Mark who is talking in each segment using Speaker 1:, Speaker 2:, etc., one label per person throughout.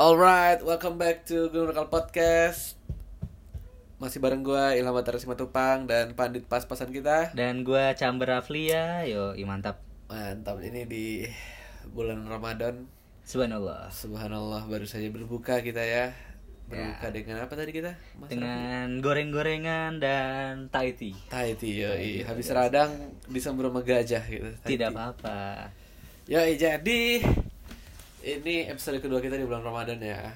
Speaker 1: Alright, welcome back to Gunung Lokal Podcast. Masih bareng gua Ilham Batara Simatupang dan pandit pas-pasan kita.
Speaker 2: Dan gua Chamber Aflia, yo i mantap.
Speaker 1: Mantap, ini di bulan Ramadan.
Speaker 2: Subhanallah.
Speaker 1: Subhanallah, baru saja berbuka kita ya. Berbuka dengan apa tadi kita? Mas
Speaker 2: Dengan goreng-gorengan dan Thai
Speaker 1: Rafi?
Speaker 2: tea.
Speaker 1: Thai tea, yoi. Habis radang disembur sama gajah gitu. Thai
Speaker 2: Tidak
Speaker 1: tea.
Speaker 2: apa-apa.
Speaker 1: Yoi, jadi ini episode kedua kita di bulan Ramadan ya.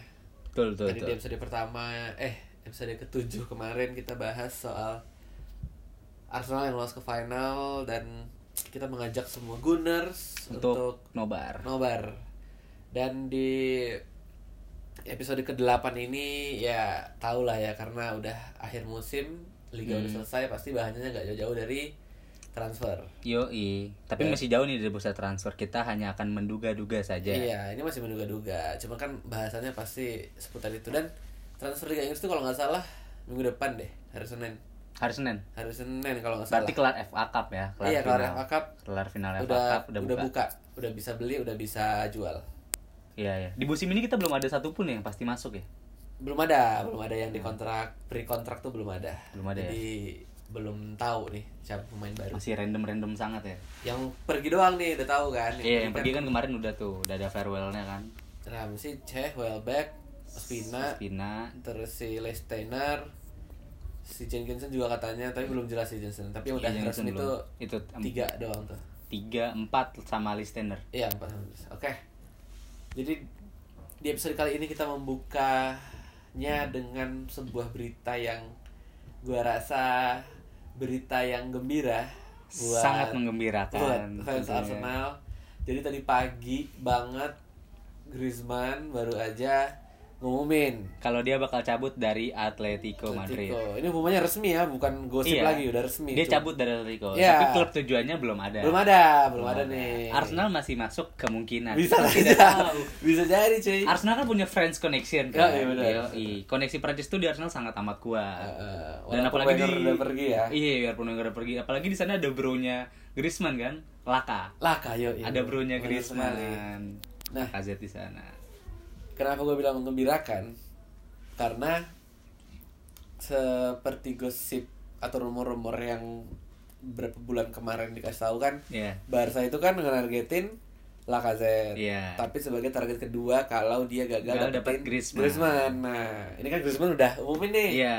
Speaker 2: Betul, betul,
Speaker 1: Tadi di
Speaker 2: betul.
Speaker 1: episode pertama, eh episode ketujuh kemarin kita bahas soal Arsenal yang lolos ke final dan kita mengajak semua Gunners untuk,
Speaker 2: Untuk nobar.
Speaker 1: nobar. Dan di episode ke-8 ini ya tahulah ya karena udah akhir musim, liga
Speaker 2: Hmm.
Speaker 1: udah selesai pasti bahannya nggak jauh-jauh dari transfer.
Speaker 2: Yo
Speaker 1: Eh.
Speaker 2: i. Tapi masih jauh nih dari bursa transfer. Kita hanya akan menduga-duga saja.
Speaker 1: Iya, ini masih menduga-duga. Cuma kan bahasannya pasti seputar itu dan transfer Liga Inggris itu kalau nggak salah minggu depan deh, hari Senin.
Speaker 2: Hari Senin.
Speaker 1: Hari Senin kalau nggak salah.
Speaker 2: Berarti kelar FA Cup ya, kelar
Speaker 1: iya,
Speaker 2: final.
Speaker 1: kalau FA Cup
Speaker 2: Kelar final FA
Speaker 1: udah
Speaker 2: Cup udah,
Speaker 1: udah,
Speaker 2: buka.
Speaker 1: buka. udah bisa beli, udah bisa jual.
Speaker 2: Iya, iya. Di musim ini kita belum ada satupun yang pasti masuk ya.
Speaker 1: Belum ada, belum ada yang dikontrak, pre-kontrak tuh belum ada.
Speaker 2: Hmm. Belum ada ya?
Speaker 1: Jadi belum tahu nih siapa pemain baru.
Speaker 2: Masih random-random sangat ya.
Speaker 1: Yang pergi doang nih, udah tahu kan?
Speaker 2: Iya, yang pergi kan kemarin udah tuh, udah ada farewellnya kan.
Speaker 1: Ramsey, Ceh, Nah, Welbeck, Spina,
Speaker 2: Spina,
Speaker 1: terus si Leicester si Jenkinson juga katanya tapi belum jelas si Jenkinson tapi yang udah
Speaker 2: Iya,
Speaker 1: resmi
Speaker 2: Jenkinson
Speaker 1: itu
Speaker 2: belum. itu em,
Speaker 1: tiga doang tuh
Speaker 2: tiga empat sama listener
Speaker 1: iya empat sama jelas. oke jadi di episode kali ini kita membukanya dengan sebuah berita yang gua rasa berita yang gembira buat
Speaker 2: sangat
Speaker 1: buat
Speaker 2: menggembirakan
Speaker 1: fans
Speaker 2: tentunya.
Speaker 1: Arsenal jadi tadi pagi banget Griezmann baru aja ngumumin
Speaker 2: kalau dia bakal cabut dari Atletico, Madrid
Speaker 1: Atletico. Ini umumnya resmi ya, bukan gosip
Speaker 2: Iya.
Speaker 1: lagi, udah resmi.
Speaker 2: dia
Speaker 1: Cuma-
Speaker 2: cabut dari Atletico
Speaker 1: Iya.
Speaker 2: tapi klub tujuannya belum ada Nah,
Speaker 1: Belum ada, belum ada nih.
Speaker 2: Arsenal masih masuk kemungkinan
Speaker 1: bisa
Speaker 2: Kita
Speaker 1: saja.
Speaker 2: tidak tahu
Speaker 1: Bisa jadi, cuy.
Speaker 2: Arsenal kan punya French connection kan
Speaker 1: Iya, iya, benar.
Speaker 2: Yoi. koneksi Prancis tuh di Arsenal sangat amat
Speaker 1: Eh,
Speaker 2: kuat dan
Speaker 1: walaupun
Speaker 2: apalagi
Speaker 1: Wenger
Speaker 2: di
Speaker 1: udah pergi ya.
Speaker 2: iya biarpun Wenger udah pergi apalagi di sana ada bronya Griezmann kan Laka
Speaker 1: Lah, kayo
Speaker 2: iya. ada bronya
Speaker 1: Benar sekali.
Speaker 2: Griezmann
Speaker 1: Nah.
Speaker 2: KZ di sana
Speaker 1: Kenapa gue bilang menggembirakan? Karena seperti gosip atau rumor-rumor yang berapa bulan kemarin dikasih tahu kan,
Speaker 2: ya
Speaker 1: Barca itu kan ngenargetin Lacazette.
Speaker 2: Iya.
Speaker 1: Tapi sebagai target kedua kalau dia gagal
Speaker 2: Gagal
Speaker 1: dapetin
Speaker 2: dapet Griezmann.
Speaker 1: Nah, ini kan Griezmann udah umumin nih.
Speaker 2: Iya.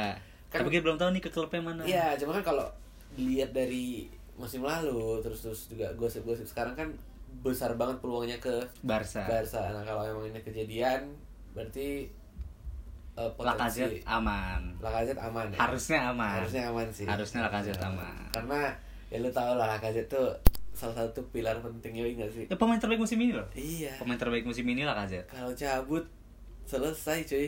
Speaker 1: Kan-
Speaker 2: Tapi kita belum tahu nih ke klubnya mana.
Speaker 1: Iya, cuma kan kalau dilihat dari musim lalu terus terus juga gosip-gosip sekarang kan besar banget peluangnya ke
Speaker 2: Barca.
Speaker 1: Barca. Nah, kalau emang ini kejadian berarti eh,
Speaker 2: Lacazette
Speaker 1: potensi
Speaker 2: aman.
Speaker 1: Lacazette aman ya.
Speaker 2: Harusnya aman.
Speaker 1: Harusnya aman sih. Iya.
Speaker 2: Harusnya Lacazette aman.
Speaker 1: Karena ya lu tau lah Lacazette tuh salah satu pilar penting yoi gak sih?
Speaker 2: Ya, pemain terbaik musim ini loh.
Speaker 1: Iya.
Speaker 2: Pemain terbaik musim ini Lacazette.
Speaker 1: Kalau cabut selesai cuy.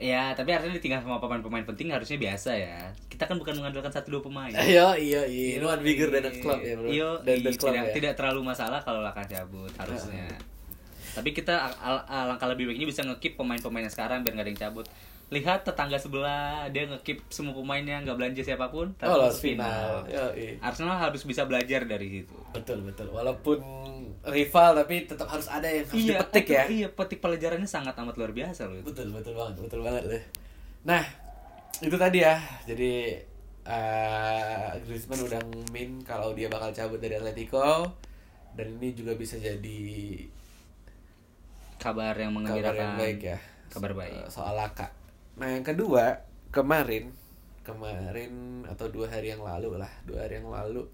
Speaker 2: Ya, tapi harusnya ditinggal sama pemain-pemain penting harusnya biasa ya. Kita kan bukan mengandalkan satu dua pemain.
Speaker 1: Ayo, iyo, iyo. Lu Iya, one bigger than a club ya, bro.
Speaker 2: Yo,
Speaker 1: than the
Speaker 2: Iya. tidak,
Speaker 1: club ya. Iya.
Speaker 2: tidak terlalu masalah kalau Lacazette cabut harusnya. Tapi kita al- al- alangkah lebih baiknya bisa ngekeep pemain-pemain yang sekarang biar nggak ada yang cabut. Lihat tetangga sebelah dia ngekeep semua pemainnya nggak belanja siapapun. tapi
Speaker 1: Oh, lolos
Speaker 2: masuk
Speaker 1: final. Yoi.
Speaker 2: Arsenal harus bisa belajar dari situ.
Speaker 1: Betul, betul. Walaupun rival tapi tetap harus ada yang harus dipetik
Speaker 2: petik-
Speaker 1: ya.
Speaker 2: Iya, petik pelajarannya sangat amat luar biasa loh itu.
Speaker 1: Betul, betul banget, betul banget deh. Nah, itu tadi ya. Jadi eh Griezmann udah ngumumin kalau dia bakal cabut dari Atletico dan ini juga bisa jadi
Speaker 2: Kabar yang
Speaker 1: kabar
Speaker 2: mengembirakan.
Speaker 1: yang baik ya.
Speaker 2: Kabar
Speaker 1: Eh,
Speaker 2: baik.
Speaker 1: Soal Laka. Nah, yang kedua, kemarin kemarin atau dua hari yang lalu lah, dua hari yang lalu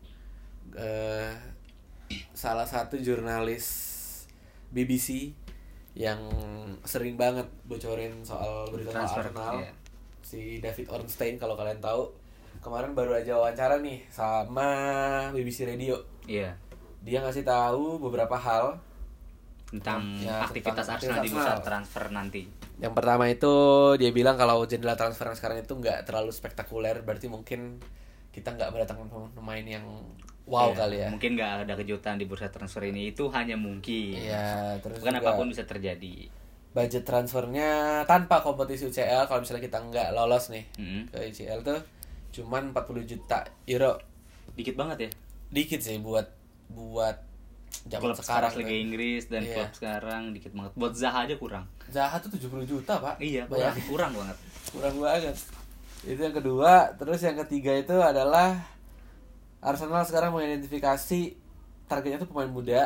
Speaker 1: eh salah satu jurnalis BBC yang sering banget bocorin soal berita soal
Speaker 2: Transfer,
Speaker 1: Arsenal.
Speaker 2: iya.
Speaker 1: Si David Ornstein kalau kalian tahu, kemarin baru aja wawancara nih sama BBC Radio.
Speaker 2: Iya.
Speaker 1: Dia ngasih tahu beberapa hal
Speaker 2: Tentang
Speaker 1: Ya,
Speaker 2: aktivitas
Speaker 1: tentang
Speaker 2: Arsenal di
Speaker 1: aktivitas
Speaker 2: bursa
Speaker 1: Arsenal.
Speaker 2: transfer nanti.
Speaker 1: Yang pertama itu dia bilang kalau jendela transfer yang sekarang itu nggak terlalu spektakuler, berarti mungkin kita nggak mendatangkan pemain yang wow
Speaker 2: Iya,
Speaker 1: kali ya.
Speaker 2: Mungkin nggak ada kejutan di bursa transfer ini itu hanya mungkin.
Speaker 1: Iya, terus
Speaker 2: Bukan
Speaker 1: juga
Speaker 2: apapun bisa terjadi.
Speaker 1: budget transfernya tanpa kompetisi UCL kalau misalnya kita nggak lolos nih
Speaker 2: Mm-mm.
Speaker 1: ke UCL tuh cuman 40 juta euro
Speaker 2: Dikit banget ya.
Speaker 1: dikit sih buat buat zaman
Speaker 2: klub
Speaker 1: sekarang
Speaker 2: sekarang Liga
Speaker 1: tuh.
Speaker 2: Inggris dan
Speaker 1: Iya.
Speaker 2: klub sekarang dikit banget. Buat Zaha aja kurang.
Speaker 1: Zaha tuh 70 juta pak
Speaker 2: Iya, kurang,
Speaker 1: Bayangin.
Speaker 2: kurang banget.
Speaker 1: kurang banget itu yang kedua terus yang ketiga itu adalah Arsenal sekarang mengidentifikasi targetnya itu pemain muda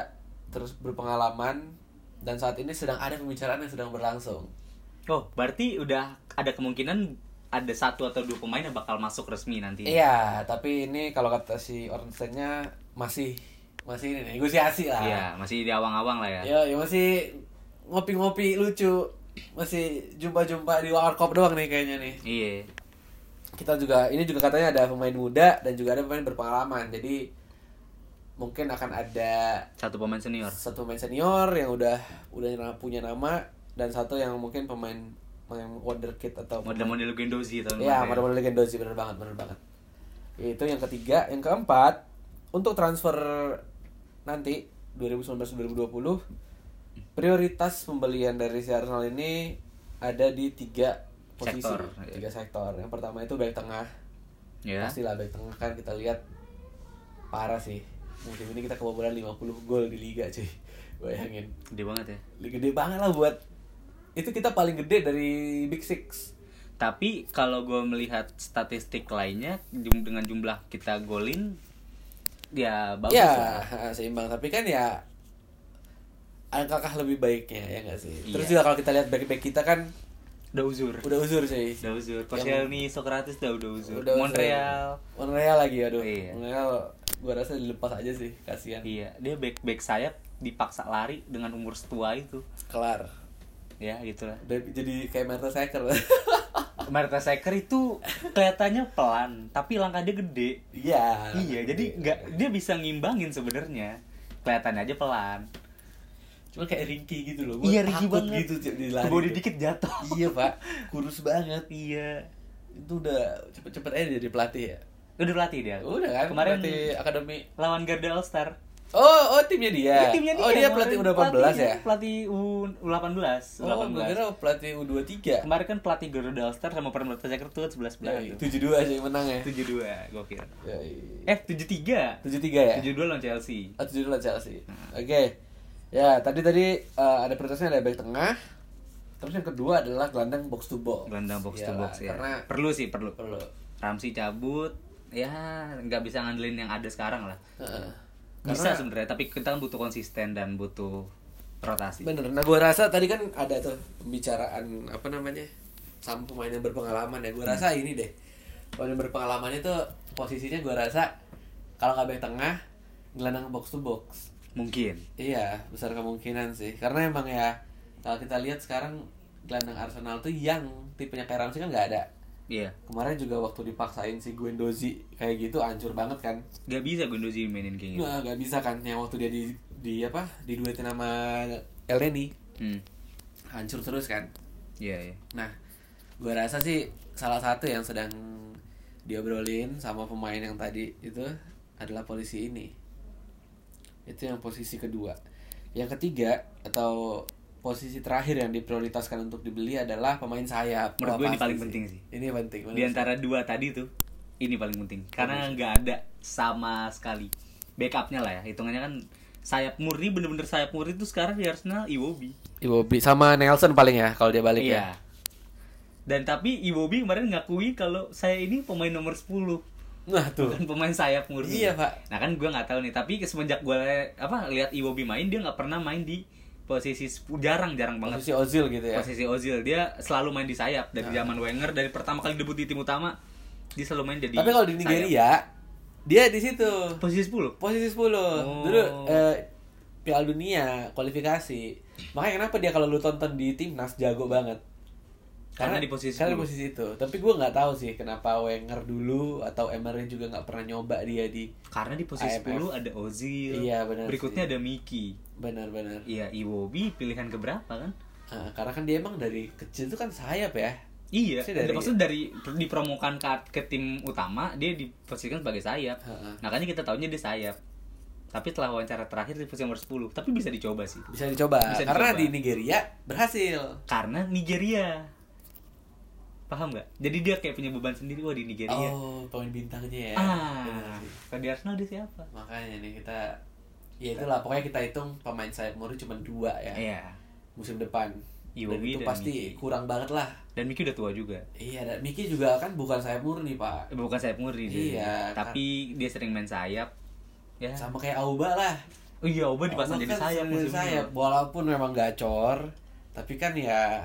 Speaker 1: terus berpengalaman dan saat ini sedang ada pembicaraan yang sedang berlangsung
Speaker 2: Oh, berarti udah ada kemungkinan ada satu atau dua pemain yang bakal masuk resmi nanti.
Speaker 1: iya tapi ini kalau kata si Ornsteinnya masih masih ini negosiasi lah
Speaker 2: Iya, masih di awang-awang lah ya.
Speaker 1: ya ya masih ngopi-ngopi lucu masih jumpa-jumpa di World Cup doang nih kayaknya nih
Speaker 2: Iya.
Speaker 1: kita juga ini juga katanya ada pemain muda dan juga ada pemain berpengalaman jadi mungkin akan ada
Speaker 2: Satu pemain senior.
Speaker 1: satu pemain senior yang udah udah na- punya nama dan satu yang mungkin pemain pemain wonderkid atau
Speaker 2: Model-model Gendozi tahun
Speaker 1: ya
Speaker 2: kemarin.
Speaker 1: model-model legendosi bener banget bener banget itu yang ketiga yang keempat untuk transfer nanti 2019-2020 prioritas pembelian dari si Arsenal ini ada di tiga posisi
Speaker 2: Sektor, iya.
Speaker 1: tiga sektor yang pertama itu back tengah
Speaker 2: Ya.
Speaker 1: Pastilah back tengah kan kita lihat parah sih. Musim ini kita kebobolan 50 gol di liga, cuy. Bayangin.
Speaker 2: Gede banget ya.
Speaker 1: Gede banget lah buat itu kita paling gede dari Big Six.
Speaker 2: Tapi kalau gue melihat statistik lainnya jum- dengan jumlah kita golin, ya bagus
Speaker 1: ya,
Speaker 2: lah.
Speaker 1: ha, seimbang tapi kan ya alangkah lebih baiknya ya nggak sih. Terus
Speaker 2: Iya.
Speaker 1: juga kalau kita lihat back-back kita kan
Speaker 2: Udah uzur.
Speaker 1: udah uzur cuy.
Speaker 2: Udah uzur. Koscielny, Socrates udah udah uzur.
Speaker 1: Udah uzur.
Speaker 2: Montreal.
Speaker 1: Montreal lagi aduh.
Speaker 2: Iya.
Speaker 1: Montreal gua rasa dilepas aja sih, kasihan.
Speaker 2: Iya, dia back back sayap dipaksa lari dengan umur setua itu.
Speaker 1: Kelar.
Speaker 2: Ya, gitulah.
Speaker 1: Udah jadi kayak Mertesacker
Speaker 2: Marta Seker itu kelihatannya pelan, tapi langkah dia gede.
Speaker 1: Iya.
Speaker 2: Iya, jadi nggak dia bisa ngimbangin sebenarnya. Kelihatannya aja pelan.
Speaker 1: Cuma kayak ringki gitu loh. Gua
Speaker 2: Iya, rigid
Speaker 1: takut
Speaker 2: banget.
Speaker 1: gitu tiap dia lari.
Speaker 2: Body
Speaker 1: tuh.
Speaker 2: dikit jatuh.
Speaker 1: Iya, Pak. Kurus banget.
Speaker 2: Iya.
Speaker 1: Itu udah cepet-cepet aja jadi pelatih ya.
Speaker 2: Udah berlatih dia.
Speaker 1: Udah kan
Speaker 2: Kemarin
Speaker 1: pelatih akademi.
Speaker 2: lawan Garda All Star.
Speaker 1: Oh, oh timnya dia.
Speaker 2: Ini Iya, timnya
Speaker 1: oh, dia
Speaker 2: kemarin.
Speaker 1: pelatih U18 ya?
Speaker 2: Pelatih U- U18,
Speaker 1: Oh, gue
Speaker 2: U18.
Speaker 1: kira pelatih U23.
Speaker 2: Kemarin kan pelatih Garuda All Star sama Permata Jakarta tuh 11
Speaker 1: Nah,
Speaker 2: belas
Speaker 1: 72 aja yang menang ya.
Speaker 2: 72 gokil.
Speaker 1: Yoi.
Speaker 2: Eh 73.
Speaker 1: 73 ya?
Speaker 2: 72 lawan Chelsea.
Speaker 1: Oh, 72 lah Chelsea. Oke. Ya, tadi tadi eh, ada prioritasnya ada back tengah. Terus yang kedua adalah gelandang box to box.
Speaker 2: Gelandang box to
Speaker 1: Iyalah,
Speaker 2: box ya.
Speaker 1: Karena
Speaker 2: Perlu sih, perlu.
Speaker 1: perlu.
Speaker 2: Ramsey cabut, ya nggak bisa ngandelin yang ada sekarang lah.
Speaker 1: Heeh.
Speaker 2: Bisa sebenarnya, tapi kita kan butuh konsisten dan butuh rotasi.
Speaker 1: Bener. Nah, gua rasa tadi kan ada tuh pembicaraan apa namanya sama pemain yang berpengalaman ya. Gua rasa ini deh. Pemain yang berpengalaman itu posisinya gua rasa kalau nggak back tengah, gelandang box to box.
Speaker 2: Mungkin.
Speaker 1: Iya, besar kemungkinan sih. Karena emang ya kalau kita lihat sekarang gelandang Arsenal tuh yang tipenya kayak Ramsey kan nggak ada.
Speaker 2: Iya.
Speaker 1: Kemarin juga waktu dipaksain si Guendouzi kayak gitu hancur banget kan.
Speaker 2: Nggak bisa Gundozi mainin kayak gitu.
Speaker 1: Nah, nggak bisa kan yang waktu dia di di apa? Diduetin sama Eleni
Speaker 2: Hmm.
Speaker 1: hancur terus kan.
Speaker 2: Iya, iya.
Speaker 1: Nah, gue rasa sih salah satu yang sedang diobrolin sama pemain yang tadi itu adalah posisi ini. Itu yang posisi kedua. Yang ketiga atau posisi terakhir yang diprioritaskan untuk dibeli adalah pemain sayap.
Speaker 2: Menurut
Speaker 1: Wah,
Speaker 2: gue ini
Speaker 1: pasti
Speaker 2: paling
Speaker 1: sih.
Speaker 2: penting sih.
Speaker 1: Ini penting.
Speaker 2: Di antara dua tadi tuh, ini paling penting. Karena nggak ada sama sekali backupnya lah ya. Hitungannya kan sayap murni, bener-bener sayap murni tuh sekarang di Arsenal Iwobi.
Speaker 1: Iwobi sama Nelson paling ya kalau dia balik ya.
Speaker 2: Iya. Dan tapi Iwobi kemarin ngakui kalau saya ini pemain nomor 10
Speaker 1: Nah, tuh.
Speaker 2: bukan pemain sayap murni.
Speaker 1: Iya, Pak.
Speaker 2: Nah kan gue nggak tahu nih. Tapi semenjak gue apa lihat Iwobi main dia nggak pernah main di posisi 10. jarang jarang banget.
Speaker 1: Posisi Ozil Nah. gitu ya.
Speaker 2: Posisi Ozil dia selalu main di sayap dari zaman Wenger dari pertama kali debut di tim utama dia selalu main jadi.
Speaker 1: Tapi kalau di
Speaker 2: sayap.
Speaker 1: Nigeria dia di situ.
Speaker 2: posisi 10
Speaker 1: posisi 10 dulu
Speaker 2: Oh.
Speaker 1: eh, Piala Dunia kualifikasi makanya kenapa dia kalau lu tonton di timnas jago banget
Speaker 2: Karena di posisi
Speaker 1: karena
Speaker 2: 10.
Speaker 1: posisi itu tapi gue nggak tahu sih kenapa Wenger dulu atau Emery juga nggak pernah nyoba dia di
Speaker 2: karena di posisi
Speaker 1: AMF.
Speaker 2: 10 ada Ozil.
Speaker 1: Iya, benar
Speaker 2: Berikutnya
Speaker 1: sih.
Speaker 2: ada Miki.
Speaker 1: benar-benar
Speaker 2: Iya Iwobi pilihan keberapa kan?
Speaker 1: Ah, karena kan dia emang dari kecil tuh kan sayap ya
Speaker 2: Iya,
Speaker 1: Maksudnya dari-
Speaker 2: maksudnya dari dipromokan ke, ke tim utama dia diposisikan sebagai sayap.
Speaker 1: Heeh.
Speaker 2: Makanya kita tahunya dia sayap. Tapi telah wawancara terakhir di posisi nomor 10, tapi bisa dicoba sih.
Speaker 1: bisa dicoba
Speaker 2: Bisa
Speaker 1: karena
Speaker 2: dicoba.
Speaker 1: di Nigeria berhasil
Speaker 2: Karena Nigeria. Paham nggak? Jadi dia kayak punya beban sendiri wah di Nigeria.
Speaker 1: oh pemain bintangnya ya
Speaker 2: ah,
Speaker 1: Benar Oh, sih.
Speaker 2: kalau di Arsenal dia siapa?
Speaker 1: makanya nih kita ya itulah pokoknya kita hitung pemain sayap Mourinho cuma dua ya
Speaker 2: Iya.
Speaker 1: musim depan dan
Speaker 2: Iwobi
Speaker 1: itu
Speaker 2: dan
Speaker 1: pasti
Speaker 2: Miki.
Speaker 1: kurang banget lah
Speaker 2: Dan Miki udah tua juga.
Speaker 1: iya dan Miki juga kan bukan sayap murni pak
Speaker 2: Eh, Bukan sayap murni dia.
Speaker 1: Iya,
Speaker 2: Tapi dia sering main sayap. Ya.
Speaker 1: sama kayak Auba lah
Speaker 2: Oh iya, Oba dipasang
Speaker 1: Auba
Speaker 2: jadi
Speaker 1: kan
Speaker 2: sayap
Speaker 1: sering jadi
Speaker 2: musim ini.
Speaker 1: sayap walaupun memang gacor tapi kan ya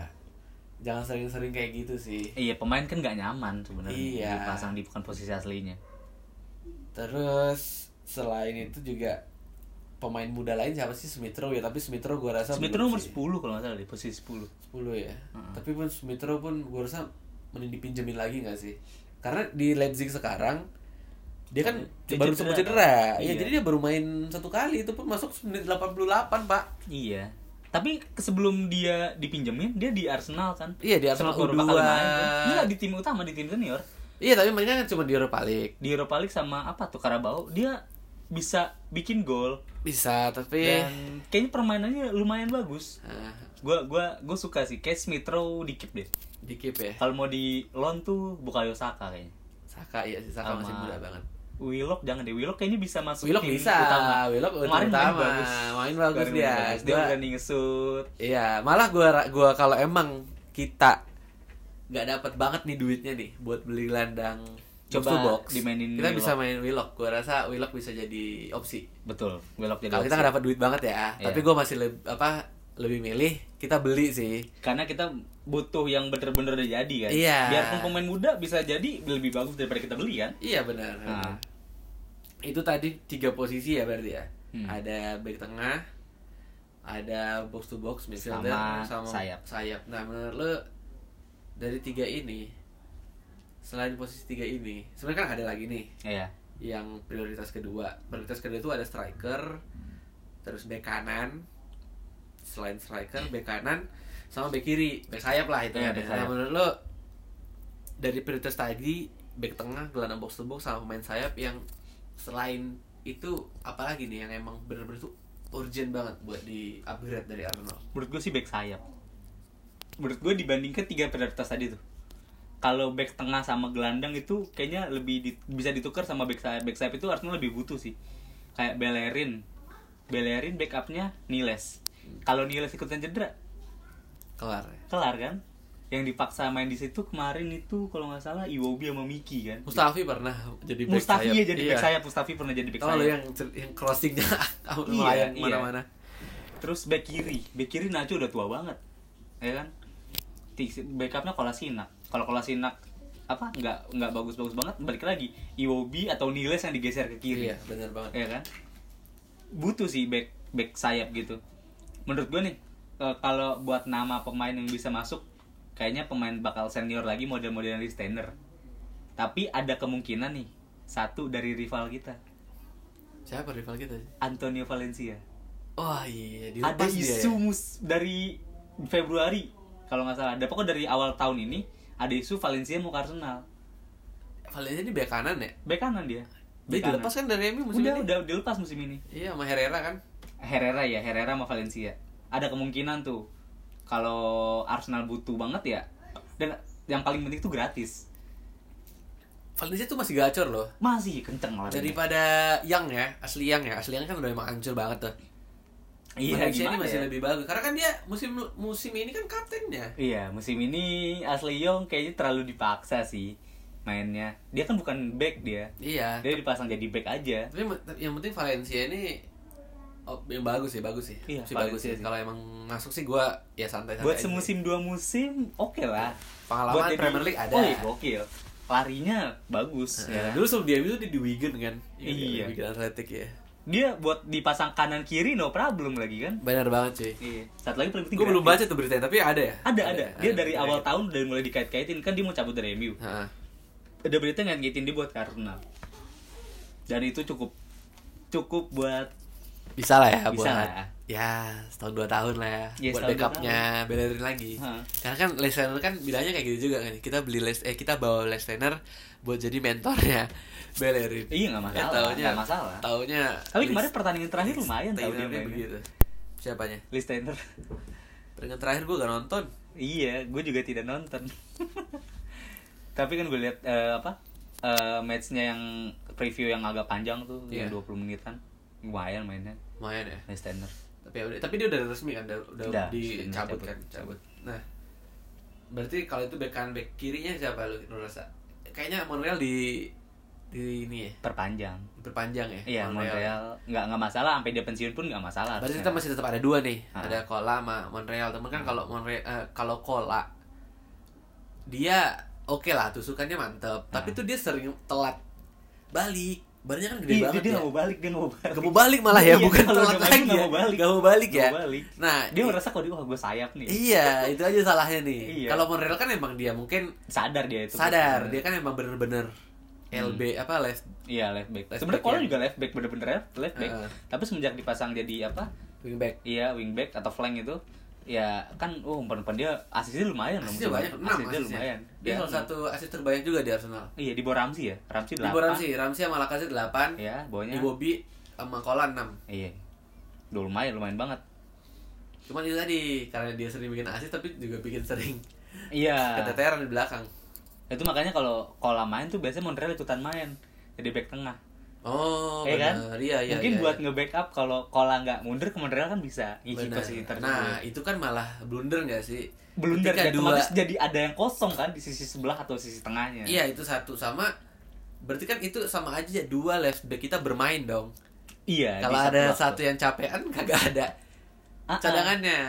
Speaker 1: jangan sering-sering kayak gitu sih
Speaker 2: Iya, pemain kan nggak nyaman sebenarnya
Speaker 1: Iya.
Speaker 2: dipasang di bukan posisi aslinya.
Speaker 1: terus selain itu juga pemain muda lain siapa sih Smith Rowe ya tapi Smith Rowe gue rasa
Speaker 2: Smith
Speaker 1: belum
Speaker 2: nomor
Speaker 1: sih.
Speaker 2: 10 kalau nggak salah di posisi 10.
Speaker 1: 10 ya.
Speaker 2: Mm-mm.
Speaker 1: Tapi pun Smith Rowe pun gue rasa mending dipinjemin lagi nggak sih? Karena di Leipzig sekarang dia kan
Speaker 2: Dia
Speaker 1: baru
Speaker 2: cedera,
Speaker 1: sembuh cedera. Ya
Speaker 2: kan? Iya.
Speaker 1: jadi dia baru main satu kali itu pun masuk menit 88, Pak.
Speaker 2: Iya. Tapi sebelum dia dipinjemin, dia di Arsenal kan?
Speaker 1: Iya, di Arsenal
Speaker 2: Arsenal baru bakal
Speaker 1: U2.
Speaker 2: main kan? Iya, di tim utama, di tim senior.
Speaker 1: Iya, tapi mainnya kan cuma di Europa League.
Speaker 2: Di Europa League sama apa tuh Karabau, dia bisa bikin gol
Speaker 1: Bisa, tapi
Speaker 2: dan kayaknya permainannya lumayan bagus.
Speaker 1: Ah,
Speaker 2: Gua gua gua suka sih Kayak Smith Rowe di keep deh.
Speaker 1: di keep ya.
Speaker 2: Kalau mau di loan tuh Bukayo Saka kayaknya.
Speaker 1: Saka iya sih, Saka masih
Speaker 2: Sama-
Speaker 1: muda banget.
Speaker 2: Willock jangan deh, Willock kayaknya bisa masuk
Speaker 1: Willock
Speaker 2: tim
Speaker 1: bisa,
Speaker 2: utama.
Speaker 1: Willock udah
Speaker 2: Kemarin
Speaker 1: utama.
Speaker 2: main bagus.
Speaker 1: Main bagus
Speaker 2: Kemarin
Speaker 1: dia.
Speaker 2: Dia
Speaker 1: Gua-
Speaker 2: berani ngesut.
Speaker 1: Iya, malah gua gua kalau emang kita nggak dapat banget nih duitnya nih buat beli gelandang
Speaker 2: Coba
Speaker 1: box to box.
Speaker 2: dimainin
Speaker 1: kita
Speaker 2: Willock.
Speaker 1: bisa main Willock. Gua rasa Willock bisa jadi opsi.
Speaker 2: Betul, Willock jadi
Speaker 1: Kalau kita
Speaker 2: opsi.
Speaker 1: nggak dapat duit banget ya,
Speaker 2: Iya.
Speaker 1: tapi gua masih leb- apa lebih milih kita beli sih.
Speaker 2: karena kita butuh yang bener-bener udah jadi kan
Speaker 1: Iya.
Speaker 2: biarpun pemain muda bisa jadi lebih bagus daripada kita beli kan
Speaker 1: Iya benar.
Speaker 2: Ah.
Speaker 1: Itu tadi tiga posisi ya berarti ya.
Speaker 2: Hmm.
Speaker 1: Ada back tengah, ada box to box midfielder
Speaker 2: Sama sayap.
Speaker 1: sayap. Nah, menurut lo dari tiga ini selain posisi tiga ini, sebenarnya kan ada lagi nih
Speaker 2: iya
Speaker 1: yang prioritas kedua. Prioritas kedua itu ada striker, terus back kanan. Selain striker, back kanan sama back kiri, back sayap lah itu.
Speaker 2: Iya,
Speaker 1: ya.
Speaker 2: back
Speaker 1: Nah,
Speaker 2: sayap.
Speaker 1: menurut lo dari prioritas tadi back tengah, gelandang box to box sama pemain sayap yang selain itu apalagi nih yang emang bener-bener tuh urgent banget buat di upgrade dari Arsenal.
Speaker 2: menurut gue sih back sayap menurut gue dibandingkan tiga prioritas tadi tuh kalau back tengah sama gelandang itu kayaknya lebih di- bisa ditukar sama back sayap back sayap itu Arsenal lebih butuh sih kayak Bellerin Bellerin backupnya Niles kalau Niles ikutan cedera
Speaker 1: Kelar. ya.
Speaker 2: kelar kan yang dipaksa main di situ kemarin itu kalau nggak salah Iwobi sama Miki kan
Speaker 1: Mustafi Iya. pernah jadi back
Speaker 2: Mustafi
Speaker 1: sayap.
Speaker 2: ya jadi back sayap, Mustafi pernah jadi back
Speaker 1: Kalau
Speaker 2: sayap.
Speaker 1: lo yang yang crossingnya
Speaker 2: Iya,
Speaker 1: melayang
Speaker 2: iya.
Speaker 1: mana-mana.
Speaker 2: Terus back kiri, back kiri Nacho udah tua banget. Ya kan? Ti- Backupnya Kolasinak. Kalau Kolasinak apa nggak nggak bagus-bagus banget balik lagi Iwobi atau Niles yang digeser ke kiri.
Speaker 1: Iya, benar banget.
Speaker 2: Ya kan? Butuh sih back back sayap gitu. Menurut gue nih eh, kalau buat nama pemain yang bisa masuk kayaknya pemain bakal senior lagi model-model di standar. Tapi ada kemungkinan nih satu dari rival kita,
Speaker 1: Siapa rival kita?
Speaker 2: Antonio Valencia.
Speaker 1: Wah iya, dilepas
Speaker 2: ada
Speaker 1: dia
Speaker 2: isu
Speaker 1: ya.
Speaker 2: mus- dari Februari kalau nggak salah ada pokoknya dari awal tahun ini ada isu Valencia mau ke Arsenal
Speaker 1: Valencia ini bek kanan ya?
Speaker 2: bek kanan dia
Speaker 1: Dia
Speaker 2: Bek kanan.
Speaker 1: dilepas kan dari MU musim
Speaker 2: udah
Speaker 1: ini?
Speaker 2: udah dilepas musim ini
Speaker 1: Iya, sama Herrera kan?
Speaker 2: Herrera ya Herrera sama Valencia ada kemungkinan tuh kalau Arsenal butuh banget ya dan yang paling penting itu gratis
Speaker 1: Valencia tuh masih gacor loh.
Speaker 2: masih kenceng lah
Speaker 1: Daripada Yang ya, asli Yang ya. Asli Yang kan udah emang hancur banget tuh.
Speaker 2: iya
Speaker 1: Valencia ini
Speaker 2: gimana
Speaker 1: masih
Speaker 2: ya?
Speaker 1: lebih bagus. Karena kan dia musim musim ini kan kaptennya.
Speaker 2: Iya, musim ini Ashley Young kayaknya terlalu dipaksa sih mainnya. Dia kan bukan back dia.
Speaker 1: Iya.
Speaker 2: Dia dipasang jadi back aja.
Speaker 1: Tapi yang- yang penting Valencia ini oh, yang bagus sih, bagus sih.
Speaker 2: Iya,
Speaker 1: Sih bagus
Speaker 2: Valencia
Speaker 1: sih.
Speaker 2: sih.
Speaker 1: Kalau emang masuk sih gua ya santai-santai.
Speaker 2: buat
Speaker 1: aja.
Speaker 2: semusim dua musim oke lah
Speaker 1: Pengalaman
Speaker 2: Buat jadi-
Speaker 1: Premier League ada.
Speaker 2: oh, iya, gokil larinya bagus
Speaker 1: Nah,
Speaker 2: ya.
Speaker 1: dulu sebelum dia itu dia di Wigan kan?
Speaker 2: Iya.
Speaker 1: Di Wigan Athletic ya.
Speaker 2: dia buat dipasang kanan kiri no problem lagi kan
Speaker 1: Benar banget cuy.
Speaker 2: iya satu lagi paling penting
Speaker 1: Gue belum
Speaker 2: gratis.
Speaker 1: baca tuh beritanya, tapi ada ya?
Speaker 2: ada ada dia
Speaker 1: ada.
Speaker 2: dari
Speaker 1: iya.
Speaker 2: awal tahun udah mulai dikait-kaitin kan dia mau cabut dari MU
Speaker 1: Heeh.
Speaker 2: ada berita ngaitin dia buat karena dan itu cukup cukup buat
Speaker 1: Bisa lah ya
Speaker 2: Bisa
Speaker 1: buat
Speaker 2: lah.
Speaker 1: ya setahun dua tahun lah ya,
Speaker 2: Iya,
Speaker 1: buat
Speaker 2: setahun dua
Speaker 1: backupnya Bellerin lagi.
Speaker 2: Heeh.
Speaker 1: Karena kan Leicester kan bilangnya kayak gitu juga kan. Kita beli Les eh kita bawa Leicester buat jadi ya. mentornya Bellerin.
Speaker 2: Iya, nggak masalah, nggak masalah.
Speaker 1: Ya, Taunya
Speaker 2: tapi kemarin pertandingan terakhir lumayan tau dia
Speaker 1: mainnya
Speaker 2: mainnya
Speaker 1: begitu. Siapanya?
Speaker 2: Listener
Speaker 1: Pertandingan terakhir gue gak nonton.
Speaker 2: Iya, gue juga tidak nonton. Tapi kan gue lihat eh, apa eh, matchnya yang preview yang agak panjang tuh, yang
Speaker 1: Iya.
Speaker 2: 20 menitan. lumayan mainnya
Speaker 1: lumayan ya
Speaker 2: Leicester
Speaker 1: tapi ya udah tapi dia udah resmi kan udah, udah
Speaker 2: Udah,
Speaker 1: dicabut
Speaker 2: cabut.
Speaker 1: kan cabut nah berarti kalau itu bek kanan bek kirinya siapa lu menurut rasa kayaknya Monreal di di ini ya
Speaker 2: perpanjang
Speaker 1: berpanjang ya
Speaker 2: iya Montreal nggak nggak masalah sampai dia pensiun pun nggak masalah
Speaker 1: berarti
Speaker 2: harusnya.
Speaker 1: kita masih tetap ada dua nih
Speaker 2: Ah.
Speaker 1: ada Kola sama Monreal temen kan kalau Monreal kalau Kola dia oke lah tusukannya mantep
Speaker 2: Ah.
Speaker 1: tapi tuh dia sering telat balik barunya kan gede
Speaker 2: Ih,
Speaker 1: banget
Speaker 2: Iya, dia
Speaker 1: ya
Speaker 2: nggak mau balik dia nggak mau balik
Speaker 1: gak mau balik malah ya
Speaker 2: Iya,
Speaker 1: bukan
Speaker 2: kalau
Speaker 1: telat
Speaker 2: nggak maju,
Speaker 1: lagi
Speaker 2: nggak
Speaker 1: ya
Speaker 2: mau balik.
Speaker 1: Nggak mau balik
Speaker 2: Nggak
Speaker 1: ya
Speaker 2: mau balik.
Speaker 1: nah
Speaker 2: dia
Speaker 1: i-
Speaker 2: merasa kok dia wah gue sayap nih
Speaker 1: Iya, itu aja salahnya nih.
Speaker 2: Iya.
Speaker 1: Kalau Monreal kan emang dia mungkin
Speaker 2: sadar dia itu Hmm.
Speaker 1: sadar, dia kan emang bener-bener LB apa left
Speaker 2: iya left back
Speaker 1: Left
Speaker 2: sebenarnya
Speaker 1: back,
Speaker 2: kalau
Speaker 1: ya.
Speaker 2: juga left back bener-bener left- left back
Speaker 1: Heeh.
Speaker 2: tapi semenjak dipasang jadi apa
Speaker 1: wing back.
Speaker 2: iya wingback atau flank itu ya kan oh umpan-umpan dia asisnya lumayan loh
Speaker 1: Asisnya
Speaker 2: musim
Speaker 1: banyak,
Speaker 2: ini.
Speaker 1: enam
Speaker 2: Asisnya
Speaker 1: asisnya.
Speaker 2: lumayan
Speaker 1: Dia
Speaker 2: Ya,
Speaker 1: salah satu asis terbanyak juga di Arsenal.
Speaker 2: iya di bawah Ramsey ya Ramsey
Speaker 1: Di
Speaker 2: delapan
Speaker 1: Ramsey, Ramsey sama Lacazette 8,
Speaker 2: ya
Speaker 1: di
Speaker 2: bawahnya
Speaker 1: Bobby sama Kola 6.
Speaker 2: iya udah lumayan lumayan banget
Speaker 1: Cuman itu tadi karena dia sering bikin asis tapi juga bikin sering
Speaker 2: iya
Speaker 1: keteteran di belakang.
Speaker 2: itu makanya kalau kola main tuh biasanya Montreal ikutan main jadi back tengah
Speaker 1: Oh,
Speaker 2: Iya kan?
Speaker 1: benar. Iya, iya.
Speaker 2: mungkin
Speaker 1: iya,
Speaker 2: buat
Speaker 1: iya.
Speaker 2: nge-backup kalau kola nggak mundur ke Montreal kan bisa ngisi
Speaker 1: Benar.
Speaker 2: posisi tertentu
Speaker 1: Nah, itu kan malah blunder nggak sih?
Speaker 2: belum
Speaker 1: Ketika
Speaker 2: dari
Speaker 1: dua-
Speaker 2: otomatis jadi ada yang kosong kan di sisi sebelah atau sisi tengahnya
Speaker 1: Iya itu satu sama berarti kan itu sama aja dua left back kita bermain dong.
Speaker 2: iya di
Speaker 1: Kalau ada
Speaker 2: waktu.
Speaker 1: satu yang capean kagak ada
Speaker 2: Ah, Nah. ah.
Speaker 1: cadangannya.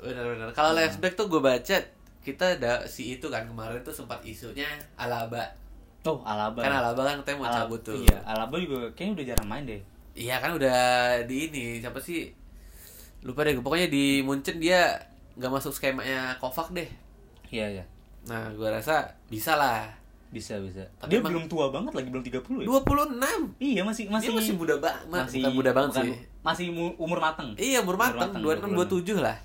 Speaker 1: Benar-benar. Kalau left back tuh gue baca kita ada si itu kan kemarin tuh sempat isunya Alaba.
Speaker 2: oh Alaba
Speaker 1: Kan Alaba kan katanya mau
Speaker 2: Alaba-
Speaker 1: cabut tuh.
Speaker 2: Iya, Alaba juga kayaknya udah jarang main deh.
Speaker 1: Iya kan udah di ini siapa sih? Lupa deh. gua. Pokoknya di Munchen dia nggak masuk skemanya Kovac deh.
Speaker 2: Iya, iya.
Speaker 1: Nah, gua rasa bisa lah.
Speaker 2: Bisa, bisa.
Speaker 1: Tapi
Speaker 2: dia
Speaker 1: emang-
Speaker 2: belum tua banget lagi, belum 30 ya?
Speaker 1: 26.
Speaker 2: Iya, masih
Speaker 1: Masih,
Speaker 2: masih
Speaker 1: dia masih muda banget. Bukan muda banget
Speaker 2: bukan-
Speaker 1: sih.
Speaker 2: Masih mu- umur mateng.
Speaker 1: Iya, umur matang,
Speaker 2: matang,
Speaker 1: 26 27 lah.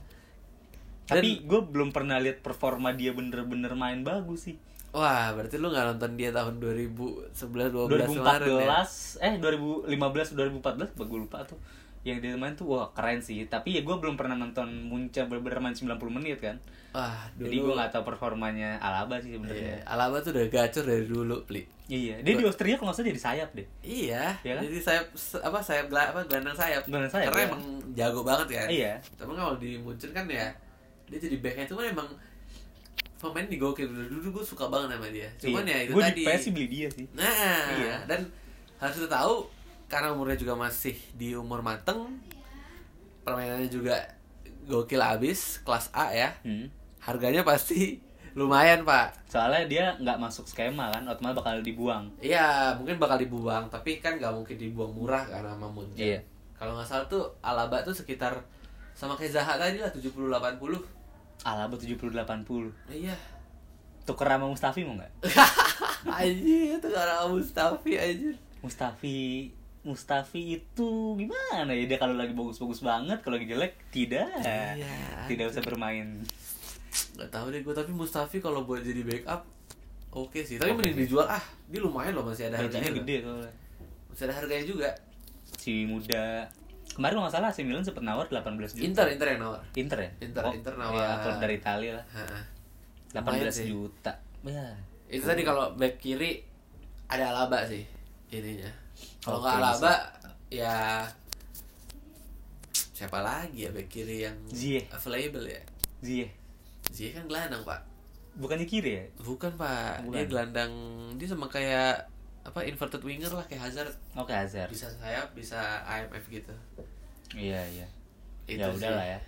Speaker 2: Tapi gue belum pernah lihat performa dia bener-bener main bagus sih.
Speaker 1: Wah, berarti lu nggak nonton dia tahun 2011 12 kemarin ya.
Speaker 2: 2014 eh 2015 2014 gue lupa tuh. Yang dia main tuh wah keren sih. Tapi ya gue belum pernah nonton Munca bener-bener main 90 menit kan.
Speaker 1: Wah,
Speaker 2: Jadi gue
Speaker 1: dulu
Speaker 2: gak tahu performanya Alaba sih
Speaker 1: Iya,
Speaker 2: sebenarnya.
Speaker 1: Alaba tuh udah gacor dari dulu, Pli.
Speaker 2: Iya, dia di Austria kalau nggak salah jadi sayap deh.
Speaker 1: Iya,
Speaker 2: Iya kan?
Speaker 1: jadi sayap se- apa sayap gela- apa gelandang sayap.
Speaker 2: Gelandang sayap,
Speaker 1: Karena
Speaker 2: iya.
Speaker 1: emang jago banget kan.
Speaker 2: Iya.
Speaker 1: Tapi kalau di Munchen kan ya dia jadi backnya cuman emang pemain di gokil dulu, dulu gue suka banget sama dia. Cuman ya itu
Speaker 2: gue
Speaker 1: tadi.
Speaker 2: Iya. di PS sih beli dia sih.
Speaker 1: Nah,
Speaker 2: Iya.
Speaker 1: dan harus kita tahu karena umurnya juga masih di umur mateng, permainannya juga gokil abis, kelas A ya.
Speaker 2: Hmm.
Speaker 1: Harganya pasti lumayan pak.
Speaker 2: Soalnya dia nggak masuk skema kan, otomatis bakal dibuang.
Speaker 1: Iya, mungkin bakal dibuang, tapi kan nggak mungkin dibuang murah karena sama Munchen.
Speaker 2: Iya.
Speaker 1: Kalau nggak salah tuh Alaba tuh sekitar sama kayak Zaha tadi lah 70 80.
Speaker 2: Alaba 70-80.
Speaker 1: Iya.
Speaker 2: Tuker sama Mustafi mau nggak?
Speaker 1: anjir, itu karena Mustafi anjir.
Speaker 2: Mustafi Mustafi itu gimana ya dia kalau lagi bagus-bagus banget, kalau lagi jelek tidak.
Speaker 1: Iya.
Speaker 2: Tidak usah bermain.
Speaker 1: Gak tahu deh gue tapi Mustafi kalau buat jadi backup oke sih. Tapi mending dijual ah. Dia lumayan loh masih ada harganya.
Speaker 2: Gajinya
Speaker 1: loh.
Speaker 2: gede soalnya.
Speaker 1: Masih ada harganya juga.
Speaker 2: Si muda. Kemarin kalau nggak salah AC Milan sempat nawar 18 juta.
Speaker 1: Inter Inter yang nawar.
Speaker 2: Inter ya?
Speaker 1: Inter- Inter nawar.
Speaker 2: Iya, klub dari Italia lah.
Speaker 1: Heeh. Lumayan
Speaker 2: 18
Speaker 1: sih.
Speaker 2: juta. Ya.
Speaker 1: Itu tadi kalau back kiri ada Alaba sih ininya. Kalau
Speaker 2: Oke,
Speaker 1: nggak Alaba ya siapa lagi ya back kiri yang
Speaker 2: Ziyech.
Speaker 1: available ya?
Speaker 2: Ziyech.
Speaker 1: Ziyech kan gelandang, Pak.
Speaker 2: Bukannya kiri ya?
Speaker 1: Bukan, Pak. Dia
Speaker 2: Bukan.
Speaker 1: gelandang dia sama kayak apa inverted winger lah kayak Hazard.
Speaker 2: Oke, Oh, Hazard.
Speaker 1: Bisa sayap, bisa IMF gitu.
Speaker 2: Iya iya.
Speaker 1: Itu
Speaker 2: ya
Speaker 1: sih.
Speaker 2: udahlah ya.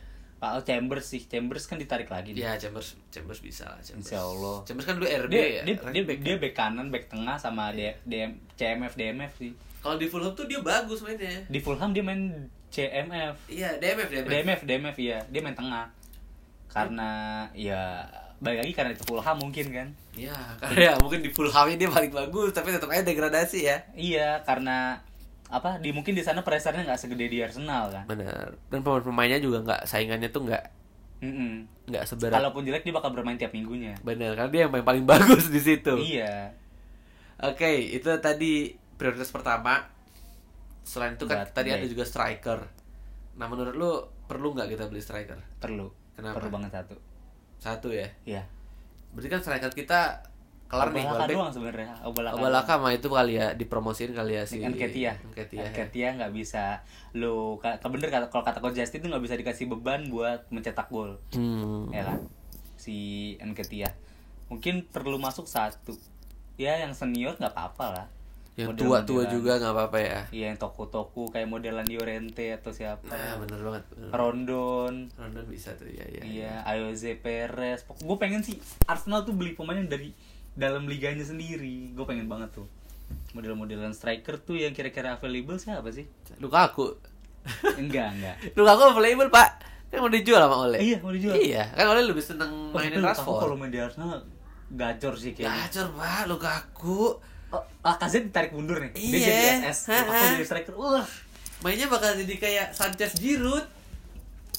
Speaker 2: Pak oh, Chambers sih, Chambers kan ditarik lagi. nih.
Speaker 1: Ya Chambers Chambers bisa lah Chambers.
Speaker 2: Insya Allah.
Speaker 1: Chambers kan dulu RB ya.
Speaker 2: Dia dia
Speaker 1: right
Speaker 2: dia,
Speaker 1: back.
Speaker 2: dia back kanan, back tengah sama D- DM, CMF DMF sih.
Speaker 1: Kalau di Fulham tuh dia bagus mainnya.
Speaker 2: Di Fulham dia main CMF.
Speaker 1: Iya, DMF DMF.
Speaker 2: DMF DMF iya, dia main tengah. Karena ya balik lagi karena itu Fulham mungkin kan.
Speaker 1: Iya, karena ya, mungkin di Fulhamnya dia paling bagus, tapi tetap aja degradasi ya.
Speaker 2: Iya, karena apa di mungkin di sana pressure-nya nggak segede di Arsenal kan.
Speaker 1: Benar. Dan pemain-pemainnya juga nggak saingannya tuh nggak
Speaker 2: Mm-mm.
Speaker 1: nggak seberat.
Speaker 2: Kalaupun jelek dia bakal bermain tiap minggunya.
Speaker 1: Benar, karena dia yang main paling bagus di situ.
Speaker 2: Iya.
Speaker 1: Oke, itu tadi prioritas pertama. Selain itu kan
Speaker 2: Buat
Speaker 1: tadi ada
Speaker 2: back.
Speaker 1: juga striker. Nah, menurut lu perlu nggak kita beli striker?
Speaker 2: Perlu.
Speaker 1: Kenapa?
Speaker 2: Perlu banget satu.
Speaker 1: Satu ya.
Speaker 2: Iya.
Speaker 1: Berarti kan striker kita kelar nih
Speaker 2: Obalaka
Speaker 1: World Cup.
Speaker 2: doang sebenarnya. Obalaka.
Speaker 1: Obalaka mah itu kali ya dipromosin kali ya si
Speaker 2: Enketia.
Speaker 1: Nketiah ya.
Speaker 2: Enketia nggak bisa lu ka, ka- bener kata kalau kata coach Justin itu nggak bisa dikasih beban buat mencetak gol.
Speaker 1: Hmm.
Speaker 2: Ya kan? Si Enketia. Mungkin perlu masuk satu. Ya yang senior nggak apa-apa lah.
Speaker 1: Yang
Speaker 2: Model-modelan.
Speaker 1: tua-tua juga nggak apa-apa ya.
Speaker 2: Iya yang toko-toko kayak modelan Llorente atau siapa.
Speaker 1: Nah, bener banget. bener.
Speaker 2: Rondon.
Speaker 1: Rondon bisa tuh ya ya. ya.
Speaker 2: Iya, Ayoze Perez. Gue pengen sih Arsenal tuh beli pemain yang dari dalam liganya sendiri. Gue pengen banget tuh. Model-modelan striker tuh yang kira-kira available siapa sih?
Speaker 1: Lukaku.
Speaker 2: Enggak, enggak.
Speaker 1: Lukaku available, Pak. Kan mau dijual sama Oleh.
Speaker 2: Iya, mau dijual.
Speaker 1: Iya, kan Oleh lebih seneng
Speaker 2: Wah, tapi
Speaker 1: mainin
Speaker 2: Lukaku
Speaker 1: Rashford.
Speaker 2: Kalau main gitu. di Arsenal gacor sih kayaknya.
Speaker 1: Gacor, Pak, Lukaku.
Speaker 2: Oh, Lacazette ditarik mundur nih. Dia
Speaker 1: Iya.
Speaker 2: jadi SS. Aku
Speaker 1: Ha-ha.
Speaker 2: jadi striker. Wah.
Speaker 1: Mainnya bakal jadi kayak Sanchez Giroud.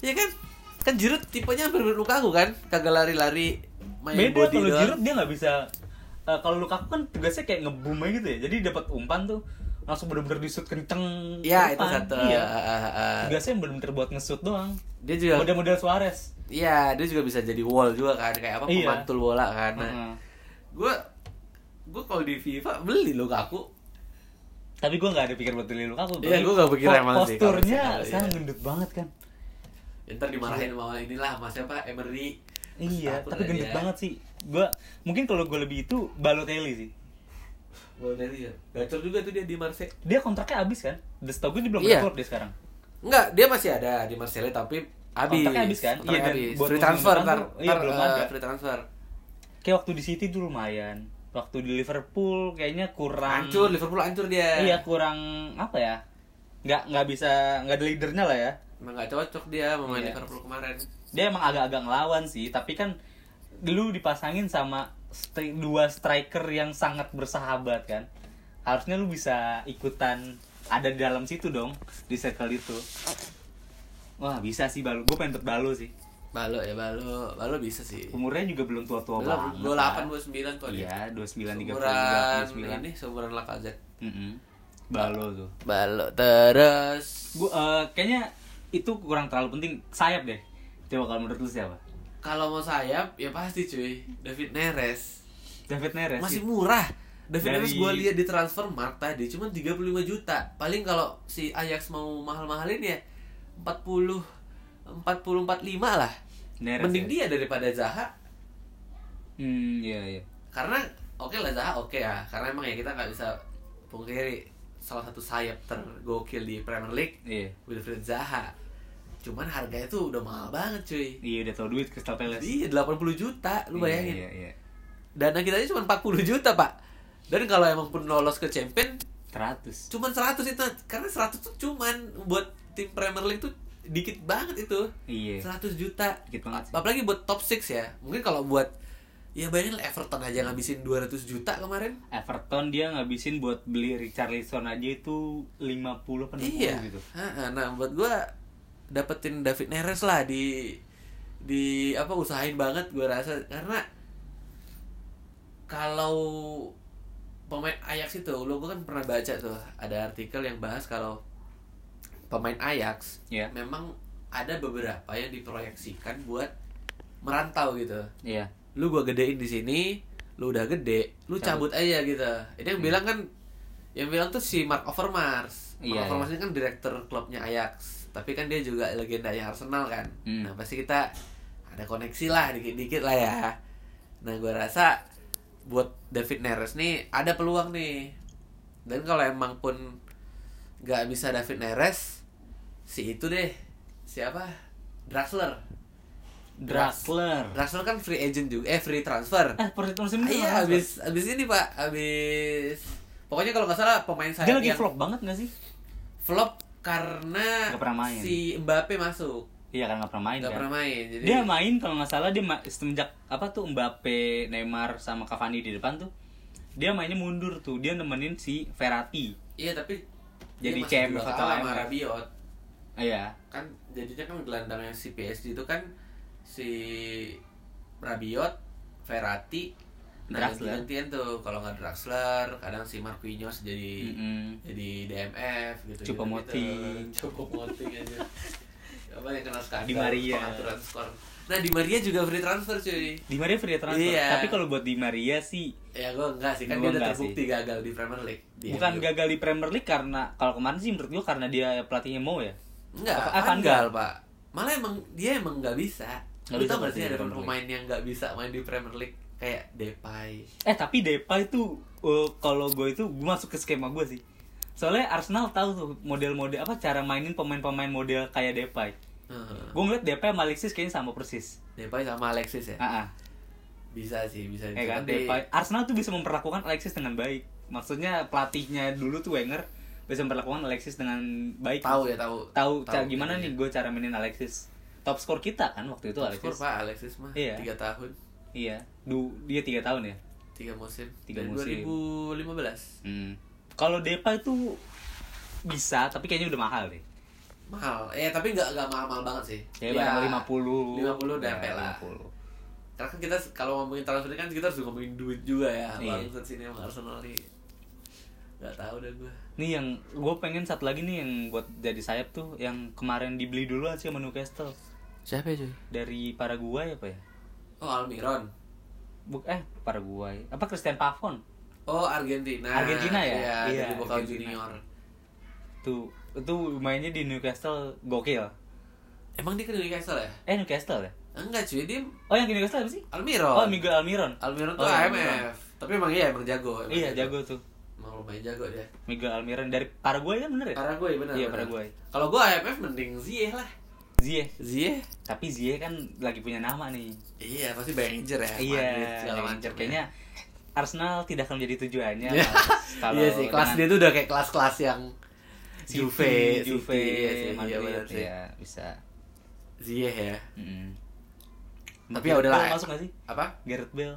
Speaker 1: Iya kan? Kan Giroud tipenya hampir mirip Lukaku kan? Kagak lari-lari, main
Speaker 2: Beda
Speaker 1: body
Speaker 2: kalau
Speaker 1: doang.
Speaker 2: Giroud dia nggak bisa eh, kalau Lukaku kan tugasnya kayak ngebum aja gitu ya. Jadi dapat umpan tuh langsung bener-bener disut kenceng.
Speaker 1: Ya,
Speaker 2: ke
Speaker 1: itu
Speaker 2: depan.
Speaker 1: satu.
Speaker 2: Iya.
Speaker 1: Ah, ah, ah.
Speaker 2: Tugasnya yang bener-bener buat ngesut doang.
Speaker 1: Dia juga
Speaker 2: Model-model Suarez.
Speaker 1: Iya, dia juga bisa jadi wall juga kan, kayak apa
Speaker 2: Iya.
Speaker 1: pemantul bola kan. Nah,
Speaker 2: Heeh.
Speaker 1: gue gue kalau di FIFA beli loh aku.
Speaker 2: Tapi gue gak ada pikir buat beli Lukaku.
Speaker 1: Iya,
Speaker 2: Beli-
Speaker 1: gua nggak pikir
Speaker 2: po-
Speaker 1: emang sih kalau
Speaker 2: Posturnya
Speaker 1: misalnya,
Speaker 2: sekarang
Speaker 1: iya.
Speaker 2: gendut banget kan.
Speaker 1: Ya, Ntar dimarahin sama inilah sama siapa Emery.
Speaker 2: Iya,
Speaker 1: Takut ya.
Speaker 2: tapi
Speaker 1: lah
Speaker 2: gendut
Speaker 1: dia.
Speaker 2: banget sih. Gua mungkin kalau gue lebih itu Balotelli sih.
Speaker 1: Balotelli ya. Gacor juga tuh dia di Marseille.
Speaker 2: Dia kontraknya habis kan? Dan setahu gue dia belum
Speaker 1: Iya.
Speaker 2: keluar dia sekarang.
Speaker 1: Enggak, dia masih ada di Marseille tapi habis.
Speaker 2: Kontraknya habis kan?
Speaker 1: Kontraknya
Speaker 2: Iya, dan
Speaker 1: habis.
Speaker 2: buat
Speaker 1: Free
Speaker 2: musim
Speaker 1: transfer
Speaker 2: depan
Speaker 1: ntar,
Speaker 2: tuh, iya,
Speaker 1: ntar,
Speaker 2: belum
Speaker 1: eh,
Speaker 2: ada.
Speaker 1: free transfer.
Speaker 2: Kayak waktu di City tuh lumayan. Waktu di Liverpool kayaknya kurang.
Speaker 1: Hancur Liverpool hancur dia.
Speaker 2: Iya, kurang apa ya? Nggak nggak bisa nggak ada leadernya lah ya.
Speaker 1: Emang gak cocok dia memain
Speaker 2: Iya.
Speaker 1: Liverpool kemarin.
Speaker 2: dia emang agak-agak ngelawan sih tapi kan lu dipasangin sama stri- dua striker yang sangat bersahabat kan harusnya lu bisa ikutan ada di dalam situ dong di circle itu wah bisa sih balu gue pengen ikut balu sih
Speaker 1: Balo ya Balo, Balo bisa sih.
Speaker 2: umurnya juga belum tua-tua banget
Speaker 1: Belum 28 29 tuh dia.
Speaker 2: iya dua sembilan tiga
Speaker 1: Seumuran ini seumuran Lacazette.
Speaker 2: balu tuh
Speaker 1: Balok terus.
Speaker 2: gua eh, kayaknya itu kurang terlalu penting sayap deh coba kalau menurut lu siapa
Speaker 1: Kalau mau sayap ya pasti cuy. David Neres.
Speaker 2: David Neres iya.
Speaker 1: Masih murah. David
Speaker 2: Dari-
Speaker 1: Neres gue lihat di transfer mark tadi cuma 35 juta. Paling kalau si Ajax mau mahal-mahalin ya 40 40 45 lah.
Speaker 2: Neres
Speaker 1: Mending
Speaker 2: ya?
Speaker 1: dia daripada Zaha
Speaker 2: hmm iya iya
Speaker 1: karena oke lah Zaha oke ya karena emang ya kita nggak bisa pungkiri salah satu sayap tergokil di Premier League
Speaker 2: iya
Speaker 1: Wilfried Zaha cuman harganya tuh udah mahal banget cuy
Speaker 2: Iya udah tau duit Crystal Palace.
Speaker 1: Iya 80 juta, lu
Speaker 2: Iya,
Speaker 1: bayangin.
Speaker 2: Iya, iya.
Speaker 1: Dana kita aja cuma 40 juta, Pak. Dan kalau emang pun lolos ke champion,
Speaker 2: 100.
Speaker 1: cuman 100 itu. Karena 100 tuh cuman buat tim Premier League tuh dikit banget itu.
Speaker 2: Iya.
Speaker 1: 100 juta.
Speaker 2: Dikit banget sih.
Speaker 1: Apalagi buat top 6 ya. Mungkin kalau buat ya bayangin lah Everton aja ngabisin 200 juta kemarin.
Speaker 2: Everton dia ngabisin buat beli Richarlison aja itu 50 puluh
Speaker 1: Iya.
Speaker 2: gitu.
Speaker 1: Ha-ha, Nah, buat gua dapetin David Neres lah di di apa usahain banget gua rasa karena kalau pemain Ajax itu lo gua kan pernah baca tuh ada artikel yang bahas kalau pemain Ajax
Speaker 2: Iya.
Speaker 1: memang ada beberapa yang diproyeksikan buat merantau gitu.
Speaker 2: Iya.
Speaker 1: Lu gua gedein di sini, lu udah gede, lu cabut, aja gitu. Ini
Speaker 2: Hmm.
Speaker 1: yang bilang kan yang bilang tuh si Mark Overmars. Mark
Speaker 2: Iya,
Speaker 1: Overmars ini kan direktur klubnya Ajax, tapi kan dia juga legendanya Arsenal kan.
Speaker 2: Hmm.
Speaker 1: Nah, pasti kita ada koneksi lah dikit-dikit lah ya. Nah, gua rasa buat David Neres nih ada peluang nih. Dan kalau emang pun nggak bisa David Neres, si itu deh. Siapa? Draxler.
Speaker 2: Draxler.
Speaker 1: Draxler kan free agent juga, eh free transfer.
Speaker 2: Eh, Persit
Speaker 1: Ah,
Speaker 2: musim ini
Speaker 1: iya,
Speaker 2: Draxler.
Speaker 1: habis habis ini Pak, habis pokoknya kalau nggak salah pemain
Speaker 2: Dia
Speaker 1: saya
Speaker 2: lagi flop banget gak sih?
Speaker 1: flop karena
Speaker 2: Nggak pernah main.
Speaker 1: si Mbappe masuk,
Speaker 2: Iya kan gak pernah main
Speaker 1: nggak
Speaker 2: kan.
Speaker 1: pernah main. iya. Jadi
Speaker 2: Dia main kalau nggak salah dia ma- semenjak apa tuh Mbappe, Neymar sama Cavani di depan tuh. Dia mainnya mundur tuh. Dia nemenin si Verratti.
Speaker 1: iya tapi
Speaker 2: Jadi
Speaker 1: dia masih
Speaker 2: CM
Speaker 1: jual
Speaker 2: atau
Speaker 1: kalah sama
Speaker 2: MF.
Speaker 1: Rabiot.
Speaker 2: Iya.
Speaker 1: Kan jadinya kan gelandangnya si PSG itu kan si Rabiot, Verratti, nah,
Speaker 2: Draxler.
Speaker 1: gantian tuh kalau nggak Draxler, kadang si Marquinhos jadi
Speaker 2: Mm-mm.
Speaker 1: jadi DMF gitu
Speaker 2: Cukup moting.
Speaker 1: cukup moting aja apa yang kena skandal
Speaker 2: Di Maria.
Speaker 1: pengaturan skor Nah di Maria juga free transfer cuy.
Speaker 2: Di Maria free transfer.
Speaker 1: Iya.
Speaker 2: Tapi kalau buat Di Maria sih
Speaker 1: Ya gue enggak sih kan
Speaker 2: Gua
Speaker 1: dia udah
Speaker 2: enggak
Speaker 1: terbukti gagal di Premier League. Di
Speaker 2: bukan
Speaker 1: MU.
Speaker 2: gagal di Premier League karena kalau kemarin sih menurut gua karena dia pelatihnya mau ya.
Speaker 1: Enggak,
Speaker 2: Apa-
Speaker 1: ah,
Speaker 2: Van
Speaker 1: Gaal, Pak. Malah emang dia emang nggak bisa.
Speaker 2: Nggak
Speaker 1: Lu
Speaker 2: bisa
Speaker 1: tau gak
Speaker 2: berarti
Speaker 1: sih
Speaker 2: di
Speaker 1: ada
Speaker 2: Premier League.
Speaker 1: pemain yang nggak bisa main di Premier League kayak Depay.
Speaker 2: Eh tapi Depay itu eh, kalau gue itu gua masuk ke skema gue sih. Soalnya Arsenal tahu tuh model-model apa cara mainin pemain-pemain model kayak Depay.
Speaker 1: Heeh.
Speaker 2: Gue ngeliat Depay sama Alexis kayaknya sama persis.
Speaker 1: Depay sama Alexis ya.
Speaker 2: Ah, ah.
Speaker 1: Bisa sih, bisa.
Speaker 2: Ya kan,
Speaker 1: Tapi-
Speaker 2: Depay. Arsenal tuh bisa memperlakukan Alexis dengan baik. Maksudnya pelatihnya dulu tuh Wenger bisa memperlakukan Alexis dengan baik.
Speaker 1: tahu ya tahu.
Speaker 2: Tahu cara
Speaker 1: Tahu,
Speaker 2: gimana
Speaker 1: iya.
Speaker 2: nih gue cara mainin Alexis. Top skor kita kan waktu itu
Speaker 1: Skor
Speaker 2: Alexis.
Speaker 1: Pak Alexis mah
Speaker 2: Iya.
Speaker 1: 3 tahun,
Speaker 2: Iya. Du, dia tiga tahun ya.
Speaker 1: 3 musim.
Speaker 2: Tiga
Speaker 1: Dari
Speaker 2: musim.
Speaker 1: 2015.
Speaker 2: Hmm. Kalau Depay tuh bisa, tapi kayaknya udah mahal deh.
Speaker 1: Mahal. Eh tapi nggak nggak mahal-mahal banget sih. Ya.
Speaker 2: Kayak barang
Speaker 1: 50
Speaker 2: 50.
Speaker 1: Iya, udah
Speaker 2: Ya,
Speaker 1: sampai lah.
Speaker 2: 50.
Speaker 1: Karena kan kita kalau ngomongin transfer kan kita harus ngomongin duit juga ya.
Speaker 2: Iya.
Speaker 1: Bangsat sini sama Arsenal nih. Gak tahu dah gue.
Speaker 2: Nih yang gue pengen satu lagi nih yang buat jadi sayap tuh yang kemarin dibeli dulu sih sama Newcastle
Speaker 1: Siapa ya cuy?
Speaker 2: dari Paraguay apa ya?
Speaker 1: Oh Almiron.
Speaker 2: Buk eh Paraguay. Apa Christian Pavon?
Speaker 1: Oh Argentina.
Speaker 2: Argentina ya?
Speaker 1: Iya,
Speaker 2: Iya,
Speaker 1: dari Boca
Speaker 2: Argentina.
Speaker 1: Junior.
Speaker 2: Tuh, itu mainnya di Newcastle gokil.
Speaker 1: Emang dia ke Newcastle ya?
Speaker 2: Eh Newcastle ya?
Speaker 1: Enggak cuy, dia
Speaker 2: Oh yang di Newcastle apa sih?
Speaker 1: Almiron.
Speaker 2: Oh, Miguel Almiron.
Speaker 1: Almiron
Speaker 2: Oh,
Speaker 1: tuh AMF.
Speaker 2: Almiron.
Speaker 1: Tapi emang iya emang jago. Emang
Speaker 2: Iya, jago tuh.
Speaker 1: Emang lumayan jago dia.
Speaker 2: Miguel Almiron dari Paraguay kan bener ya?
Speaker 1: Paraguay benar.
Speaker 2: Iya,
Speaker 1: benar.
Speaker 2: Paraguay.
Speaker 1: Kalau gue AMF mending Ziyech lah.
Speaker 2: Ziyech.
Speaker 1: Ziyech?
Speaker 2: Tapi Ziyech kan lagi punya nama nih.
Speaker 1: Iya, pasti banyak injer ya.
Speaker 2: iya,
Speaker 1: Madrid, segala
Speaker 2: yang
Speaker 1: macam. ya.
Speaker 2: kayaknya Arsenal tidak akan menjadi tujuannya.
Speaker 1: Iya.
Speaker 2: Kalau
Speaker 1: iya sih, kelas dia
Speaker 2: dengan
Speaker 1: tuh udah kayak kelas-kelas yang
Speaker 2: City,
Speaker 1: Juve, City,
Speaker 2: Juve,
Speaker 1: iya sih, iya
Speaker 2: Madrid,
Speaker 1: benar sih.
Speaker 2: ya, bisa.
Speaker 1: Ziyech ya.
Speaker 2: Mm.
Speaker 1: Tapi ya udahlah.
Speaker 2: Bale Masuk gak sih?
Speaker 1: Apa?
Speaker 2: Gareth Bale.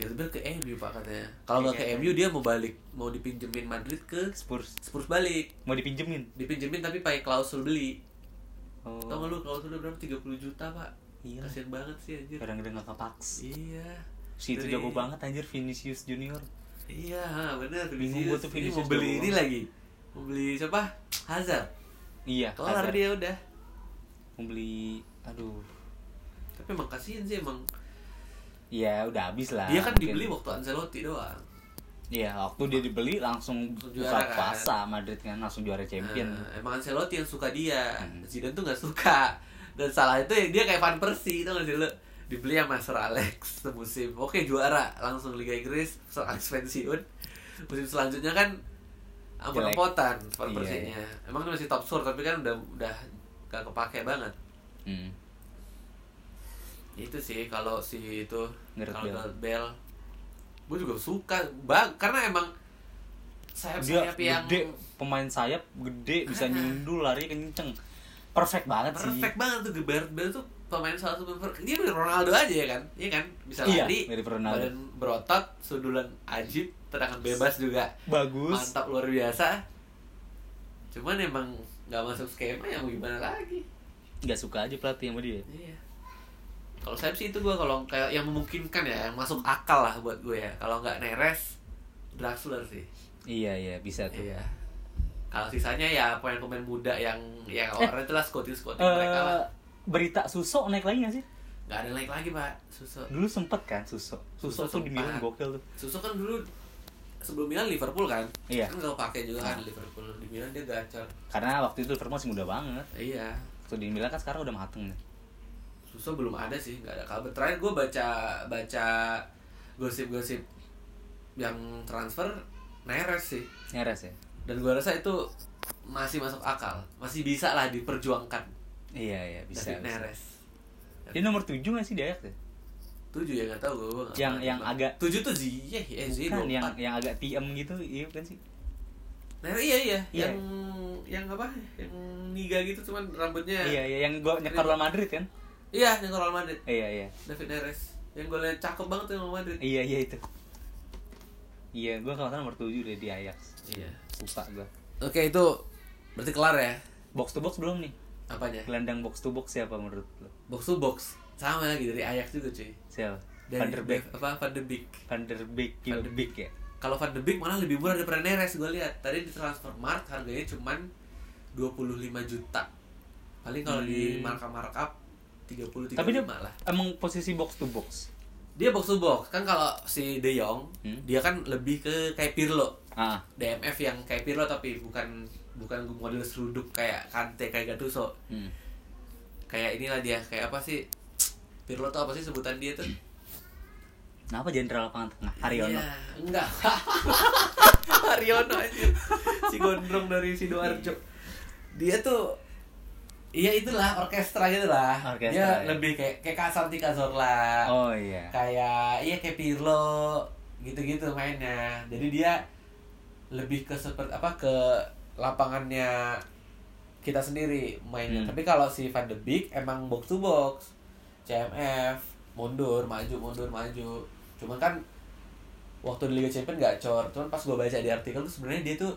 Speaker 1: Gareth Bale ke MU pak katanya. Kalau nggak ke
Speaker 2: Iya.
Speaker 1: MU dia mau balik, mau dipinjemin Madrid ke
Speaker 2: Spurs
Speaker 1: Spurs balik.
Speaker 2: mau dipinjemin.
Speaker 1: Dipinjemin tapi pakai klausul beli.
Speaker 2: Oh.
Speaker 1: Tau gak lu klausulnya berapa? 30 juta pak.
Speaker 2: Iya.
Speaker 1: Kasian banget sih anjir.
Speaker 2: Kadang-kadang gak kepaks.
Speaker 1: Iya.
Speaker 2: Si itu
Speaker 1: Dari-
Speaker 2: jago banget anjir Vinicius Junior.
Speaker 1: Iya, ha, bener.
Speaker 2: Bingung gua tuh
Speaker 1: Ini
Speaker 2: Vinicius
Speaker 1: mau beli
Speaker 2: jago
Speaker 1: ini
Speaker 2: banget.
Speaker 1: lagi. Mau beli siapa? Hazard.
Speaker 2: Iya,
Speaker 1: Kelar
Speaker 2: Hazard.
Speaker 1: dia udah.
Speaker 2: Membeli aduh.
Speaker 1: Tapi emang kasihan sih emang.
Speaker 2: Ya udah habis lah.
Speaker 1: Dia kan
Speaker 2: Mungkin-
Speaker 1: dibeli waktu Ancelotti doang.
Speaker 2: Iya, waktu dia dibeli langsung
Speaker 1: Langsung juara
Speaker 2: juara
Speaker 1: kan.
Speaker 2: puasa Madrid kan langsung juara champion.
Speaker 1: Nah, emang Ancelotti yang suka dia.
Speaker 2: Hmm.
Speaker 1: Zidane tuh nggak suka. Dan salah itu ya, dia kayak Van Persie tau gak sih lu? Dibeli sama Sir Alex semusim. Oke juara langsung Liga Inggris. Sir Alex pensiun. Musim selanjutnya kan ampun
Speaker 2: Jelek.
Speaker 1: empotan Van
Speaker 2: Iya,
Speaker 1: Persienya. Emang dia masih top score tapi kan udah udah gak kepake banget.
Speaker 2: Hmm.
Speaker 1: Itu sih kalau si itu
Speaker 2: Gareth
Speaker 1: kalau
Speaker 2: Bale.
Speaker 1: Gareth Bale. Gue juga suka bang karena emang
Speaker 2: Dia
Speaker 1: sayap-sayap yang
Speaker 2: gede, pemain sayap gede, bisa nyundul, lari kenceng. Perfect banget sih.
Speaker 1: perfect banget tuh Gareth Bale tuh pemain salah satu pemain dia mirip Ronaldo aja ya kan iya kan bisa
Speaker 2: Iya,
Speaker 1: lari
Speaker 2: mirip Ronaldo.
Speaker 1: badan berotot sundulan ajib tendangan bebas juga
Speaker 2: Bagus.
Speaker 1: mantap luar biasa cuman emang nggak masuk skema ya mau gimana lagi
Speaker 2: Gak suka aja pelatih sama dia.
Speaker 1: iya kalau saya sih itu gue kalau kayak yang memungkinkan ya yang masuk akal lah buat gue ya kalau nggak neres Draxler sih
Speaker 2: Iya, iya, bisa tuh.
Speaker 1: iya kalau sisanya ya pemain-pemain muda yang yang
Speaker 2: Eh.
Speaker 1: orang itu lah scouting scouting mereka lah
Speaker 2: Eh, berita Suso naik lagi gak sih?
Speaker 1: nggak ada naik lagi pak susah
Speaker 2: Dulu sempet kan Suso. Suso,
Speaker 1: Suso
Speaker 2: tuh di Milan
Speaker 1: sempat.
Speaker 2: gokil tuh.
Speaker 1: Suso kan dulu sebelum Milan Liverpool kan?
Speaker 2: Iya.
Speaker 1: Kan gak pakai juga kan
Speaker 2: Nah.
Speaker 1: Liverpool di Milan dia gacor.
Speaker 2: Karena waktu itu Liverpool masih muda banget.
Speaker 1: Iya.
Speaker 2: Tuh di Milan kan sekarang udah mateng nih.
Speaker 1: Suso belum ada sih, nggak ada kabar. Terakhir gue baca baca gosip-gosip yang transfer Neres sih.
Speaker 2: Ngeres ya?
Speaker 1: Dan gue rasa itu masih masuk akal, masih bisa lah diperjuangkan
Speaker 2: Iya, iya, bisa.
Speaker 1: David
Speaker 2: bisa.
Speaker 1: Neres.
Speaker 2: Dia nomor 7 gak sih ya? Dayak tuh?
Speaker 1: Tujuh ya nggak tahu gue.
Speaker 2: Yang- yang agak-
Speaker 1: tujuh tuh Ziyech, eh Ziyech
Speaker 2: Bukan, Kan yang
Speaker 1: 24.
Speaker 2: yang agak tiem gitu, iya kan sih?
Speaker 1: Neres iya iya,
Speaker 2: Iya.
Speaker 1: yang yang apa? Yang niga gitu cuman rambutnya.
Speaker 2: Iya, iya, yang gua nyekor Real Madrid kan?
Speaker 1: Iya, yang ke Real Madrid.
Speaker 2: Iya, iya.
Speaker 1: David Neres yang gue lihat cakep banget tuh yang sama Madrid
Speaker 2: Iya, iya itu. Iya, gua kalau nggak salah nomor 7 deh di Ajax.
Speaker 1: iya
Speaker 2: Lupa gua.
Speaker 1: oke itu berarti kelar ya
Speaker 2: Box to box belum nih?
Speaker 1: apanya
Speaker 2: Gelandang box to box siapa menurut lo?
Speaker 1: box to box sama lagi dari Ajax juga cuy
Speaker 2: Siapa?
Speaker 1: dari
Speaker 2: Van der Beek.
Speaker 1: apa Van de Beek
Speaker 2: Van der Beek, Van
Speaker 1: Van der
Speaker 2: Beek ya.
Speaker 1: kalau Van de Beek malah lebih murah daripada Neres gue lihat tadi di transfer mark harganya cuman 25 juta paling kalau di
Speaker 2: Hmm.
Speaker 1: marka markup tiga puluh tiga
Speaker 2: Tapi dia
Speaker 1: lah
Speaker 2: emang posisi box to box.
Speaker 1: dia box to box kan kalau si De Jong
Speaker 2: Hmm.
Speaker 1: dia kan lebih ke kayak Pirlo
Speaker 2: Ah,
Speaker 1: DMF yang kayak Pirlo tapi bukan bukan model seruduk kayak Kante kayak Gattuso
Speaker 2: hmm.
Speaker 1: kayak inilah dia kayak apa sih Pirlo tuh apa sih sebutan dia tuh
Speaker 2: Kenapa jenderal lapangan tengah? Haryono.
Speaker 1: Iya, enggak Haryono aja si gondrong dari sidoarjo Iya. dia tuh Iya itulah orkestranya itu lah.
Speaker 2: Orkestra,
Speaker 1: dia
Speaker 2: ya.
Speaker 1: lebih kayak kayak Kasanti Cazorla.
Speaker 2: Oh iya.
Speaker 1: kayak iya kayak Pirlo gitu-gitu mainnya jadi dia lebih ke seperti apa ke lapangannya kita sendiri mainnya
Speaker 2: Hmm.
Speaker 1: tapi kalau si Van de Beek emang box to box CMF mundur maju mundur maju cuman kan waktu di Liga Champions gak cor cuman pas gue baca di artikel tuh sebenarnya dia tuh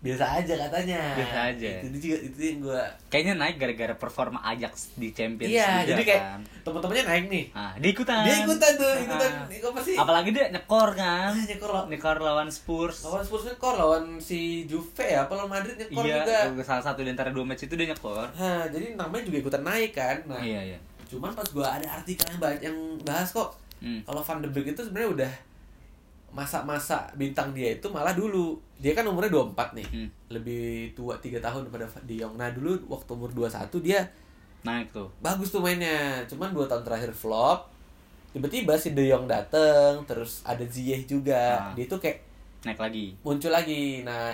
Speaker 1: biasa aja katanya
Speaker 2: Biasa aja.
Speaker 1: itu juga itu yang gue
Speaker 2: Kayaknya naik gara-gara performa Ajax di Champions
Speaker 1: iya
Speaker 2: juga
Speaker 1: jadi kayak
Speaker 2: kan.
Speaker 1: temen-temennya naik nih
Speaker 2: Ah, dia ikutan.
Speaker 1: dia ikutan tuh ikutan
Speaker 2: Ah.
Speaker 1: apa sih
Speaker 2: Apalagi dia nyekor kan.
Speaker 1: Ah, nyekor lo-
Speaker 2: Nyekor lawan Spurs.
Speaker 1: Lawan Spurs nyekor, lawan si Juve ya, apa lawan Madrid nyekor
Speaker 2: iya,
Speaker 1: juga.
Speaker 2: salah satu di antara dua match itu dia nyekor.
Speaker 1: Hah, jadi namanya juga ikutan naik kan. Nah,
Speaker 2: Iya, iya.
Speaker 1: cuman pas gua ada artikel yang bahas, yang bahas kok
Speaker 2: Hmm.
Speaker 1: kalau Van de Beek itu sebenarnya udah masa-masa bintang dia itu malah dulu. Dia kan umurnya 24 nih.
Speaker 2: Hmm.
Speaker 1: Lebih tua 3 tahun daripada Van de Jong. Nah, dulu waktu umur 21 dia
Speaker 2: Naik tuh.
Speaker 1: bagus tuh mainnya. Cuman 2 tahun terakhir flop. Tiba-tiba si De Jong dateng, terus ada Ziyech juga.
Speaker 2: Ah.
Speaker 1: Dia tuh kayak
Speaker 2: Naik lagi.
Speaker 1: muncul lagi nah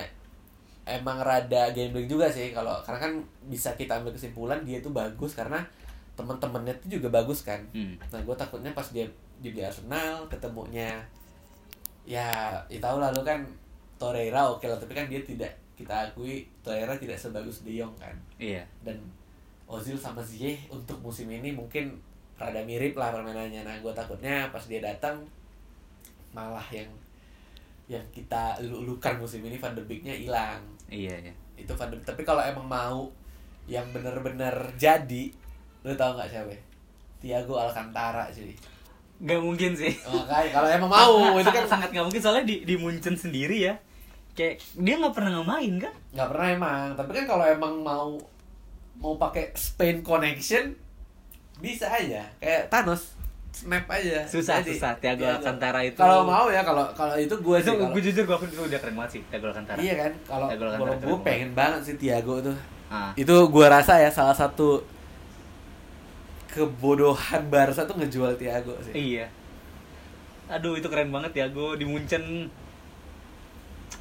Speaker 1: emang rada gambling juga sih kalau karena kan bisa kita ambil kesimpulan dia tuh bagus karena teman-temannya tuh juga bagus kan
Speaker 2: Hmm.
Speaker 1: nah gue takutnya pas dia dia di Arsenal ketemunya ya ya tau lah lu kan Torreira oke lah tapi kan dia tidak kita akui Torreira tidak sebagus De Jong kan
Speaker 2: Iya.
Speaker 1: dan Ozil sama Ziyech untuk musim ini mungkin rada mirip lah permainannya. Nah, gue takutnya pas dia datang malah yang yang kita lulukan musim ini Van de Beek-nya hilang.
Speaker 2: Iya, iya.
Speaker 1: Itu Van de Beek. Tapi kalau emang mau yang bener-bener jadi, lu tau nggak siapa? Tiago Alcantara sih.
Speaker 2: Gak mungkin sih.
Speaker 1: Makanya kalau emang mau itu
Speaker 2: sangat,
Speaker 1: kan
Speaker 2: sangat gak mungkin soalnya di, di Munchen sendiri ya. Kayak dia nggak pernah ngemain kan?
Speaker 1: nggak pernah emang. Tapi kan kalau emang mau mau pakai Spain connection bisa aja kayak Thanos snap aja
Speaker 2: Susah,
Speaker 1: Jadi,
Speaker 2: susah. Thiago
Speaker 1: Thiago.
Speaker 2: Alcantara itu-
Speaker 1: kalau mau ya kalau kalau itu gue sih
Speaker 2: Itu
Speaker 1: kalau-
Speaker 2: gue jujur gue akui itu udah keren banget sih Thiago Alcantara.
Speaker 1: iya kan kalau
Speaker 2: Thiago Alcantara
Speaker 1: kalau
Speaker 2: keren
Speaker 1: gue
Speaker 2: banget.
Speaker 1: pengen banget sih Tiago tuh
Speaker 2: Ah.
Speaker 1: itu gue rasa ya salah satu kebodohan Barca tuh ngejual Tiago sih
Speaker 2: Iya. Aduh itu keren banget ya gue di Munchen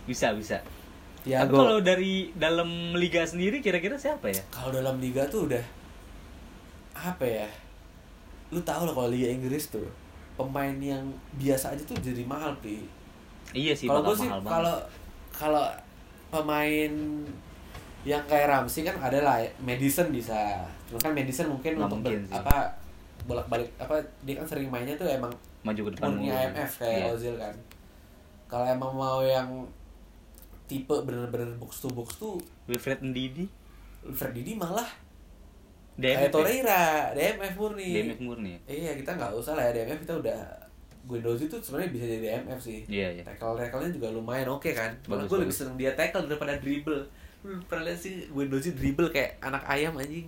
Speaker 2: bisa bisa. Tapi
Speaker 1: Tiago
Speaker 2: kalau dari dalam liga sendiri kira-kira siapa ya?
Speaker 1: kalau dalam liga tuh udah apa ya lu tau lah kalau liga Inggris tuh pemain yang biasa aja tuh jadi mahal pi
Speaker 2: Iya sih
Speaker 1: kalau
Speaker 2: bakal
Speaker 1: gue sih
Speaker 2: mahal banget.
Speaker 1: kalau kalau pemain yang kayak Ramsey kan ada lah ya, Madison bisa cuma kan Madison mungkin
Speaker 2: Nggak
Speaker 1: untuk
Speaker 2: mungkin
Speaker 1: ber-
Speaker 2: sih.
Speaker 1: apa bolak balik apa dia kan sering mainnya tuh emang
Speaker 2: maju ke depan
Speaker 1: murni
Speaker 2: mulu.
Speaker 1: IMF kayak
Speaker 2: Iya.
Speaker 1: Ozil kan kalau emang mau yang tipe bener-bener box to box tuh
Speaker 2: Wilfred Ndidi,
Speaker 1: Freddy malah
Speaker 2: DMF, ya?
Speaker 1: kayak Torreira DMF murni
Speaker 2: DMF murni. ya?
Speaker 1: Iya kita nggak usah lah ya DMF kita udah Guendouzi tuh sebenarnya bisa jadi DMF sih.
Speaker 2: Iya, iya.
Speaker 1: Tackle tackle-nya juga lumayan oke kan. Malah
Speaker 2: Bagus,
Speaker 1: gue lebih
Speaker 2: bagus.
Speaker 1: seneng dia tackle daripada dribble. Lu pernah lihat sih Guendouzi dribble kayak anak ayam anjing.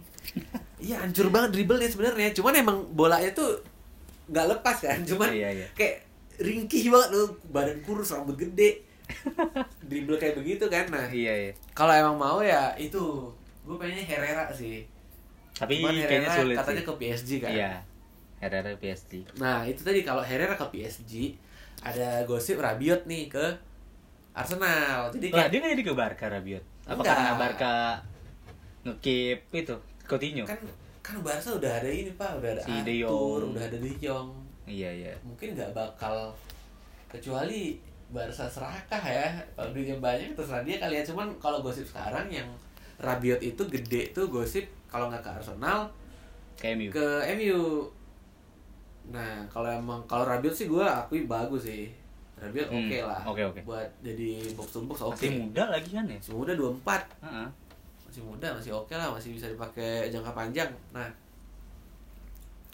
Speaker 1: iya hancur banget dribblenya sebenarnya. Cuman emang bolanya tuh nggak lepas kan. Cuman
Speaker 2: Iya, iya.
Speaker 1: kayak ringkih banget lu badan kurus rambut gede. dribble kayak begitu kan. Nah
Speaker 2: Iya iya.
Speaker 1: kalau emang mau ya itu gue pengennya Herrera sih.
Speaker 2: Tapi
Speaker 1: Cuman
Speaker 2: kayaknya
Speaker 1: Herrera
Speaker 2: sulit
Speaker 1: katanya
Speaker 2: sih.
Speaker 1: ke PSG kan.
Speaker 2: Iya. Herrera PSG.
Speaker 1: Nah, itu tadi kalau Herrera ke PSG, ada gosip Rabiot nih ke Arsenal. Jadi
Speaker 2: Lah
Speaker 1: kayak
Speaker 2: dia nggak jadi ke Barca Rabiot. Apa
Speaker 1: Enggak.
Speaker 2: karena Barca ngekip itu Coutinho?
Speaker 1: kan kan Barca udah ada ini, Pak, udah ada
Speaker 2: Si De Jong.
Speaker 1: Arthur, udah ada De Jong.
Speaker 2: Iya iya.
Speaker 1: Mungkin nggak bakal kecuali Barca serakah ya. Kalau duitnya banyak terserah dia kali ya. Cuman kalau gosip sekarang yang Rabiot itu gede tuh gosip kalau nggak ke Arsenal
Speaker 2: Kayak MU.
Speaker 1: ke MU. Nah, kalau emang kalau Rabiot sih gue akui bagus sih. Rabiot oke
Speaker 2: Hmm,
Speaker 1: lah.
Speaker 2: oke, oke.
Speaker 1: Buat jadi box to box oke.
Speaker 2: Masih muda lagi kan ya?
Speaker 1: Masih muda 24,
Speaker 2: Heeh.
Speaker 1: masih muda, masih oke lah, masih bisa dipakai jangka panjang. Nah,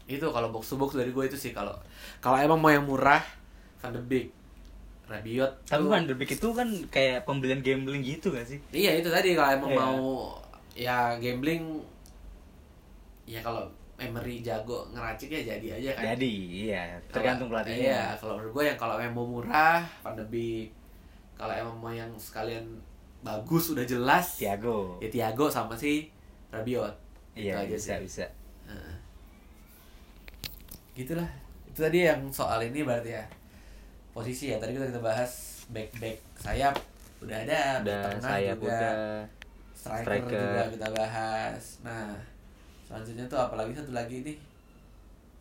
Speaker 1: itu kalau box to box dari gue itu sih kalau kalau emang mau yang murah Van de Beek, Rabiot.
Speaker 2: Tapi
Speaker 1: tuh-
Speaker 2: Van der Beek itu kan kayak pembelian gambling gitu gak sih?
Speaker 1: Iya itu tadi kalau emang
Speaker 2: Iya.
Speaker 1: mau ya gambling ya kalau Emery jago ngeracik ya jadi aja kan.
Speaker 2: Jadi iya, tergantung
Speaker 1: Kalau-
Speaker 2: pelatihnya.
Speaker 1: Iya, kalau menurut gue yang kalau emang mau murah, pandemi. Kalau emang mau yang sekalian bagus udah jelas.
Speaker 2: Thiago.
Speaker 1: Ya Tiago sama si Rabiot. Itu
Speaker 2: Iya,
Speaker 1: aja
Speaker 2: bisa
Speaker 1: sih.
Speaker 2: bisa.
Speaker 1: Heeh. Gitulah. Itu tadi yang soal ini berarti ya. Posisi ya, tadi kita kita bahas back-back sayap udah ada, back
Speaker 2: Udah
Speaker 1: tengah
Speaker 2: saya
Speaker 1: juga,
Speaker 2: udah
Speaker 1: striker,
Speaker 2: striker.
Speaker 1: juga kita bahas. Nah, selanjutnya tuh apalagi satu lagi nih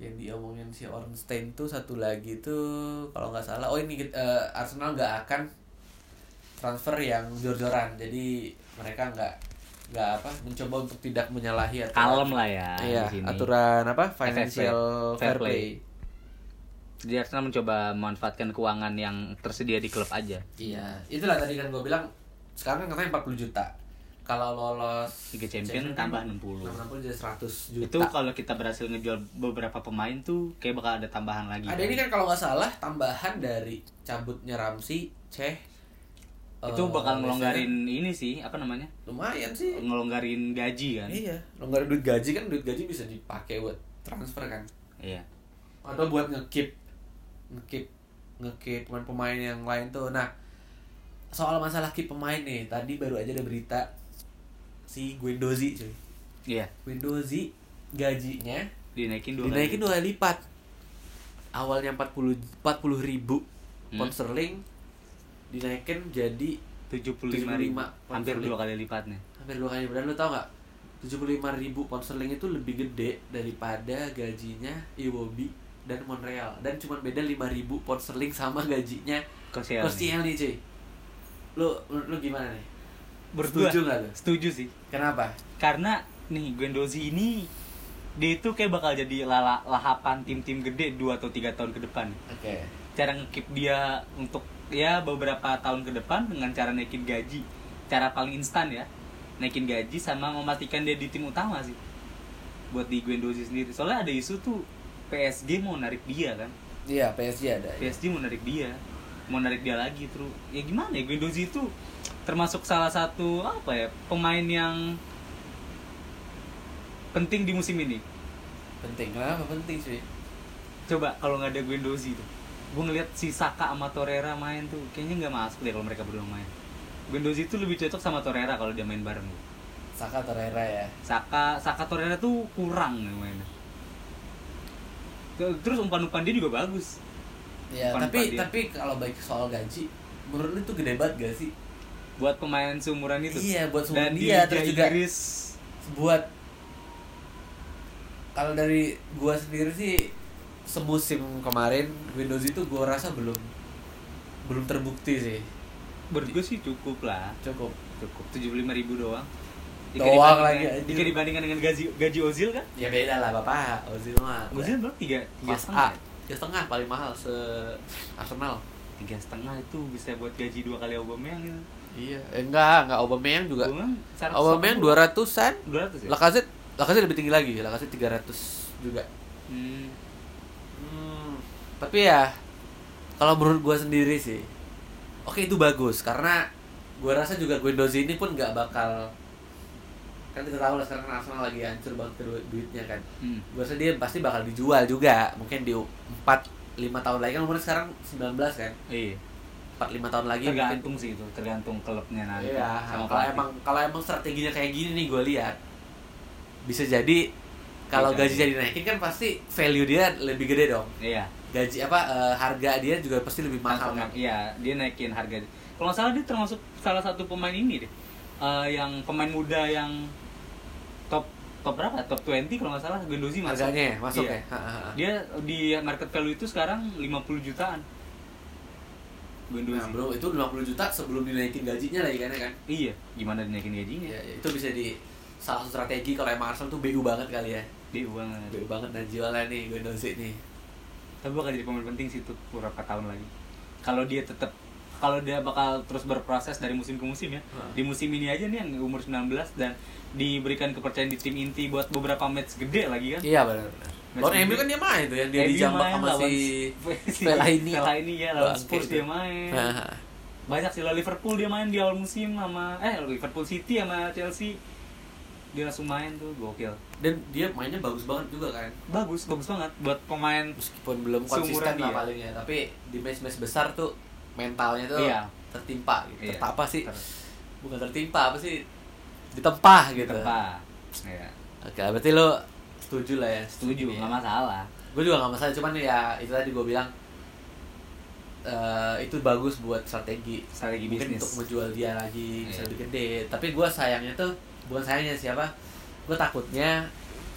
Speaker 1: yang diomongin si Ornstein tuh satu lagi tuh kalau nggak salah oh ini eh, Arsenal nggak akan transfer yang jor-joran jadi mereka nggak nggak apa mencoba untuk tidak menyalahi atau
Speaker 2: kalem lah ya
Speaker 1: Iya,
Speaker 2: di sini.
Speaker 1: aturan apa
Speaker 2: FFP,
Speaker 1: financial
Speaker 2: fair
Speaker 1: fair play.
Speaker 2: Jadi Arsenal mencoba memanfaatkan keuangan yang tersedia di klub aja.
Speaker 1: Iya, itulah tadi kan gue bilang sekarang kan katanya 40 juta. Kalau lolos
Speaker 2: Liga Champion tambah 60.
Speaker 1: 60 jadi 100 juta.
Speaker 2: Itu kalau kita berhasil ngejual beberapa pemain tuh kayak bakal ada tambahan lagi.
Speaker 1: Ada ini kan kalau nggak salah tambahan dari cabutnya Ramsey, Ceh. eh,
Speaker 2: Itu
Speaker 1: Leicester.
Speaker 2: bakal ngelonggarin ini sih, apa namanya?
Speaker 1: Lumayan sih.
Speaker 2: Ngelonggarin gaji kan.
Speaker 1: Iya, ngelonggarin duit gaji kan duit gaji bisa dipakai buat transfer kan.
Speaker 2: Iya.
Speaker 1: atau buat ngekip ngekip ngekip pemain-pemain yang lain tuh nah soal masalah keep pemain nih tadi baru aja ada berita si Guendouzi cuy
Speaker 2: Iya,
Speaker 1: Guendouzi gajinya
Speaker 2: dinaikin dua
Speaker 1: dinaikin
Speaker 2: kali.
Speaker 1: dua kali lipat awalnya 40 40 ribu pound
Speaker 2: Hmm.
Speaker 1: sterling dinaikin jadi
Speaker 2: 75 ribu.
Speaker 1: 75,
Speaker 2: Hampir
Speaker 1: pound
Speaker 2: dua kali lipatnya.
Speaker 1: hampir dua kali dan lo tau nggak 75 ribu pound sterling itu lebih gede daripada gajinya Iwobi dan Monreal dan cuma beda 5 ribu pound sterling sama gajinya
Speaker 2: Kosial.
Speaker 1: Koscielny cuy lu menurut lu gimana nih
Speaker 2: Berdua.
Speaker 1: setuju nggak lu
Speaker 2: Setuju sih.
Speaker 1: kenapa
Speaker 2: Karena nih Guendouzi ini dia itu kayak bakal jadi lala- lahapan tim-tim gede 2 atau tiga tahun ke depan.
Speaker 1: oke
Speaker 2: cara ngekip dia untuk ya beberapa tahun ke depan dengan cara naikin gaji cara paling instan ya naikin gaji sama mematikan dia di tim utama sih buat di Guendouzi sendiri soalnya ada isu tuh PSG mau narik dia kan
Speaker 1: iya PSG ada
Speaker 2: PSG mau narik dia mau narik dia lagi terus ya gimana ya Guendouzi itu termasuk salah satu apa ya pemain yang penting di musim ini
Speaker 1: penting kenapa penting cuy
Speaker 2: coba kalau nggak ada Guendouzi tuh gue ngeliat si Saka sama Torreira main tuh kayaknya nggak masuk deh kalau mereka berdua main Guendouzi tuh lebih cocok sama Torreira kalau dia main bareng
Speaker 1: Saka Torreira ya
Speaker 2: Saka Saka Torreira tuh kurang nih mainnya Ter- terus umpan-umpan dia juga bagus
Speaker 1: ya
Speaker 2: Bukan
Speaker 1: tapi
Speaker 2: Fadil.
Speaker 1: tapi kalau baik soal gaji menurut lu itu gede banget gak sih
Speaker 2: buat pemain seumuran itu
Speaker 1: Iya, buat seumuran
Speaker 2: Dan di
Speaker 1: dia,
Speaker 2: Liga
Speaker 1: terus juga-
Speaker 2: Inggris
Speaker 1: buat kalau dari gua sendiri sih semusim kemarin Windows itu gua rasa belum belum terbukti sih
Speaker 2: menurut gue sih cukup lah
Speaker 1: cukup
Speaker 2: cukup 75.000 ribu doang
Speaker 1: Doang
Speaker 2: dibandingkan-
Speaker 1: lagi, anjir.
Speaker 2: jika dibandingkan dengan gaji gaji Ozil kan
Speaker 1: ya beda lah bapak Ozil mah
Speaker 2: Ozil berapa tiga tiga
Speaker 1: Kelas
Speaker 2: setengah ya?
Speaker 1: A tiga setengah paling mahal se Arsenal
Speaker 2: tiga setengah itu bisa buat gaji dua kali Aubameyang gitu kan
Speaker 1: iya enggak enggak Aubameyang juga Aubameyang
Speaker 2: dua
Speaker 1: dua ratusan
Speaker 2: ratus ya?
Speaker 1: Lacazette Lacazette Iya. lebih tinggi lagi Lacazette tiga ratus juga
Speaker 2: Hmm,
Speaker 1: Hmm, tapi ya kalau menurut gue sendiri sih, oke itu bagus karena gue rasa juga Windows ini pun nggak bakal kan kita tahu lah sekarang kan Arsenal lagi hancur banget du- duitnya kan.
Speaker 2: hmm.
Speaker 1: Gue rasa dia pasti bakal dijual juga, mungkin di 4 5 tahun lagi kan umurnya sekarang 19 kan.
Speaker 2: Iya.
Speaker 1: 4 5 tahun lagi mungkin
Speaker 2: Tergantung sih itu, tergantung klubnya nanti.
Speaker 1: Iya, kalau
Speaker 2: sama pelatih.
Speaker 1: emang kalau emang strateginya kayak gini nih gue lihat bisa jadi kalau
Speaker 2: Bisa
Speaker 1: gaji jadi naikin kan pasti value dia lebih gede dong
Speaker 2: iya.
Speaker 1: gaji apa eh, harga dia juga pasti lebih mahal kan
Speaker 2: Transformer- Iya, dia naikin harga. Kalau nggak salah dia termasuk salah satu pemain ini deh. Eh, yang pemain muda yang top top berapa? Top 20 kalau nggak salah Guendouzi masuk.
Speaker 1: harganya ya masuk
Speaker 2: Iya.
Speaker 1: ya Ha, ha, ha.
Speaker 2: Dia di market value itu sekarang 50 jutaan.
Speaker 1: nah
Speaker 2: Guendouzi.
Speaker 1: bro itu 50 juta sebelum dinaikin gajinya lagi kan ya kan
Speaker 2: iya, gimana dinaikin gajinya?
Speaker 1: ya, ya, itu bisa di salah satu strategi kalau emang Arsenal tuh BU banget kali ya
Speaker 2: Dia uang.
Speaker 1: BU banget dan jualan nih gue dosi nih
Speaker 2: tapi bakal jadi pemain penting sih tuh beberapa tahun lagi kalau dia tetap kalau dia bakal terus berproses dari musim ke musim ya
Speaker 1: Hmm.
Speaker 2: di musim ini aja nih yang umur 19 dan diberikan kepercayaan di tim inti buat beberapa match gede lagi kan
Speaker 1: iya benar
Speaker 2: Match
Speaker 1: Lawan
Speaker 2: ini-
Speaker 1: MU kan dia main tuh yang dia
Speaker 2: MU
Speaker 1: dijambak
Speaker 2: main
Speaker 1: sama
Speaker 2: lawan
Speaker 1: si
Speaker 2: si
Speaker 1: Fellaini
Speaker 2: Fellaini ya lawan
Speaker 1: Bangke
Speaker 2: Spurs
Speaker 1: itu.
Speaker 2: dia main
Speaker 1: Ha, ha.
Speaker 2: banyak sih lawan Liverpool dia main di awal musim sama eh Liverpool City sama Chelsea dia langsung main tuh gokil
Speaker 1: dan dia mainnya bagus banget juga kan
Speaker 2: bagus bagus banget buat pemain
Speaker 1: meskipun belum
Speaker 2: Seumuran
Speaker 1: konsisten lah
Speaker 2: dia.
Speaker 1: paling ya tapi di match-match besar tuh mentalnya tuh
Speaker 2: Iya.
Speaker 1: tertimpa gitu.
Speaker 2: Iya.
Speaker 1: tertapa sih
Speaker 2: Ter-
Speaker 1: bukan tertimpa apa sih ditempah gitu
Speaker 2: tempat ya
Speaker 1: oke berarti lo setuju lah ya
Speaker 2: setuju nggak masalah
Speaker 1: gue juga nggak masalah cuman ya itu tadi gue bilang eh, itu bagus buat strategi
Speaker 2: strategi
Speaker 1: mungkin
Speaker 2: bisnis
Speaker 1: untuk menjual dia lagi bisa
Speaker 2: Iya.
Speaker 1: lebih gede tapi gue sayangnya tuh bukan sayangnya siapa gue takutnya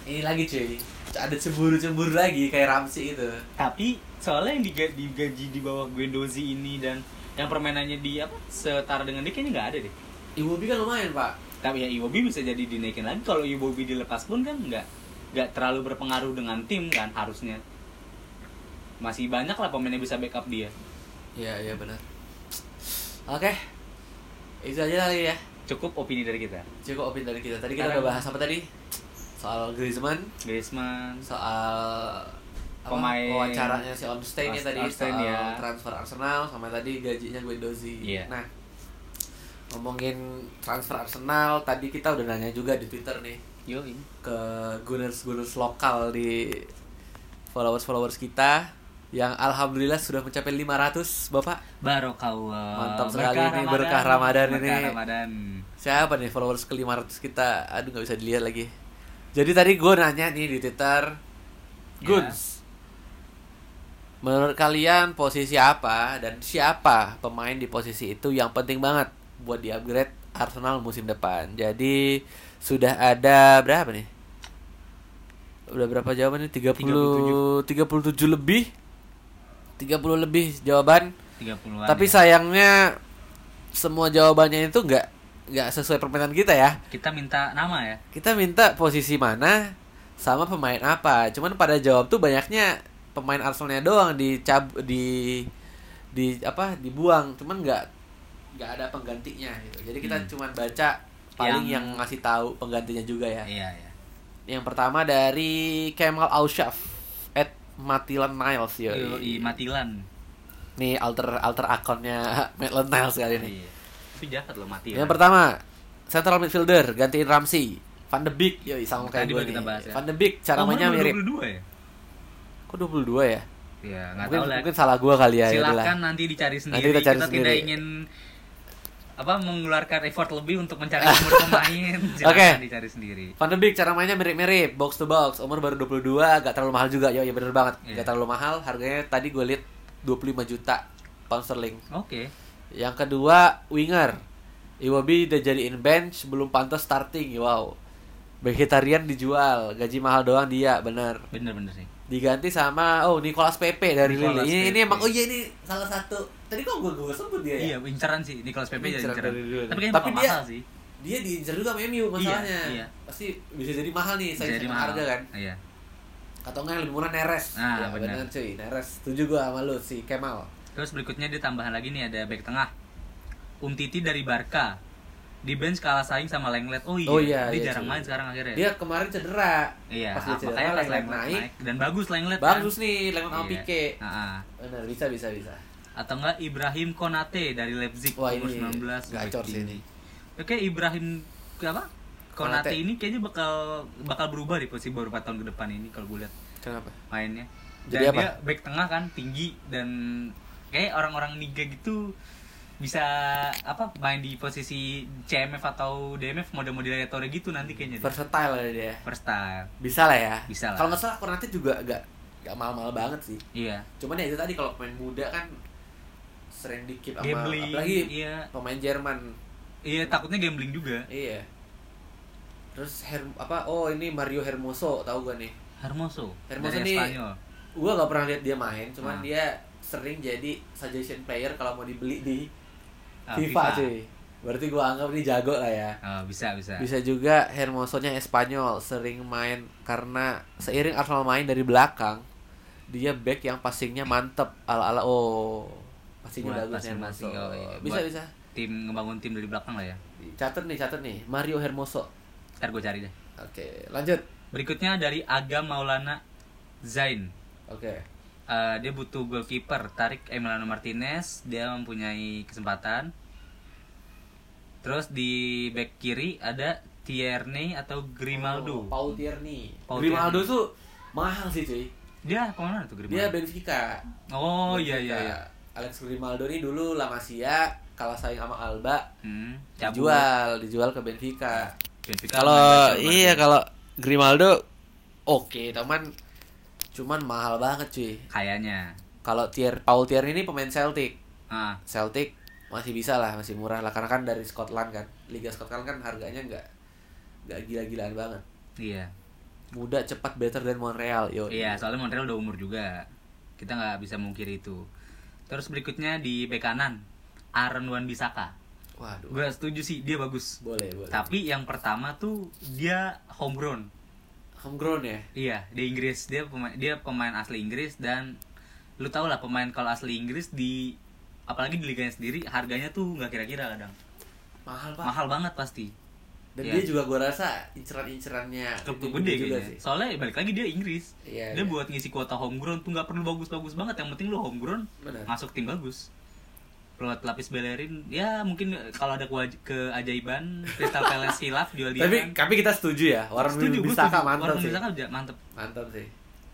Speaker 1: ini lagi cuy ada cemburu-cemburu lagi kayak Ramsey gitu. itu
Speaker 2: tapi soalnya yang diga- digaji di bawah Guendouzi ini dan yang permainannya di apa setara dengan dia kayaknya nggak ada deh
Speaker 1: Iwobi kan lumayan pak
Speaker 2: tapi ya Iwobi bisa jadi dinaikin lagi kalau Iwobi dilepas pun kan nggak nggak terlalu berpengaruh dengan tim kan harusnya masih banyak lah pemain yang bisa backup dia
Speaker 1: Iya iya benar. Oke, itu aja kali ya.
Speaker 2: cukup opini dari kita
Speaker 1: Cukup opini dari kita. Tadi kita udah bahas apa tadi? Soal Griezmann,
Speaker 2: Griezmann
Speaker 1: soal apa?
Speaker 2: Pemain-
Speaker 1: wawancaranya si Onstein ya
Speaker 2: Ons-
Speaker 1: tadi
Speaker 2: Onstein,
Speaker 1: soal
Speaker 2: ya.
Speaker 1: transfer Arsenal sama tadi gajinya Guendouzi.
Speaker 2: Iya.
Speaker 1: Nah, ngomongin transfer Arsenal tadi kita udah nanya juga di Twitter nih
Speaker 2: yo
Speaker 1: ke gunners-gunners lokal di followers-followers kita yang alhamdulillah sudah mencapai 500 Bapak.
Speaker 2: Barokallah
Speaker 1: Mantap sekali ini, berkah Ramadan ini.
Speaker 2: berkah Ramadan
Speaker 1: Siapa nih followers ke 500 kita? Aduh nggak bisa dilihat lagi. Jadi tadi gue nanya nih di Twitter,
Speaker 2: Ya.
Speaker 1: Guns, menurut kalian posisi apa dan siapa pemain di posisi itu yang penting banget buat di upgrade Arsenal musim depan? Jadi sudah ada berapa nih? Udah berapa jawabannya? 30 37 lebih. 30 lebih jawaban.
Speaker 2: 30-an
Speaker 1: Tapi
Speaker 2: ya.
Speaker 1: sayangnya semua jawabannya itu nggak nggak sesuai permintaan kita ya.
Speaker 2: kita minta nama ya
Speaker 1: Kita minta posisi mana sama pemain apa. Cuman pada jawab tuh banyaknya pemain Arsenalnya doang dicab di di apa dibuang. Cuman nggak nggak ada penggantinya gitu. Jadi kita
Speaker 2: Hmm.
Speaker 1: cuman baca paling yang,
Speaker 2: Yang-
Speaker 1: ngasih tahu penggantinya juga ya.
Speaker 2: iya iya
Speaker 1: Yang pertama dari Kemal Aushaf at Matilan Niles ya.
Speaker 2: Yoi, Matilan
Speaker 1: Nih alter alter akunnya Maitland Niles kali ini.
Speaker 2: Iya. tapi jahat loh ya. Matilan
Speaker 1: Yang pertama, central midfielder gantiin Ramsey. Van de Beek, yoi sama kayak
Speaker 2: Tadi
Speaker 1: gue
Speaker 2: baru kita
Speaker 1: nih.
Speaker 2: bahas ya.
Speaker 1: Van de Beek, cara mainnya mirip.
Speaker 2: Umurnya 22 ya
Speaker 1: Kok 22 ya?
Speaker 2: Iya, nggak
Speaker 1: Mungkin,
Speaker 2: tahu lah
Speaker 1: mungkin salah gua kali ya. ya adalah.
Speaker 2: silakan nanti dicari sendiri.
Speaker 1: Nanti kita
Speaker 2: kita,
Speaker 1: cari
Speaker 2: tidak
Speaker 1: sendiri.
Speaker 2: ingin apa mengeluarkan effort lebih untuk mencari umur pemain. Silakan
Speaker 1: Oke.
Speaker 2: dicari sendiri.
Speaker 1: Van de Beek, cara mainnya mirip-mirip, box to box. Umur baru 22, gak terlalu mahal juga. Yoi, bener banget.
Speaker 2: Iya.
Speaker 1: Gak terlalu mahal, harganya tadi gue lihat 25 juta pound sterling.
Speaker 2: Oke.
Speaker 1: Yang kedua, winger. Iwobi udah jadiin bench, belum pantas starting. Wow. Vegetarian dijual, gaji mahal doang dia, bener.
Speaker 2: Bener-bener sih.
Speaker 1: diganti sama oh Nicolas Pepe dari
Speaker 2: Nicolas
Speaker 1: Lille. Ini, ini
Speaker 2: Pepe.
Speaker 1: emang oh iya ini salah satu. Tadi kok gua gua sebut dia ya?
Speaker 2: Iya, inceran sih Nicolas Pepe jadi
Speaker 1: Inceran
Speaker 2: inceran.
Speaker 1: dari dulu.
Speaker 2: Tapi kayaknya
Speaker 1: Tapi
Speaker 2: bukan
Speaker 1: dia-
Speaker 2: mahal sih.
Speaker 1: Dia diincar juga sama MU masalahnya.
Speaker 2: iya.
Speaker 1: Pasti bisa jadi mahal nih saya
Speaker 2: jadi
Speaker 1: sama
Speaker 2: mahal.
Speaker 1: harga kan.
Speaker 2: Iya.
Speaker 1: Atau enggak yang lebih murah Neres.
Speaker 2: Ah,
Speaker 1: Ya,
Speaker 2: benar.
Speaker 1: benar cuy. Neres. Setuju gua sama lu si Kemal.
Speaker 2: Terus berikutnya dia tambahan lagi nih ada back tengah. Umtiti dari Barca. Di bench kalah saing sama Lenglet. Oh iya,
Speaker 1: Oh iya,
Speaker 2: dia
Speaker 1: iya,
Speaker 2: jarang
Speaker 1: cuy.
Speaker 2: main sekarang akhirnya.
Speaker 1: Dia kemarin cedera.
Speaker 2: iya,
Speaker 1: Pas dia cedera
Speaker 2: makanya pas
Speaker 1: Lenglet
Speaker 2: Lenglet
Speaker 1: naik.
Speaker 2: naik. dan bagus Lenglet. kan?
Speaker 1: Bagus nih Lenglet sama
Speaker 2: Iya.
Speaker 1: Pique.
Speaker 2: Ah, ah.
Speaker 1: Benar, bisa bisa bisa.
Speaker 2: atau enggak Ibrahim Konate dari Leipzig
Speaker 1: Wah,
Speaker 2: umur
Speaker 1: ini
Speaker 2: 19
Speaker 1: gacor
Speaker 2: back
Speaker 1: sih
Speaker 2: kiri. Oke Ibrahim apa? Konate,
Speaker 1: Konate.
Speaker 2: ini kayaknya bakal bakal berubah di posisi baru 4 tahun ke depan ini kalau gue lihat
Speaker 1: Kenapa?
Speaker 2: mainnya. Dan
Speaker 1: Jadi apa?
Speaker 2: dia back tengah kan tinggi dan kayak orang-orang Liga gitu bisa apa main di posisi CMF atau DMF mode-mode Torre gitu nanti kayaknya deh.
Speaker 1: Versatile lah dia.
Speaker 2: first time.
Speaker 1: Bisa lah ya.
Speaker 2: Bisa lah.
Speaker 1: Kalau nggak salah Konate juga gak gak mahal-mahal banget sih.
Speaker 2: Iya.
Speaker 1: Cuman ya itu tadi kalau pemain muda kan sering dikip sama
Speaker 2: Gambling.
Speaker 1: apalagi
Speaker 2: Iya.
Speaker 1: pemain Jerman.
Speaker 2: Iya takutnya gambling juga.
Speaker 1: Iya. Terus Her apa oh ini Mario Hermoso tahu gua nih.
Speaker 2: Hermoso.
Speaker 1: Hermoso
Speaker 2: dari
Speaker 1: nih-
Speaker 2: Spanyol.
Speaker 1: Gua nggak pernah lihat dia main, cuman
Speaker 2: Ah.
Speaker 1: dia sering jadi suggestion player kalau mau dibeli di
Speaker 2: Ah,
Speaker 1: FIFA, cuy. Berarti gua anggap ini jago lah ya.
Speaker 2: Ah, bisa bisa.
Speaker 1: Bisa juga Hermosonya Espanyol sering main karena seiring Arsenal main dari belakang dia back yang passingnya mantep ala-ala oh passingnya
Speaker 2: Buat
Speaker 1: bagus
Speaker 2: passing-
Speaker 1: Hermoso.
Speaker 2: passing, oh, iya.
Speaker 1: Bisa
Speaker 2: Buat-
Speaker 1: bisa.
Speaker 2: tim ngebangun tim dari belakang lah ya
Speaker 1: Catat nih, catat nih. Mario Hermoso.
Speaker 2: ntar gue cari deh
Speaker 1: Oke, lanjut.
Speaker 2: berikutnya dari Agam Maulana Zain
Speaker 1: Oke.
Speaker 2: Eh, dia butuh goalkeeper tarik Emiliano Martinez dia mempunyai kesempatan terus di back kiri ada Tierney atau Grimaldo.
Speaker 1: Pau Oh, Tierney.
Speaker 2: Pau
Speaker 1: Grimaldo tuh mahal sih cuy.
Speaker 2: Dia kemana tuh Grimaldo?
Speaker 1: Dia Benfica.
Speaker 2: oh iya
Speaker 1: Benfica.
Speaker 2: iya iya.
Speaker 1: Alex Grimaldo nih dulu La Masia kalah saing sama Alba
Speaker 2: Hmm, cabut.
Speaker 1: dijual dijual ke Benfica.
Speaker 2: Benfica
Speaker 1: Kalau
Speaker 2: main
Speaker 1: iya
Speaker 2: Barca.
Speaker 1: kalau Grimaldo oke teman cuman mahal banget cuy.
Speaker 2: kayaknya.
Speaker 1: Kalau Tier Paul Tierney ini pemain Celtic.
Speaker 2: Ah,
Speaker 1: Celtic masih bisa lah masih murah lah karena kan dari Scotland kan Liga Scotland kan harganya nggak nggak gila-gilaan banget
Speaker 2: iya.
Speaker 1: muda cepat better than Montreal yo
Speaker 2: Iya, soalnya Montreal udah umur juga. Kita nggak bisa mungkiri itu. Terus berikutnya di bek kanan, Aaron Wan Bisaka.
Speaker 1: waduh
Speaker 2: Gue setuju sih, dia bagus.
Speaker 1: boleh boleh
Speaker 2: Tapi yang pertama tuh dia homegrown.
Speaker 1: homegrown ya
Speaker 2: Iya, di Inggris dia pemain dia pemain asli Inggris dan lu tau lah pemain kalau asli Inggris di apalagi di liganya sendiri harganya tuh nggak kira-kira kadang.
Speaker 1: mahal pak
Speaker 2: Mahal banget pasti.
Speaker 1: dan
Speaker 2: Iya.
Speaker 1: dia juga gua rasa inceran-incerannya
Speaker 2: Klub
Speaker 1: itu
Speaker 2: gede
Speaker 1: Gitu juga
Speaker 2: kayaknya. Soalnya ya balik lagi dia Inggris.
Speaker 1: Iya,
Speaker 2: dia
Speaker 1: iya.
Speaker 2: buat ngisi kuota homegrown tuh nggak perlu bagus-bagus banget. Yang penting lu homegrown
Speaker 1: Benar.
Speaker 2: masuk tim bagus. Pelat lapis belerin ya mungkin kalau ada kewaj- keajaiban Crystal Palace hilaf jual dia.
Speaker 1: tapi tapi kita setuju ya Warren
Speaker 2: kan? Setuju, gua
Speaker 1: Bissaka
Speaker 2: setuju.
Speaker 1: mantap
Speaker 2: Warren kan
Speaker 1: sih
Speaker 2: Bissaka udah mantep.
Speaker 1: mantap sih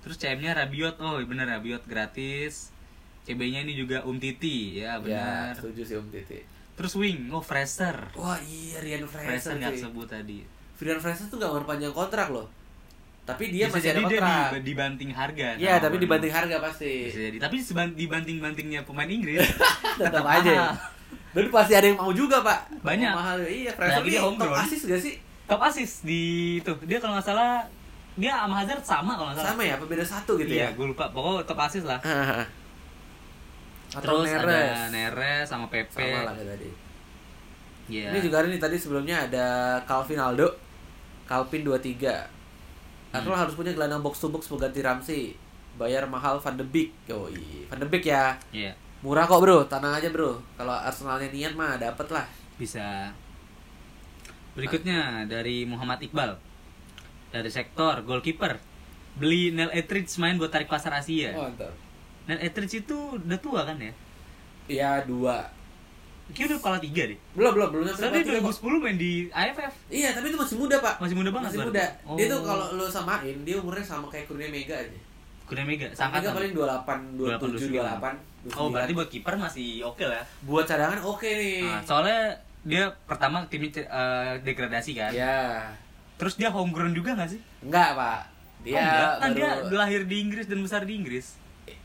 Speaker 2: Terus CM-nya Rabiot, oh bener Rabiot gratis. CB-nya ini juga Um Titi,
Speaker 1: ya
Speaker 2: ya benar.
Speaker 1: setuju sih Om Titi
Speaker 2: Terus wing, oh Fraser.
Speaker 1: wah iya Rian Fraser
Speaker 2: Fraser nggak
Speaker 1: sih
Speaker 2: sebut tadi.
Speaker 1: Rian Fraser tuh gak memperpanjang kontrak loh tapi dia
Speaker 2: Bisa
Speaker 1: masih
Speaker 2: jadi
Speaker 1: ada
Speaker 2: dia
Speaker 1: kontrak
Speaker 2: di- dibanting harga.
Speaker 1: Iya,
Speaker 2: Nah, sama
Speaker 1: tapi
Speaker 2: Bournemouth.
Speaker 1: dibanting harga pasti.
Speaker 2: Bisa jadi. Tapi seban- dibanting-bantingnya pemain Inggris.
Speaker 1: tetap
Speaker 2: tetap
Speaker 1: aja
Speaker 2: mahal.
Speaker 1: dan pasti ada yang mau juga pak
Speaker 2: Banyak.
Speaker 1: Mau mahal iya Fraser
Speaker 2: Lagi
Speaker 1: ini
Speaker 2: dia
Speaker 1: top
Speaker 2: homegrown.
Speaker 1: asis gak sih
Speaker 2: Top assist di tuh. Dia kalau nggak salah dia sama Hazard sama kalau nggak salah.
Speaker 1: sama ya apa beda satu gitu
Speaker 2: iya,
Speaker 1: ya
Speaker 2: gue lupa. Pokoknya top assist lah.
Speaker 1: Hahaha. atau
Speaker 2: Terus
Speaker 1: Neres
Speaker 2: ada Neres sama Pepe.
Speaker 1: sama lah kayak tadi
Speaker 2: Iya.
Speaker 1: ini juga ada nih tadi sebelumnya ada Calvin Aldo Calvin 23 Arsenal harus punya gelandang box to box pengganti Ramsey bayar mahal Van de Beek yoi Van de Beek ya
Speaker 2: Iya.
Speaker 1: murah kok bro tanah aja bro kalau Arsenalnya niat mah dapet lah
Speaker 2: bisa berikutnya dari Muhammad Iqbal dari sektor goalkeeper beli Nel Etridge main buat tarik pasar Asia
Speaker 1: mantap
Speaker 2: Nel Etridge itu udah tua kan ya
Speaker 1: iya dua
Speaker 2: kayaknya udah kepala tiga deh
Speaker 1: belum belum belum nyampe
Speaker 2: soalnya dia
Speaker 1: empat,
Speaker 2: 2010 main di AFF
Speaker 1: Iya, tapi itu masih muda, Pak.
Speaker 2: masih muda banget
Speaker 1: Masih
Speaker 2: berarti.
Speaker 1: muda. Dia tuh
Speaker 2: Oh.
Speaker 1: kalau lo samain, dia umurnya sama kayak Kurnia Mega aja.
Speaker 2: Kurnia Mega
Speaker 1: Kurnia Mega
Speaker 2: sangkatan.
Speaker 1: paling 28, 27, 28.
Speaker 2: oh berarti buat kiper masih oke lah
Speaker 1: buat cadangan oke nih.
Speaker 2: Nah, soalnya dia pertama timnya eh, degradasi kan
Speaker 1: ya.
Speaker 2: terus dia homegrown juga gak sih
Speaker 1: Enggak, Pak. Dia
Speaker 2: oh, enggak. kan dia
Speaker 1: Iya, baru
Speaker 2: lahir di Inggris dan besar di Inggris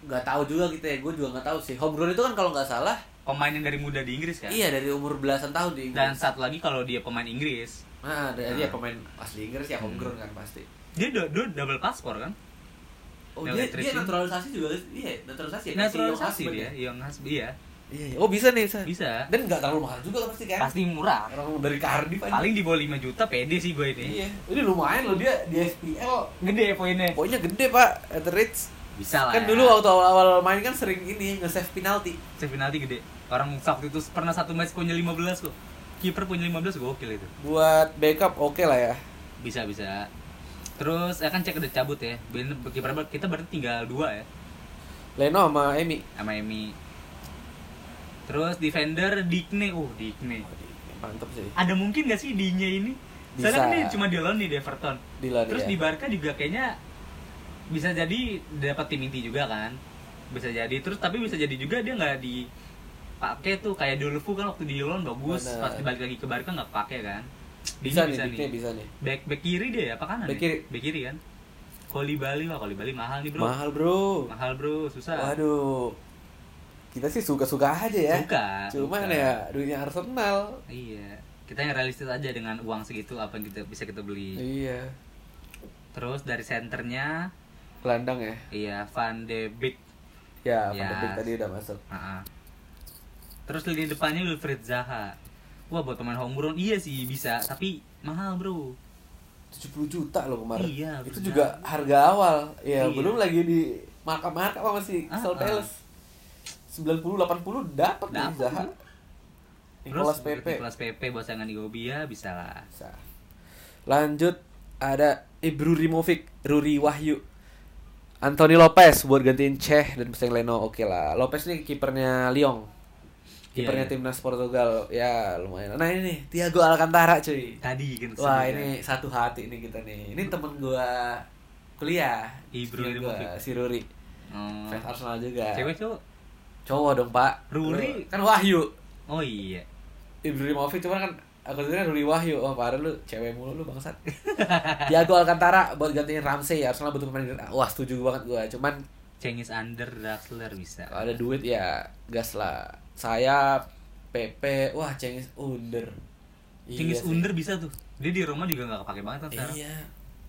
Speaker 1: nggak tahu juga gitu ya. Gue juga nggak tahu sih. Homegrown itu kan kalau nggak salah,
Speaker 2: pemain yang dari muda di Inggris kan
Speaker 1: iya dari umur belasan tahun di
Speaker 2: Dan
Speaker 1: Inggris.
Speaker 2: satu lagi kalau dia pemain Inggris,
Speaker 1: Nah, dari
Speaker 2: Ah.
Speaker 1: ya pemain asli Inggris ya
Speaker 2: Hmm.
Speaker 1: homegrown kan pasti.
Speaker 2: dia du- du- double paspor kan?
Speaker 1: Oh,
Speaker 2: Yang
Speaker 1: dia,
Speaker 2: Etridge
Speaker 1: dia
Speaker 2: ini.
Speaker 1: naturalisasi juga. Iya, naturalisasi. ya?
Speaker 2: Naturalisasi
Speaker 1: Kasih yang
Speaker 2: dia,
Speaker 1: husband
Speaker 2: yang husband dia.
Speaker 1: Iya, iya. Oh, bisa nih, bisa.
Speaker 2: Bisa.
Speaker 1: Dan nggak terlalu mahal juga pasti kan.
Speaker 2: Pasti murah.
Speaker 1: Orang dari Cardiff aja.
Speaker 2: Paling di bawah 5 juta pede sih gue ini.
Speaker 1: Iya, ini lumayan loh dia di FPL.
Speaker 2: Gede poinnya.
Speaker 1: Poinnya gede pak, Etheridge.
Speaker 2: Bisa lah.
Speaker 1: Kan
Speaker 2: ya.
Speaker 1: dulu waktu awal-awal main kan sering ini nge-save penalti.
Speaker 2: Save penalti gede. Orang waktu itu pernah satu match punya 15 kok. Kiper punya 15 gokil itu.
Speaker 1: Buat backup oke lah ya.
Speaker 2: Bisa bisa. Terus ya kan cek udah cabut ya. Ben- Kiper ber- kita berarti tinggal dua ya
Speaker 1: Leno sama Emi.
Speaker 2: sama Emi. Terus defender Dikne. Oh, Dikne.
Speaker 1: Mantep sih.
Speaker 2: ada mungkin gak sih D-nya ini? Soalnya
Speaker 1: Bisa.
Speaker 2: kan dia cuma di loan nih di Everton.
Speaker 1: Dilan
Speaker 2: Terus
Speaker 1: ya.
Speaker 2: di Barca juga kayaknya bisa jadi dapat tim inti juga kan. Bisa jadi terus tapi bisa jadi juga dia nggak di pakai tuh kayak Dolfu kan waktu di loan bagus,
Speaker 1: Bener.
Speaker 2: pas balik lagi ke Barca nggak pakai kan.
Speaker 1: bisa,
Speaker 2: D-nya
Speaker 1: nih, Diknya bisa nih.
Speaker 2: Back back kiri dia ya, apa kanan?
Speaker 1: Back
Speaker 2: ya?
Speaker 1: kiri.
Speaker 2: Back kiri kan. Kolibali wah Kolibali mahal nih, Bro.
Speaker 1: Mahal bro.
Speaker 2: Mahal, Bro, susah.
Speaker 1: Waduh. Kita sih suka-suka aja ya.
Speaker 2: Suka,
Speaker 1: Cuman
Speaker 2: suka.
Speaker 1: ya dunia Arsenal.
Speaker 2: Iya. Kita yang realistis aja dengan uang segitu apa yang kita bisa kita beli.
Speaker 1: Iya.
Speaker 2: Terus dari senternya
Speaker 1: Gelandang ya.
Speaker 2: Iya, Van de Beek.
Speaker 1: Ya,
Speaker 2: Ya.
Speaker 1: Van de Beek tadi udah masuk.
Speaker 2: Ah, ah. Terus lini depannya Wilfried Zaha. Wah, buat pemain homegrown iya sih bisa, tapi mahal, Bro.
Speaker 1: 70 juta loh kemarin.
Speaker 2: Iya,
Speaker 1: Itu
Speaker 2: benar.
Speaker 1: juga harga awal. Ya,
Speaker 2: Iya.
Speaker 1: belum lagi di markup-markup apa masih
Speaker 2: Ah,
Speaker 1: Crystal
Speaker 2: ah.
Speaker 1: Palace. 90 80 dapat nih
Speaker 2: Dapat,
Speaker 1: Zaha.
Speaker 2: Bro.
Speaker 1: Nicolas
Speaker 2: Terus,
Speaker 1: Pepe.
Speaker 2: Nicolas Pepe buat saingan Igobia bisa lah.
Speaker 1: Bisa. Lanjut ada Ibru Rimovic, Ruri Wahyu. Anthony Lopez buat gantiin Ceh dan pesaing Leno oke lah. Lopez nih kipernya Lyon. kipernya
Speaker 2: iya.
Speaker 1: timnas Portugal ya lumayan nah ini nih Thiago Alcantara cuy
Speaker 2: Tadi kan
Speaker 1: wah
Speaker 2: sebenarnya.
Speaker 1: ini satu hati nih kita nih ini temen gua kuliah
Speaker 2: Ih, bro,
Speaker 1: Temen
Speaker 2: ini
Speaker 1: gua,
Speaker 2: mau-
Speaker 1: si Ruri
Speaker 2: Oh.
Speaker 1: fans Arsenal juga
Speaker 2: Cewek cowok?
Speaker 1: cowok dong pak
Speaker 2: Ruri?
Speaker 1: kan Wahyu
Speaker 2: Oh iya.
Speaker 1: Ibrahimovic cuman kan aku dengar Ruli Wahyu wah parah oh, lu cewek mulu lu bangsat Thiago Alcantara buat gantiin Ramsey ya Arsenal butuh pemain wah setuju banget gua cuman
Speaker 2: Cengiz Under Draxler bisa.
Speaker 1: kalau ada duit ya gas lah saya PP wah Cengiz Under Iya
Speaker 2: Cengiz
Speaker 1: sih.
Speaker 2: Under bisa tuh. Dia di Roma juga nggak kepake banget kan sekarang.
Speaker 1: iya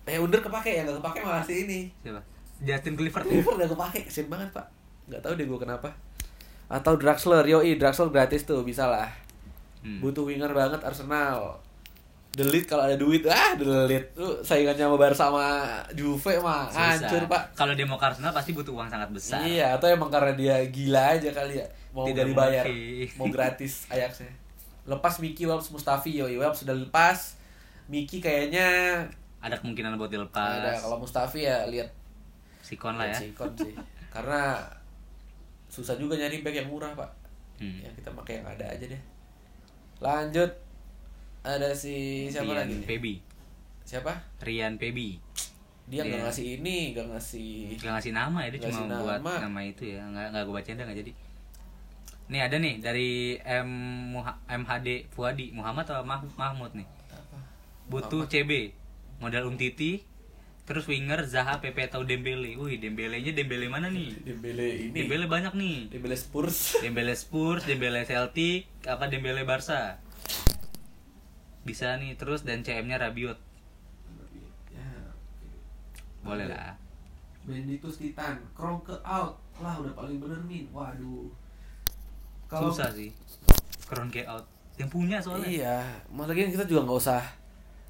Speaker 1: eh Under kepake ya nggak kepake malah si ini
Speaker 2: Siapa? Justin Clifford.
Speaker 1: Liver udah kepake kesian banget pak nggak tahu deh gua kenapa atau Draxler yoi Draxler gratis tuh bisa lah
Speaker 2: Hmm.
Speaker 1: butuh winger banget Arsenal Delit kalau ada duit ah delit tuh saingannya sama Barca sama Juve mah
Speaker 2: Susah.
Speaker 1: hancur pak
Speaker 2: Kalau dia mau ke Arsenal pasti butuh uang sangat besar.
Speaker 1: iya atau emang karena dia gila aja kali ya mau
Speaker 2: Tidak
Speaker 1: nggak dibayar
Speaker 2: mungkin.
Speaker 1: mau gratis Ajaxnya lepas Miki Welps Mustafi yoi Welps sudah lepas Miki kayaknya
Speaker 2: Ada kemungkinan buat
Speaker 1: ada
Speaker 2: dilepas.
Speaker 1: kalau Mustafi ya lihat
Speaker 2: Sikon lah ya.
Speaker 1: lihat sikon sih karena susah juga nyari back yang murah pak
Speaker 2: Hmm.
Speaker 1: ya kita pakai yang ada aja deh lanjut ada si siapa
Speaker 2: Rian
Speaker 1: lagi nih?
Speaker 2: Pebi.
Speaker 1: siapa
Speaker 2: Rian Pebi.
Speaker 1: dia nggak
Speaker 2: Iya.
Speaker 1: ngasih ini nggak ngasih
Speaker 2: Gak ngasih nama ya, dia
Speaker 1: Nggak
Speaker 2: cuma
Speaker 1: ngasih
Speaker 2: buat
Speaker 1: nama.
Speaker 2: nama itu ya. Nggak nggak gue bacain dah nggak jadi. Nih ada nih dari M Muha- MHD Fuadi Muhammad atau Mah- Mahmud nih.
Speaker 1: apa
Speaker 2: Butuh CB, modal Umtiti, terus winger Zaha, PP atau Dembele. Wih, Dembelenya Dembele mana nih?
Speaker 1: Dembele ini
Speaker 2: Dembele banyak nih.
Speaker 1: Dembele Spurs
Speaker 2: Dembele Spurs, Dembele Celtic, apa Dembele Barca. Bisa nih terus dan CM-nya Rabiot. Ya, Boleh
Speaker 1: Iya.
Speaker 2: lah.
Speaker 1: Benditus Titan Kronke out lah udah paling bener min waduh
Speaker 2: Susah sih. Kronke out. Yang punya soalnya.
Speaker 1: iya maksudnya kita juga nggak usah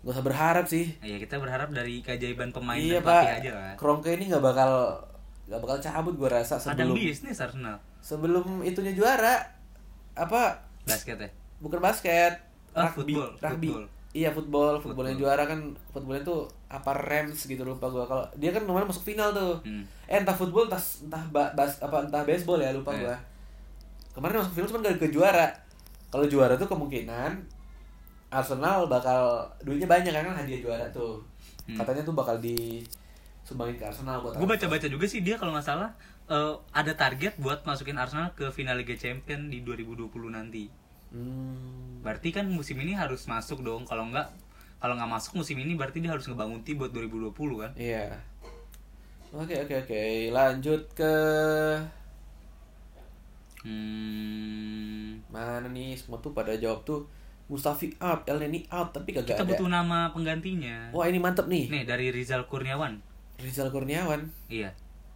Speaker 1: nggak usah berharap sih
Speaker 2: Iya, kita berharap dari keajaiban pemain
Speaker 1: iya
Speaker 2: dan pelatih
Speaker 1: pak
Speaker 2: aja lah.
Speaker 1: Kronke ini nggak bakal nggak bakal cabut gue rasa
Speaker 2: Kadang
Speaker 1: sebelum
Speaker 2: bisnis Arsenal
Speaker 1: sebelum itunya juara apa
Speaker 2: basket ya.
Speaker 1: bukan basket
Speaker 2: Ah, football,
Speaker 1: rugby
Speaker 2: football.
Speaker 1: iya football football yang
Speaker 2: Football.
Speaker 1: juara kan footballnya tuh apa Rams gitu lupa gua kalau dia kan kemarin masuk final tuh
Speaker 2: Hmm.
Speaker 1: eh entah football entah entah ba- bas apa entah baseball ya lupa
Speaker 2: Iya.
Speaker 1: gua kemarin masuk final cuman gak ke juara kalau juara tuh kemungkinan Arsenal bakal duitnya banyak kan hadiah juara tuh
Speaker 2: Hmm.
Speaker 1: katanya tuh bakal disumbangin ke Arsenal buat
Speaker 2: Gue baca-baca juga sih dia kalau nggak salah eh, ada target buat masukin Arsenal ke final Liga Champion di 2020 nanti.
Speaker 1: Hmm.
Speaker 2: Berarti kan musim ini harus masuk dong. Kalau nggak kalau nggak masuk musim ini berarti dia harus ngebangun tim buat 2020 kan.
Speaker 1: Iya. Oke oke oke. Lanjut ke
Speaker 2: Hmm,
Speaker 1: mana nih? Semua tuh pada jawab tuh Mustafi up, El Neni up, tapi kagak
Speaker 2: kita
Speaker 1: ada.
Speaker 2: butuh nama penggantinya.
Speaker 1: Wah ini mantep nih.
Speaker 2: Nih dari Rizal Kurniawan.
Speaker 1: Rizal Kurniawan.
Speaker 2: Iya.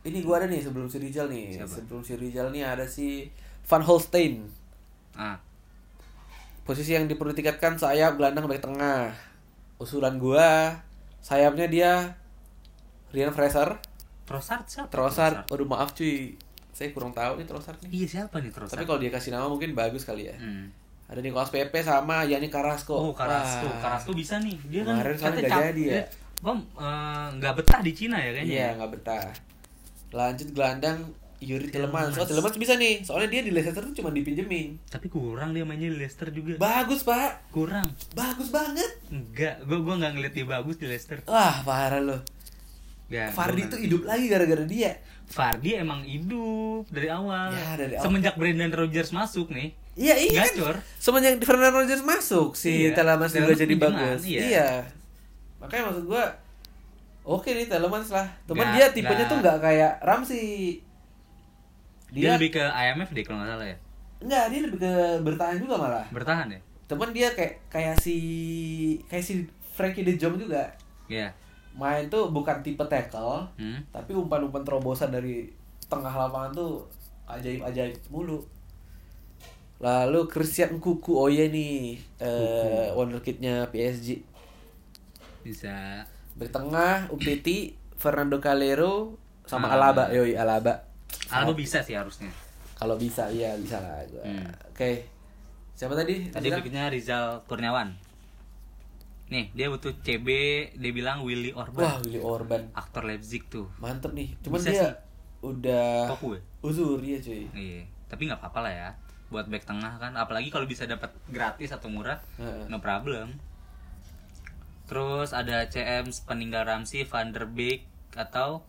Speaker 1: Ini gua ada nih sebelum si Rizal nih.
Speaker 2: Siapa?
Speaker 1: Sebelum si Rizal nih ada si Van Holstein.
Speaker 2: Ah,
Speaker 1: Posisi yang diperlu ditingkatkan sayap gelandang back tengah. Usulan gua sayapnya dia Rian Fraser,
Speaker 2: Trossard siapa?
Speaker 1: Trossard. Waduh maaf cuy, saya kurang tahu nih Trossard nih.
Speaker 2: Iya siapa nih Trossard?
Speaker 1: Tapi kalau dia kasih nama mungkin bagus kali ya.
Speaker 2: Hmm.
Speaker 1: Ada Nicolas Pepe sama Yannick Carrasco.
Speaker 2: Oh Karasko,
Speaker 1: Wah.
Speaker 2: Karasko bisa nih. Dia kan
Speaker 1: Kemarin soalnya
Speaker 2: katanya
Speaker 1: nggak
Speaker 2: cap-
Speaker 1: jadi ya.
Speaker 2: dia- Bom, eh, nggak betah di Cina ya Iya, kayaknya.
Speaker 1: Iya, nggak betah. Lanjut gelandang Yuri
Speaker 2: Tielemans.
Speaker 1: Telemans. Oh, Telemans bisa nih. Soalnya dia di Leicester tuh cuma dipinjemin.
Speaker 2: Tapi kurang dia mainnya di Leicester juga.
Speaker 1: Bagus, Pak.
Speaker 2: kurang.
Speaker 1: Bagus banget.
Speaker 2: Enggak, gua gua nggak ngeliat dia bagus di Leicester.
Speaker 1: Wah, parah loh.
Speaker 2: Ya, gua
Speaker 1: Fardi
Speaker 2: nggak-
Speaker 1: tuh hidup lagi gara-gara dia.
Speaker 2: Fardi emang hidup dari awal.
Speaker 1: Ya, dari awal.
Speaker 2: Semenjak Brendan Rodgers masuk nih.
Speaker 1: Iya, iya. kan?
Speaker 2: Gacor.
Speaker 1: Semenjak Fernando Rodgers masuk, si
Speaker 2: Iya.
Speaker 1: Telemans juga
Speaker 2: Tielemans
Speaker 1: jadi
Speaker 2: pinjeman,
Speaker 1: bagus.
Speaker 2: iya.
Speaker 1: Makanya maksud gua Oke nih Telemans lah. Cuman
Speaker 2: Nggak-
Speaker 1: dia tipenya
Speaker 2: nggak-
Speaker 1: tuh nggak kayak Ramsey.
Speaker 2: Dia, lebih ke IMF deh kalau nggak salah ya.
Speaker 1: Enggak, dia lebih ke bertahan juga malah.
Speaker 2: Bertahan ya.
Speaker 1: Cuman dia kayak kayak si kayak si Frankie De Jong juga.
Speaker 2: Iya.
Speaker 1: Main tuh bukan tipe tackle,
Speaker 2: Hmm.
Speaker 1: tapi umpan-umpan terobosan dari tengah lapangan tuh ajaib-ajaib mulu. Lalu Christian Kuku oh iya nih eh wonderkidnya PSG.
Speaker 2: Bisa.
Speaker 1: Dari tengah Umtiti, Fernando Calero sama
Speaker 2: Alaba.
Speaker 1: Alaba. Yoi Alaba.
Speaker 2: Alba bisa sih harusnya.
Speaker 1: Kalau bisa iya bisa lah gua.
Speaker 2: Hmm.
Speaker 1: Oke. Siapa tadi?
Speaker 2: Tadi berikutnya Rizal Kurniawan. Nih, dia butuh CB, dia bilang Willy
Speaker 1: Wah,
Speaker 2: Orban.
Speaker 1: Willy Orban.
Speaker 2: Aktor Leipzig tuh.
Speaker 1: Mantep nih. Cuman
Speaker 2: Bisa
Speaker 1: dia
Speaker 2: sih.
Speaker 1: udah
Speaker 2: Toku ya?
Speaker 1: uzur ya cuy.
Speaker 2: Iya, tapi nggak apa-apa lah ya. buat back tengah kan apalagi kalau bisa dapat gratis atau murah
Speaker 1: Heeh.
Speaker 2: no problem terus ada CM peninggal Ramsey Van der Beek atau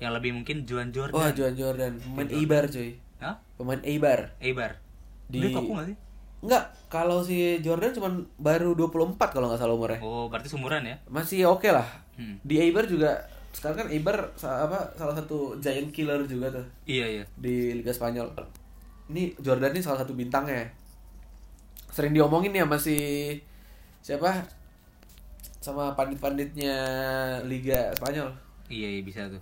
Speaker 2: yang lebih mungkin Juan Jordan
Speaker 1: Wah, Joan Jordan,
Speaker 2: Gitu.
Speaker 1: pemain Eibar cuy.
Speaker 2: Hah?
Speaker 1: Pemain Eibar.
Speaker 2: Eibar
Speaker 1: Di-
Speaker 2: Dia kaku nggak sih
Speaker 1: Enggak, kalau si Jordan cuman baru 24 kalau nggak salah umurnya.
Speaker 2: oh berarti seumuran ya
Speaker 1: Masih oke lah.
Speaker 2: Hmm.
Speaker 1: Di Eibar juga sekarang kan Eibar sa- apa salah satu giant killer juga tuh
Speaker 2: iya iya
Speaker 1: di Liga Spanyol. Ini Jordan ini salah satu bintangnya. Sering diomongin ya masih siapa? Sama pandit-panditnya Liga Spanyol.
Speaker 2: iya iya bisa tuh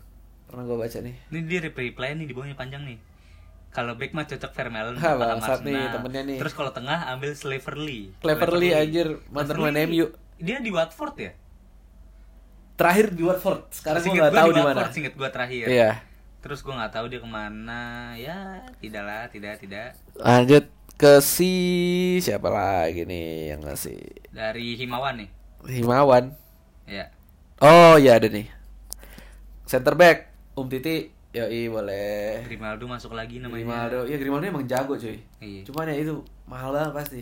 Speaker 1: Pernah gue baca nih.
Speaker 2: Ini dia reply reply nih di bawahnya panjang nih. Kalau back mah cocok Vermaelen
Speaker 1: Ha,
Speaker 2: paham
Speaker 1: bangsat nih
Speaker 2: Arsenal.
Speaker 1: temennya nih.
Speaker 2: Terus kalau tengah ambil Slaverly.
Speaker 1: Cleverly anjir mantan main
Speaker 2: Slaverly,
Speaker 1: MU.
Speaker 2: Dia di Watford ya?
Speaker 1: Terakhir di Watford. Sekarang gue
Speaker 2: Seinget
Speaker 1: nggak
Speaker 2: gua
Speaker 1: tahu
Speaker 2: di
Speaker 1: di mana.
Speaker 2: Watford, seinget gua terakhir.
Speaker 1: Iya.
Speaker 2: Terus gua nggak tahu dia kemana. Ya, tidaklah, tidak, tidak.
Speaker 1: Lanjut ke si siapa lagi nih yang ngasih
Speaker 2: Dari Himawan nih.
Speaker 1: Himawan.
Speaker 2: Ya.
Speaker 1: Oh ya ada nih. Center back Um Titi. Yoi boleh.
Speaker 2: Grimaldo masuk lagi namanya.
Speaker 1: Grimaldo. Ya Grimaldo emang jago cuy.
Speaker 2: Iya.
Speaker 1: Cuman ya itu mahal banget pasti.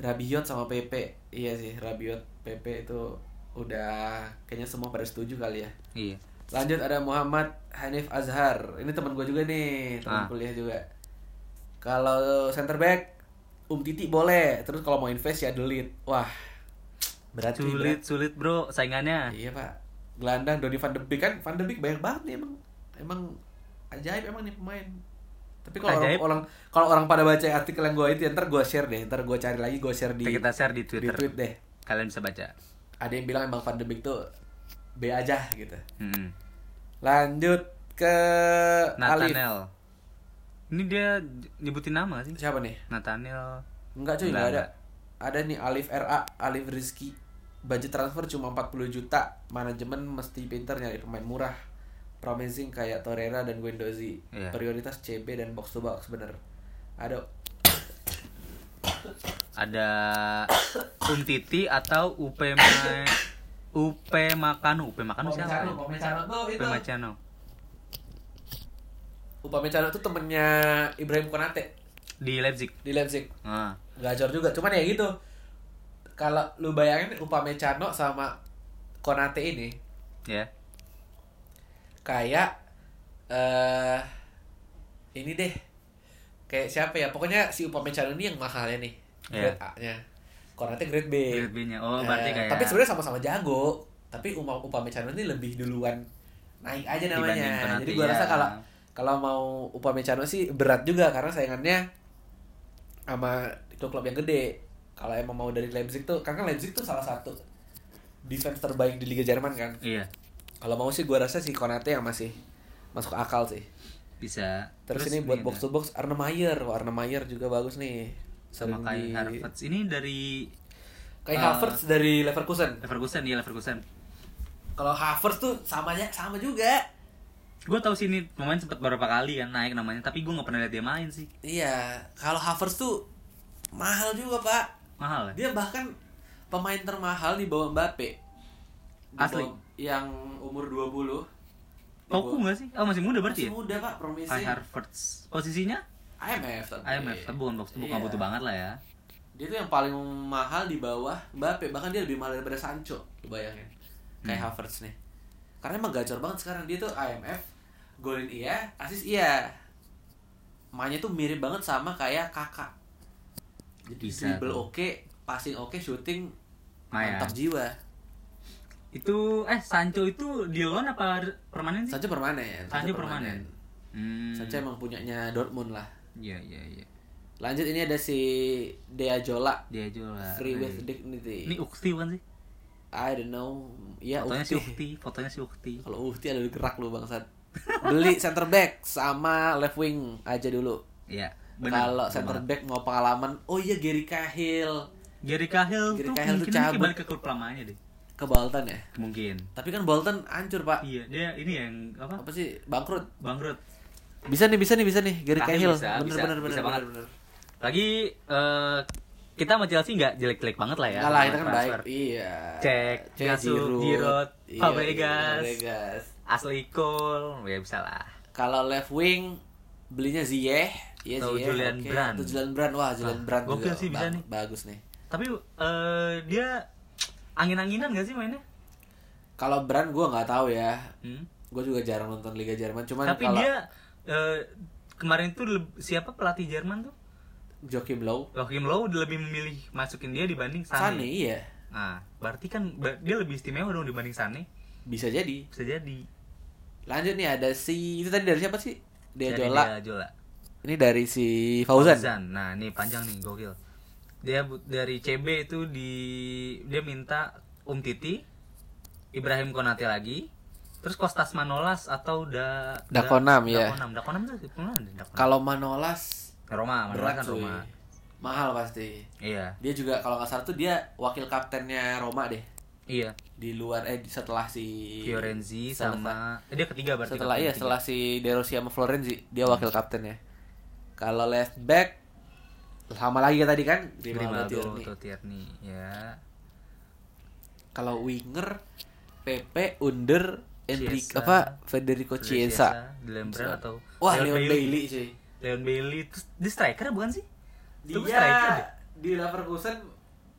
Speaker 1: Rabiot sama PP. Iya sih Rabiot PP itu udah kayaknya semua pada setuju kali ya.
Speaker 2: Iya.
Speaker 1: Lanjut ada Muhammad Hanif Azhar. Ini teman gue juga nih, teman
Speaker 2: Ah.
Speaker 1: kuliah juga. Kalau center back Um Titi boleh, terus kalau mau invest ya delete. Wah. Berat cuy, berat.
Speaker 2: Sulit, sulit, Bro, saingannya.
Speaker 1: Iya, Pak. Gelandang Doni van de Beek kan van de Beek banyak banget nih emang. Emang ajaib emang nih pemain. Tapi kalau orang,
Speaker 2: Ajaib.
Speaker 1: orang kalau orang pada baca artikel yang gue itu ya, ntar gue share deh, ntar gue cari lagi gue share di
Speaker 2: Nanti Kita share di
Speaker 1: di
Speaker 2: Twitter.
Speaker 1: tweet deh.
Speaker 2: Kalian bisa baca.
Speaker 1: Ada yang bilang emang van de Beek tuh B aja gitu.
Speaker 2: Hmm.
Speaker 1: Lanjut ke Alif.
Speaker 2: Nathaniel. Ini dia nyebutin nama nggak sih?
Speaker 1: Siapa nih?
Speaker 2: Nathaniel
Speaker 1: Enggak cuy, enggak
Speaker 2: Enggak,
Speaker 1: ada. Ada nih Alif RA, Alif Rizki. Budget transfer cuma 40 juta. Manajemen mesti pinter nyari pemain murah. Promising kayak Torreira dan Guendouzi.
Speaker 2: Iya.
Speaker 1: Prioritas CB dan box to box bener. Ada
Speaker 2: ada Untiti atau UP Ma UP Makano, UP Makano siapa? ya? UP Macano.
Speaker 1: Upamecano tuh temennya Ibrahim Konate
Speaker 2: Di Leipzig.
Speaker 1: di Leipzig.
Speaker 2: Ah,
Speaker 1: Gacor juga, cuman ya gitu. Kalau lu bayangin Upamecano sama Konate ini
Speaker 2: ya.
Speaker 1: kayak eh ini deh kayak siapa ya pokoknya si Upamecano ini yang mahalnya nih
Speaker 2: Iya.
Speaker 1: grade A-nya Konate grade B,
Speaker 2: Grade B-nya. Oh, berarti
Speaker 1: Eh,
Speaker 2: kayak
Speaker 1: tapi sebenarnya sama-sama jago tapi Uma Upamecano ini lebih duluan naik aja
Speaker 2: Dibanding
Speaker 1: namanya
Speaker 2: Konate,
Speaker 1: jadi gua
Speaker 2: ya.
Speaker 1: rasa kalau kalau mau Upamecano sih berat juga karena saingannya sama klub-klub yang gede kalau emang mau dari Leipzig tuh karena kan Leipzig tuh salah satu defense terbaik di Liga Jerman kan
Speaker 2: iya,
Speaker 1: kalau mau sih gua rasa si Konate yang masih masuk akal sih.
Speaker 2: bisa.
Speaker 1: Terus, ini buat box
Speaker 2: ada.
Speaker 1: to box Arne Meyer, Wah, Arne Meyer juga bagus nih. Sering
Speaker 2: sama Kai
Speaker 1: di-
Speaker 2: Havertz. Ini dari
Speaker 1: Kai
Speaker 2: Eh,
Speaker 1: Havertz dari Leverkusen.
Speaker 2: Leverkusen, iya Leverkusen.
Speaker 1: Kalau Havertz tuh samanya sama juga.
Speaker 2: Gue tahu sini pemain sempat beberapa kali kan naik namanya, tapi gue nggak pernah lihat dia main sih.
Speaker 1: Iya, kalau Havertz tuh mahal juga, Pak.
Speaker 2: Mahal ya?
Speaker 1: Dia bahkan pemain termahal di bawah Mbappe. Di
Speaker 2: Asli?
Speaker 1: bawah- Yang umur 20. Di bawah-
Speaker 2: Toku nggak sih? Oh masih muda
Speaker 1: Masih
Speaker 2: berarti ya?
Speaker 1: muda, Pak,
Speaker 2: Kai
Speaker 1: promising.
Speaker 2: Havertz. Posisinya?
Speaker 1: IMF tapi.
Speaker 2: IMF, tapi bukan box to box, nggak
Speaker 1: Iya.
Speaker 2: butuh banget lah ya.
Speaker 1: dia tuh yang paling mahal di bawah Mbappe bahkan dia lebih mahal daripada Sancho lu bayangin
Speaker 2: Hmm.
Speaker 1: kayak Havertz nih karena emang gacor banget sekarang dia tuh IMF golin iya asis iya mainnya tuh mirip banget sama kayak kakak jadi
Speaker 2: Bisa
Speaker 1: dribble
Speaker 2: tuh.
Speaker 1: oke passing oke shooting
Speaker 2: Maya.
Speaker 1: mantap jiwa
Speaker 2: Itu eh Sancho itu di loan apa permanen sih?
Speaker 1: Sancho permanen ya
Speaker 2: Sancho permanen. Hmm.
Speaker 1: Sancho emang punyanya Dortmund lah
Speaker 2: Iya iya iya.
Speaker 1: lanjut ini ada si Dea Jola
Speaker 2: Dia aja lah.
Speaker 1: free with
Speaker 2: Nah, Ini- Ini
Speaker 1: dignity
Speaker 2: Ukti kan sih?
Speaker 1: I don't know ya
Speaker 2: Fotonya si
Speaker 1: Ukti.
Speaker 2: Ukti, fotonya si Ukti.
Speaker 1: Kalau Uhti ada gerak lu bangsat. Beli center back sama left wing aja dulu.
Speaker 2: Iya. benar.
Speaker 1: Kalau center back mau pengalaman, oh iya Gary Cahill
Speaker 2: Gary Cahill
Speaker 1: Gary
Speaker 2: tuh
Speaker 1: Cahill tuh
Speaker 2: mungkin dia
Speaker 1: cabut.
Speaker 2: balik ke klub lamanya deh.
Speaker 1: ke Bolton ya.
Speaker 2: Mungkin.
Speaker 1: Tapi kan Bolton hancur, Pak.
Speaker 2: Iya, dia ini yang apa?
Speaker 1: Apa sih bangkrut?
Speaker 2: Bangkrut.
Speaker 1: Bisa nih, bisa nih, bisa nih Gary Cahill.
Speaker 2: Cahill bisa,
Speaker 1: bener,
Speaker 2: bisa,
Speaker 1: bener, bener,
Speaker 2: bisa
Speaker 1: bener,
Speaker 2: banget.
Speaker 1: bener.
Speaker 2: Lagi eh, kita sama Chelsea nggak jelek-jelek banget lah ya.
Speaker 1: Enggak lah, kita kan baik.
Speaker 2: transfer.
Speaker 1: Iya.
Speaker 2: Cek, Gasu, Giroud,
Speaker 1: Iya,
Speaker 2: Fabregas.
Speaker 1: Fabregas.
Speaker 2: Asli Cole, ya bisa lah.
Speaker 1: Kalau left wing belinya Ziyech, Iya
Speaker 2: Atau
Speaker 1: sih ya,
Speaker 2: Julian
Speaker 1: oke.
Speaker 2: Brand.
Speaker 1: Atau Julian Brand. Wah, Julian
Speaker 2: Nah,
Speaker 1: Brand juga.
Speaker 2: gokil sih, bisa
Speaker 1: ba-
Speaker 2: nih.
Speaker 1: Bagus nih.
Speaker 2: Tapi eh, dia angin-anginan gak sih mainnya?
Speaker 1: Kalau Brand gua nggak tahu ya.
Speaker 2: Hmm.
Speaker 1: Gua juga jarang nonton Liga Jerman, cuman
Speaker 2: Tapi
Speaker 1: kalau
Speaker 2: dia eh, kemarin tuh leb- siapa pelatih Jerman tuh?
Speaker 1: Joachim Low,
Speaker 2: Joachim Low lebih memilih masukin dia dibanding
Speaker 1: Sane
Speaker 2: Sane.
Speaker 1: iya.
Speaker 2: Nah, berarti kan ber- dia lebih istimewa dong dibanding Sane.
Speaker 1: Bisa jadi.
Speaker 2: Bisa jadi.
Speaker 1: Lanjut nih ada si itu tadi dari siapa sih? Dia
Speaker 2: Jadi
Speaker 1: Jola.
Speaker 2: Dia Jola.
Speaker 1: Ini dari si Fauzan.
Speaker 2: Fauzan. Nah, ini panjang nih, gokil. Dia bu- dari CB itu di dia minta Um Titi, Ibrahim Konate lagi, terus Kostas Manolas atau da,
Speaker 1: Dakonam,
Speaker 2: da,
Speaker 1: ya.
Speaker 2: Dakonam, Dakonam itu Dakonam. Dakonam.
Speaker 1: Kalau Manolas
Speaker 2: Roma, Manolas
Speaker 1: berat
Speaker 2: kan
Speaker 1: cuy.
Speaker 2: Roma.
Speaker 1: Mahal pasti.
Speaker 2: Iya.
Speaker 1: Dia juga kalau nggak salah tuh dia wakil kaptennya Roma deh
Speaker 2: Iya,
Speaker 1: di luar eh di- setelah si
Speaker 2: Fiorenzi
Speaker 1: setelah-
Speaker 2: sama eh, dia ketiga berarti. Hmm.
Speaker 1: setelah
Speaker 2: kapten
Speaker 1: iya
Speaker 2: ketiga.
Speaker 1: setelah si De Rossi sama Florenzi dia wakil kaptennya. Kalau left back sama lagi kayak tadi kan Grimaldo
Speaker 2: Grimaldo
Speaker 1: Tierney.
Speaker 2: atau Tierney ya.
Speaker 1: Kalau winger PP under Enrique
Speaker 2: Chiesa.
Speaker 1: apa Federico Chiesa.
Speaker 2: Lembran atau
Speaker 1: Wah, Leon Bailey cuy.
Speaker 2: Leon Bailey terus dia striker bukan sih? Itu
Speaker 1: Dia
Speaker 2: striker deh.
Speaker 1: di Leverkusen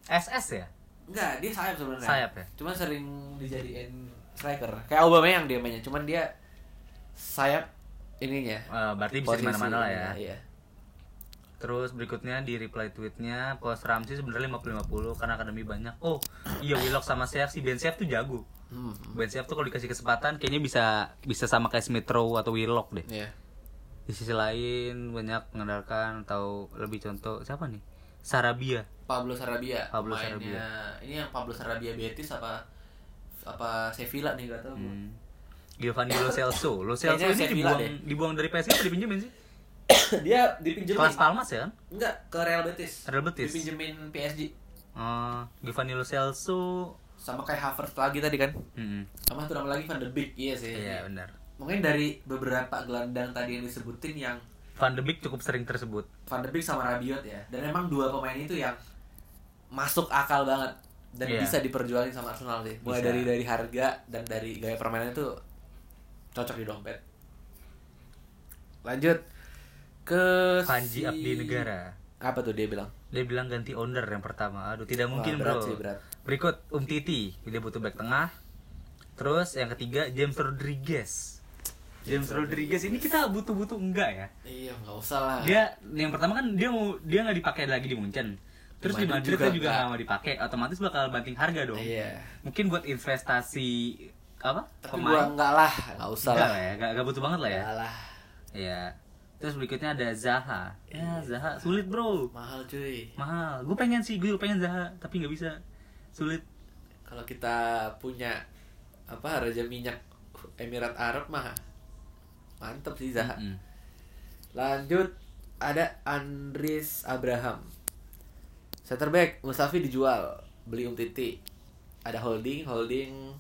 Speaker 2: SS ya?
Speaker 1: enggak, dia sayap sebenarnya.
Speaker 2: Sayap ya?
Speaker 1: Cuma sering dijadiin striker. Kayak Aubameyang dia mainnya, cuman dia sayap ininya.
Speaker 2: Eh, berarti bisa di
Speaker 1: Posisi
Speaker 2: mana-mana lah ya.
Speaker 1: ininya, Iya.
Speaker 2: Terus berikutnya di reply tweetnya Coach Ramsey sebenarnya 50-50 karena akademi banyak. Oh, iya Willock sama Seaf si Ben Seaf tuh jago.
Speaker 1: Hmm.
Speaker 2: Ben Seaf tuh kalau dikasih kesempatan kayaknya bisa bisa sama kayak Smith Rowe atau Willock deh.
Speaker 1: Iya.
Speaker 2: Di sisi lain banyak mengandalkan atau lebih contoh siapa nih? Sarabia.
Speaker 1: Pablo Sarabia.
Speaker 2: Pablo
Speaker 1: mainnya-
Speaker 2: Sarabia.
Speaker 1: Ini yang Pablo Sarabia Betis apa apa Sevilla nih gak tahu. gua.
Speaker 2: Hmm. Giovanni Lo Celso. Lo Celso
Speaker 1: Kayaknya ya?
Speaker 2: ini
Speaker 1: Sevilla
Speaker 2: dibuang,
Speaker 1: deh.
Speaker 2: dibuang dari PSG atau dipinjemin sih?
Speaker 1: dia dipinjemin.
Speaker 2: Kelas Palmas ya kan?
Speaker 1: Enggak, ke Real Betis.
Speaker 2: Real Betis.
Speaker 1: Dipinjemin PSG.
Speaker 2: Eh, Giovanni Lo Celso.
Speaker 1: Sama kayak Havertz lagi tadi kan.
Speaker 2: Hmm.
Speaker 1: Sama satu nama lagi Van de Beek. Iya sih.
Speaker 2: Iya benar.
Speaker 1: Mungkin dari beberapa gelandang tadi yang disebutin yang
Speaker 2: Van de Beek cukup sering tersebut.
Speaker 1: Van de Beek sama Rabiot ya. Dan emang dua pemain itu yang masuk akal banget dan
Speaker 2: Iya.
Speaker 1: bisa diperjualin sama Arsenal sih. Mulai
Speaker 2: Bisa.
Speaker 1: dari dari harga dan dari gaya permainannya itu cocok di dompet. Lanjut ke
Speaker 2: Panji
Speaker 1: si-
Speaker 2: Abdi Negara.
Speaker 1: Apa tuh dia bilang?
Speaker 2: Dia bilang ganti owner yang pertama. Aduh, tidak
Speaker 1: Wah,
Speaker 2: mungkin,
Speaker 1: berat
Speaker 2: Bro.
Speaker 1: sih, berat.
Speaker 2: Berikut Um Titi, dia butuh back tengah. Terus yang ketiga James Rodriguez. James Rodriguez ini kita butuh-butuh enggak ya?
Speaker 1: Iya, nggak usah lah.
Speaker 2: Dia yang pertama kan dia mau dia nggak dipakai lagi di Munchen. Terus di
Speaker 1: Madrid
Speaker 2: Madrid
Speaker 1: juga
Speaker 2: dia juga
Speaker 1: enggak.
Speaker 2: nggak mau dipakai, otomatis bakal banting harga dong.
Speaker 1: Iya.
Speaker 2: Mungkin buat investasi apa?
Speaker 1: Tapi gua enggak lah, nggak usah
Speaker 2: enggak
Speaker 1: lah.
Speaker 2: lah ya, enggak, enggak butuh banget lah ya.
Speaker 1: Enggak lah.
Speaker 2: Iya. Terus berikutnya ada Zaha. Ya,
Speaker 1: Iya.
Speaker 2: Zaha sulit, Bro.
Speaker 1: Mahal cuy.
Speaker 2: Mahal. Gue pengen sih, gue pengen Zaha, tapi nggak bisa. Sulit.
Speaker 1: Kalau kita punya apa raja minyak Emirat Arab mah mantep sih Zaha.
Speaker 2: Mm.
Speaker 1: Lanjut ada Andris Abraham. Center back Mustafi dijual, beli Um Titi. Ada holding, holding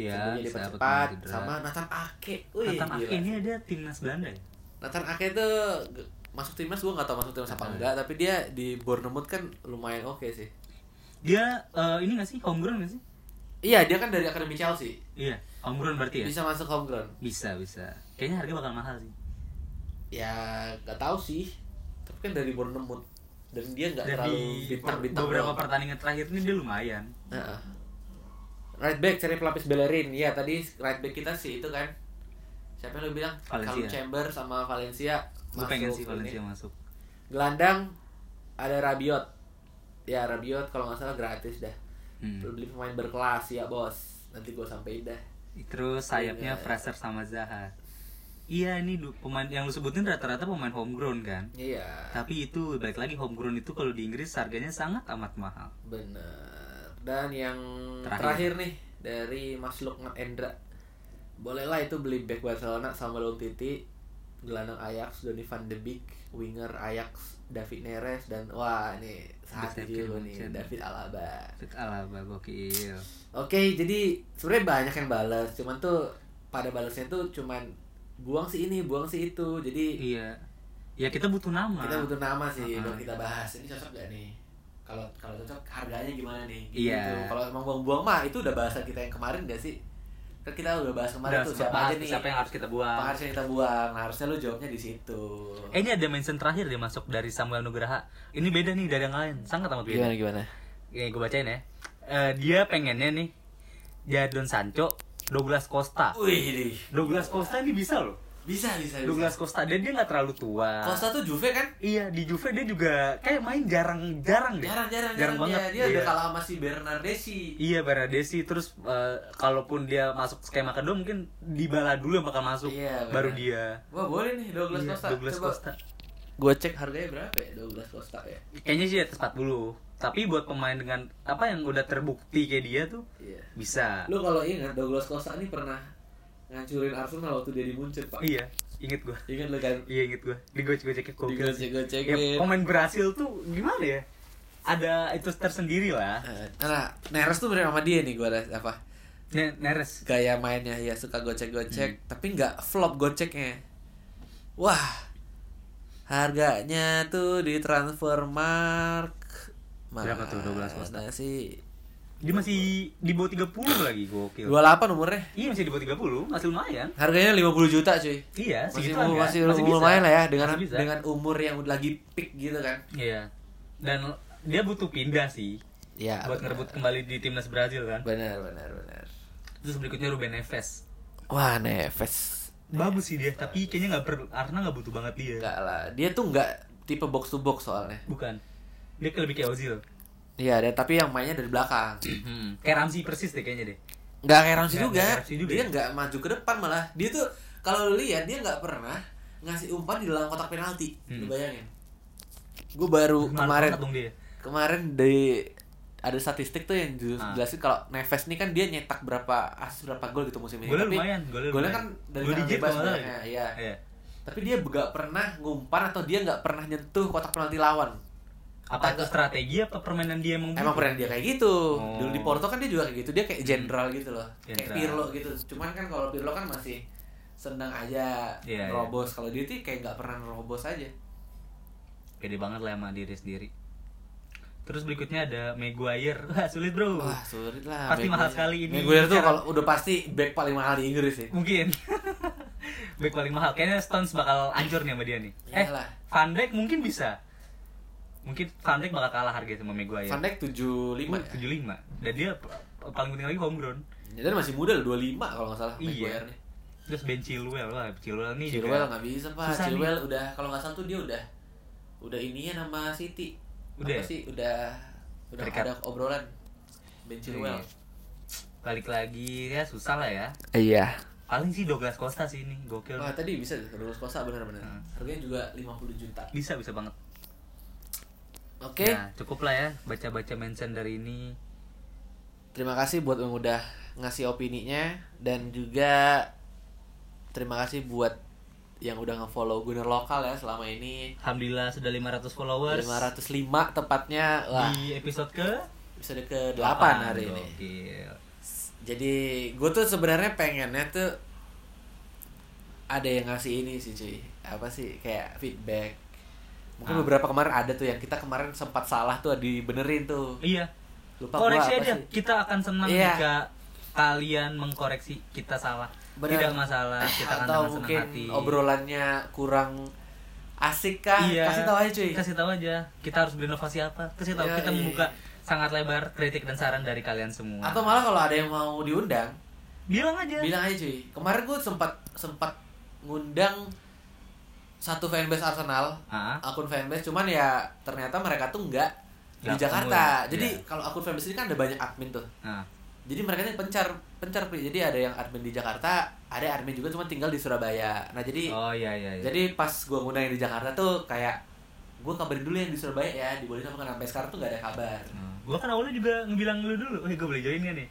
Speaker 2: Iya,
Speaker 1: sebelumnya
Speaker 2: bisa dapat
Speaker 1: dipercepat
Speaker 2: pemain cedera.
Speaker 1: sama Nathan Ake. Wih,
Speaker 2: Nathan Ake
Speaker 1: gila.
Speaker 2: ini ada timnas Belanda ya?
Speaker 1: Nathan Ake tuh ge- masuk timnas gua nggak tahu masuk timnas apa
Speaker 2: Nggak tahu. ya.
Speaker 1: enggak, tapi dia di Bournemouth kan lumayan oke sih.
Speaker 2: Dia eh, ini nggak sih homegrown nggak sih?
Speaker 1: Iya, dia kan dari akademi Chelsea.
Speaker 2: Iya, homegrown berarti ya.
Speaker 1: Bisa masuk homegrown.
Speaker 2: Bisa, bisa. Kayaknya harga bakal mahal sih.
Speaker 1: ya nggak tahu sih tapi kan dari Bournemouth dan dia nggak
Speaker 2: Dan
Speaker 1: terlalu
Speaker 2: di
Speaker 1: bintang-bintang
Speaker 2: beberapa
Speaker 1: doang.
Speaker 2: pertandingan terakhir ini dia lumayan.
Speaker 1: Heeh. right back cari pelapis belerin ya tadi right back kita sih itu kan siapa yang lu bilang
Speaker 2: Valencia.
Speaker 1: Calum Chamber sama Valencia
Speaker 2: Gue pengen sih
Speaker 1: ini.
Speaker 2: Valencia masuk.
Speaker 1: gelandang ada Rabiot ya Rabiot kalau nggak salah gratis dah
Speaker 2: Hmm.
Speaker 1: Lu beli pemain berkelas ya bos nanti gua sampein dah
Speaker 2: Terus sayapnya
Speaker 1: Iya.
Speaker 2: Fraser sama Zaha. Iya, ini du- pemain yang lu sebutin rata-rata pemain homegrown kan.
Speaker 1: iya
Speaker 2: Tapi itu balik lagi homegrown itu kalau di Inggris harganya sangat amat mahal.
Speaker 1: Bener. Dan yang terakhir,
Speaker 2: Terakhir.
Speaker 1: nih dari Mas Lukman Endra. Bolehlah itu beli back Barcelona sama Lung Titi, gelandang Ajax, Donny van de Beek, winger Ajax, David Neres dan wah ini saat
Speaker 2: David
Speaker 1: juga nih
Speaker 2: Munchen.
Speaker 1: David Alaba.
Speaker 2: Fit Alaba gokil.
Speaker 1: Oke, jadi sebenarnya banyak yang balas, cuman tuh pada balasnya tuh cuman buang si ini, buang si itu. Jadi
Speaker 2: Iya. Ya kita butuh nama.
Speaker 1: kita butuh nama sih
Speaker 2: Ah.
Speaker 1: buat kita bahas. Ini cocok gak nih? Kalau kalau cocok harganya gimana nih?
Speaker 2: Iya.
Speaker 1: Gitu. Kalau emang buang-buang mah itu udah bahasa kita yang kemarin gak sih? Kan kita udah bahas kemarin
Speaker 2: Udah,
Speaker 1: tuh siapa aja nih.
Speaker 2: siapa yang harus kita buang?
Speaker 1: harusnya kita buang. Nah, harusnya lu jawabnya di situ.
Speaker 2: Eh ini ada mention terakhir dia masuk dari Samuel Nugraha. Ini beda nih dari yang lain. Sangat amat beda.
Speaker 1: gimana?
Speaker 2: Ini gue bacain ya. Eh, dia pengennya nih Jadon Sancho, Douglas Costa.
Speaker 1: Wih, dih.
Speaker 2: Douglas Costa ini bisa loh.
Speaker 1: bisa bisa bisa.
Speaker 2: Douglas Costa dia dia nggak terlalu tua.
Speaker 1: Costa tuh Juve kan?
Speaker 2: Iya di Juve dia juga kayak main jarang-jarang deh.
Speaker 1: Jarang-jarang
Speaker 2: Iya. Jarang banget.
Speaker 1: dia, dia
Speaker 2: Iya.
Speaker 1: udah kalah sama si Bernardeschi.
Speaker 2: Iya Bernadesi terus eh, kalaupun dia masuk skema kedua mungkin Dybala dulu yang bakal masuk
Speaker 1: Iya,
Speaker 2: baru
Speaker 1: benar.
Speaker 2: dia.
Speaker 1: Wah, boleh nih Douglas
Speaker 2: Iya,
Speaker 1: Costa.
Speaker 2: Douglas
Speaker 1: Coba
Speaker 2: Costa.
Speaker 1: Gue cek harganya berapa ya Douglas Costa ya?
Speaker 2: Kayaknya sih di atas 40. Tapi buat pemain dengan apa yang udah terbukti kayak dia tuh
Speaker 1: Iya.
Speaker 2: bisa.
Speaker 1: Lu kalau ingat Douglas Costa ini pernah ngancurin Arsenal waktu dia di Munchen, Pak.
Speaker 2: Iya, inget gua.
Speaker 1: Ingat lu kan?
Speaker 2: Iya inget gua. Di gojek-gojeknya gokil. sih. Ya,
Speaker 1: Digocek-gocekin.
Speaker 2: pemain Brasil tuh gimana ya? Ada itu tersendiri lah.
Speaker 1: Nah, Neres tuh mirip sama dia nih gue apa
Speaker 2: Ne- Neres.
Speaker 1: gaya mainnya ya suka
Speaker 2: Hmm.
Speaker 1: gocek-gocek tapi nggak flop goceknya. Wah, harganya tuh di transfer mark nah,
Speaker 2: Berapa tuh, 12 Costa?
Speaker 1: sih?
Speaker 2: Dia masih di bawah 30 lagi gokil.
Speaker 1: 28 umurnya.
Speaker 2: Iya masih di bawah 30, masih lumayan.
Speaker 1: Harganya 50 juta cuy.
Speaker 2: Iya,
Speaker 1: Masih,
Speaker 2: segituan kan.
Speaker 1: masih,
Speaker 2: Masih bisa.
Speaker 1: lumayan lah ya dengan
Speaker 2: Masih bisa.
Speaker 1: dengan umur yang lagi peak gitu kan.
Speaker 2: Iya. Dan dia butuh pindah sih
Speaker 1: Ya. benar.
Speaker 2: buat ngerebut kembali di timnas Brazil kan.
Speaker 1: Benar, benar, benar.
Speaker 2: Terus berikutnya Ruben Neves. Nah.
Speaker 1: Wah, Neves.
Speaker 2: Bagus sih dia, tapi kayaknya nggak perlu Arna nggak butuh banget dia.
Speaker 1: Enggak lah. Dia tuh enggak tipe box to box soalnya.
Speaker 2: Bukan. Dia lebih kayak Ozil.
Speaker 1: Iya, ada tapi yang mainnya dari belakang. Hmm.
Speaker 2: Kayak Ramzi persis deh kayaknya deh.
Speaker 1: Enggak kayak Ramsey
Speaker 2: Nggak
Speaker 1: juga.
Speaker 2: kayak Ramsey juga
Speaker 1: Dia
Speaker 2: ya?
Speaker 1: enggak maju ke depan malah. Dia tuh kalau lu lihat dia enggak pernah ngasih umpan di dalam kotak penalti. Lu
Speaker 2: Hmm.
Speaker 1: bayangin. Gue baru
Speaker 2: Malu
Speaker 1: kemarin
Speaker 2: banget dong dia.
Speaker 1: kemarin di ada statistik tuh yang jelas-
Speaker 2: Ah.
Speaker 1: jelasin kalau Neves nih kan dia nyetak berapa asis berapa gol gitu musim ini.
Speaker 2: Golnya
Speaker 1: tapi
Speaker 2: lumayan, golnya
Speaker 1: golnya
Speaker 2: lumayan.
Speaker 1: kan dari
Speaker 2: Dua
Speaker 1: kanan
Speaker 2: digit
Speaker 1: bebas
Speaker 2: kalau nggak salah
Speaker 1: sebenarnya,
Speaker 2: ya?
Speaker 1: iya.
Speaker 2: Iya.
Speaker 1: Tapi dia nggak pernah ngumpan atau dia nggak pernah nyentuh kotak penalti lawan.
Speaker 2: Apa itu strategi apa permainan dia emang?
Speaker 1: Emang
Speaker 2: gitu?
Speaker 1: pernah dia kayak gitu.
Speaker 2: Oh.
Speaker 1: Dulu di Porto kan dia juga kayak gitu. Dia kayak jenderal gitu loh. Kayak
Speaker 2: Jenderal.
Speaker 1: Pirlo gitu. Cuman kan kalau Pirlo kan masih sendang aja
Speaker 2: Iya,
Speaker 1: robos. Kalau dia tuh kayak nggak pernah robos aja.
Speaker 2: Gede banget lah sama diri sendiri. Terus berikutnya ada Maguire. Wah, sulit bro.
Speaker 1: Wah, sulit lah.
Speaker 2: Pasti mahal sekali ini.
Speaker 1: Gue tuh
Speaker 2: Cara-
Speaker 1: kalau udah pasti back paling mahal di Inggris sih.
Speaker 2: Mungkin. Back paling mahal. Kayaknya Stones bakal hancur nih sama dia nih. Eh,
Speaker 1: Iyalah.
Speaker 2: Van Dijk mungkin bisa. Mungkin Van Dijk bakal kalah harga sama Maguire.
Speaker 1: Van Dijk 75 ya.
Speaker 2: 75. Dan dia p- paling penting lagi homegrown.
Speaker 1: Dan masih muda loh, 25 kalau nggak salah
Speaker 2: Iya.
Speaker 1: Maguire nih.
Speaker 2: Terus Ben Chilwell lah. Chilwell nih
Speaker 1: Chilwell
Speaker 2: juga
Speaker 1: nggak bisa pak.
Speaker 2: Susah nih.
Speaker 1: Chilwell udah kalau nggak salah tuh dia udah udah ininya nama City.
Speaker 2: Udah
Speaker 1: Apa
Speaker 2: ya?
Speaker 1: sih? Udah udah
Speaker 2: Terikat.
Speaker 1: ada obrolan. Ben Chilwell.
Speaker 2: Iya. balik lagi ya susah lah ya.
Speaker 1: Iya.
Speaker 2: Paling sih Douglas Costa sih ini gokil.
Speaker 1: Wah tadi bisa tuh Douglas Costa benar-benar.
Speaker 2: Hmm.
Speaker 1: Harganya juga 50 juta.
Speaker 2: Bisa bisa banget.
Speaker 1: Oke.
Speaker 2: Nah, cukup lah ya baca-baca mention dari ini.
Speaker 1: Terima kasih buat yang udah ngasih opininya dan juga terima kasih buat yang udah nge-follow Gunner lokal ya selama ini.
Speaker 2: Alhamdulillah sudah 500 followers.
Speaker 1: 505 tepatnya. Wah,
Speaker 2: di episode ke
Speaker 1: episode ke-8
Speaker 2: Hmm. delapan
Speaker 1: hari ini.
Speaker 2: Gokil.
Speaker 1: Jadi gue tuh sebenarnya pengennya tuh ada yang ngasih ini sih cuy apa sih kayak feedback mungkin
Speaker 2: Ah.
Speaker 1: beberapa kemarin ada tuh yang kita kemarin sempat salah tuh dibenerin tuh
Speaker 2: Iya.
Speaker 1: lupa gua
Speaker 2: Koreksi
Speaker 1: apa
Speaker 2: aja.
Speaker 1: sih.
Speaker 2: Kita akan senang
Speaker 1: Iya.
Speaker 2: jika kalian mengkoreksi kita salah.
Speaker 1: Benar.
Speaker 2: Tidak masalah. Kita akan
Speaker 1: atau
Speaker 2: dengan
Speaker 1: mungkin
Speaker 2: senang hati.
Speaker 1: obrolannya kurang asik kah
Speaker 2: Iya.
Speaker 1: kasih tahu aja cuy
Speaker 2: Kasih tahu aja. Kita harus berinovasi apa? Kasih tahu.
Speaker 1: Iya,
Speaker 2: kita
Speaker 1: iya.
Speaker 2: membuka sangat lebar kritik dan saran dari kalian semua.
Speaker 1: atau malah kalau ada yang mau diundang
Speaker 2: bilang aja.
Speaker 1: bilang aja cuy kemarin gue sempat sempat ngundang satu fanbase Arsenal
Speaker 2: Ah.
Speaker 1: akun fanbase cuman ya ternyata mereka tuh nggak di
Speaker 2: Nggak
Speaker 1: Jakarta
Speaker 2: ketemu ya?
Speaker 1: jadi
Speaker 2: Iya.
Speaker 1: kalau akun fanbase ini kan ada banyak admin tuh
Speaker 2: Nah,
Speaker 1: jadi mereka ini pencar pencar Pri. jadi ada yang admin di Jakarta ada yang admin juga cuma tinggal di Surabaya nah jadi
Speaker 2: Oh iya iya. iya.
Speaker 1: jadi pas gua ngundang yang di Jakarta tuh kayak gua kabarin dulu yang di Surabaya ya dibolehin sama kenapa sampai sekarang tuh nggak ada kabar
Speaker 2: Nah, gua kan awalnya juga ngebilang lu dulu, eh gua boleh join gak nih?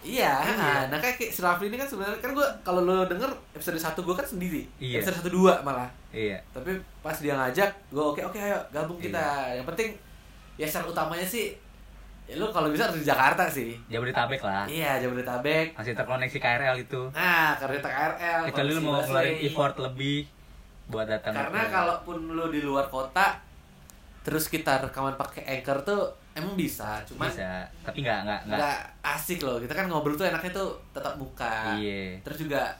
Speaker 1: iya nah, nah kayak kayak si Rafli ini kan sebenarnya kan gua kalau lo denger episode 1 gua kan sendiri
Speaker 2: Iya.
Speaker 1: episode 1 2 malah
Speaker 2: Iya.
Speaker 1: tapi pas dia ngajak gue oke oke ayo gabung kita
Speaker 2: Iya.
Speaker 1: yang penting ya syarat utamanya sih ya lu kalau bisa harus di Jakarta sih
Speaker 2: Jabodetabek lah.
Speaker 1: iya Jabodetabek
Speaker 2: Masih terkoneksi KRL itu.
Speaker 1: nah kereta KRL
Speaker 2: Kecuali
Speaker 1: koneksi
Speaker 2: lu Eh, mau
Speaker 1: busway.
Speaker 2: ngeluarin effort lebih buat datang.
Speaker 1: karena
Speaker 2: ke-
Speaker 1: kalaupun lu di luar kota terus kita rekaman pakai anchor tuh emang bisa cuman
Speaker 2: bisa tapi nggak nggak nggak
Speaker 1: nggak asik loh kita kan ngobrol tuh enaknya tuh tetap muka
Speaker 2: Iya.
Speaker 1: terus juga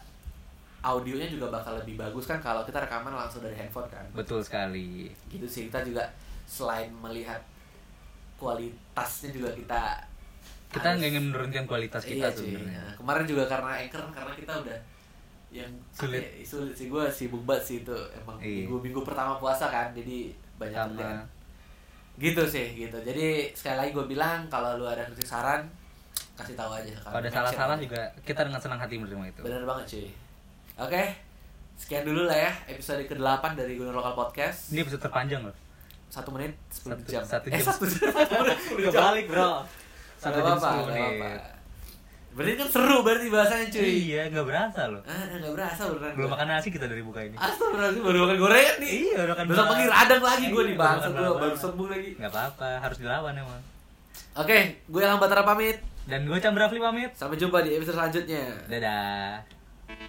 Speaker 1: audionya juga bakal lebih bagus kan kalau kita rekaman langsung dari handphone kan
Speaker 2: betul sekali
Speaker 1: gitu sih kita juga selain melihat kualitasnya juga kita
Speaker 2: kita
Speaker 1: harus-
Speaker 2: nggak ingin menurunkan kualitas kita
Speaker 1: iya,
Speaker 2: tuh
Speaker 1: cuy.
Speaker 2: sebenarnya.
Speaker 1: Nah, kemarin juga karena anchor karena kita udah yang
Speaker 2: Sulit.
Speaker 1: apa ya, sulit sih gue sibuk banget sih itu emang
Speaker 2: Iya.
Speaker 1: minggu minggu pertama puasa kan jadi banyak
Speaker 2: Sama.
Speaker 1: kerjaan gitu sih gitu jadi sekali lagi gue bilang kalau lu ada kritik saran kasih tahu aja
Speaker 2: kalau ada salah-salah gitu. juga kita dengan senang hati menerima itu
Speaker 1: bener banget cuy oke sekian dulu lah ya episode ke 8 dari Gunung Lokal Podcast
Speaker 2: ini episode terpanjang loh
Speaker 1: satu menit sepuluh
Speaker 2: Iya. Satu-
Speaker 1: jam eh
Speaker 2: satu jam.
Speaker 1: satu jam sepuluh jam
Speaker 3: Kebalik bro.
Speaker 2: Satu
Speaker 1: Nggak
Speaker 2: jam
Speaker 1: apa-apa, nggak
Speaker 2: sepuluh menit.
Speaker 1: apa-apa. berarti kan seru berarti bahasanya cuy
Speaker 2: iya nggak berasa loh
Speaker 1: ah nggak berasa beneran
Speaker 2: belum
Speaker 1: gua.
Speaker 2: makan nasi kita dari buka ini
Speaker 1: Astagfirullahaladzim, baru makan gorengan nih
Speaker 2: Iya, baru makan
Speaker 1: Ah. Besok
Speaker 2: gorengan.
Speaker 1: pagi radang lagi gue
Speaker 2: Iya,
Speaker 1: nih
Speaker 2: baru
Speaker 1: bangsa
Speaker 2: makan
Speaker 1: gue
Speaker 2: radang.
Speaker 1: baru sembuh lagi
Speaker 2: nggak apa-apa harus dilawan emang
Speaker 1: Oke, gue Elang Batara pamit
Speaker 2: dan gue Chandra Fli pamit
Speaker 1: Sampai jumpa di episode selanjutnya
Speaker 2: dadah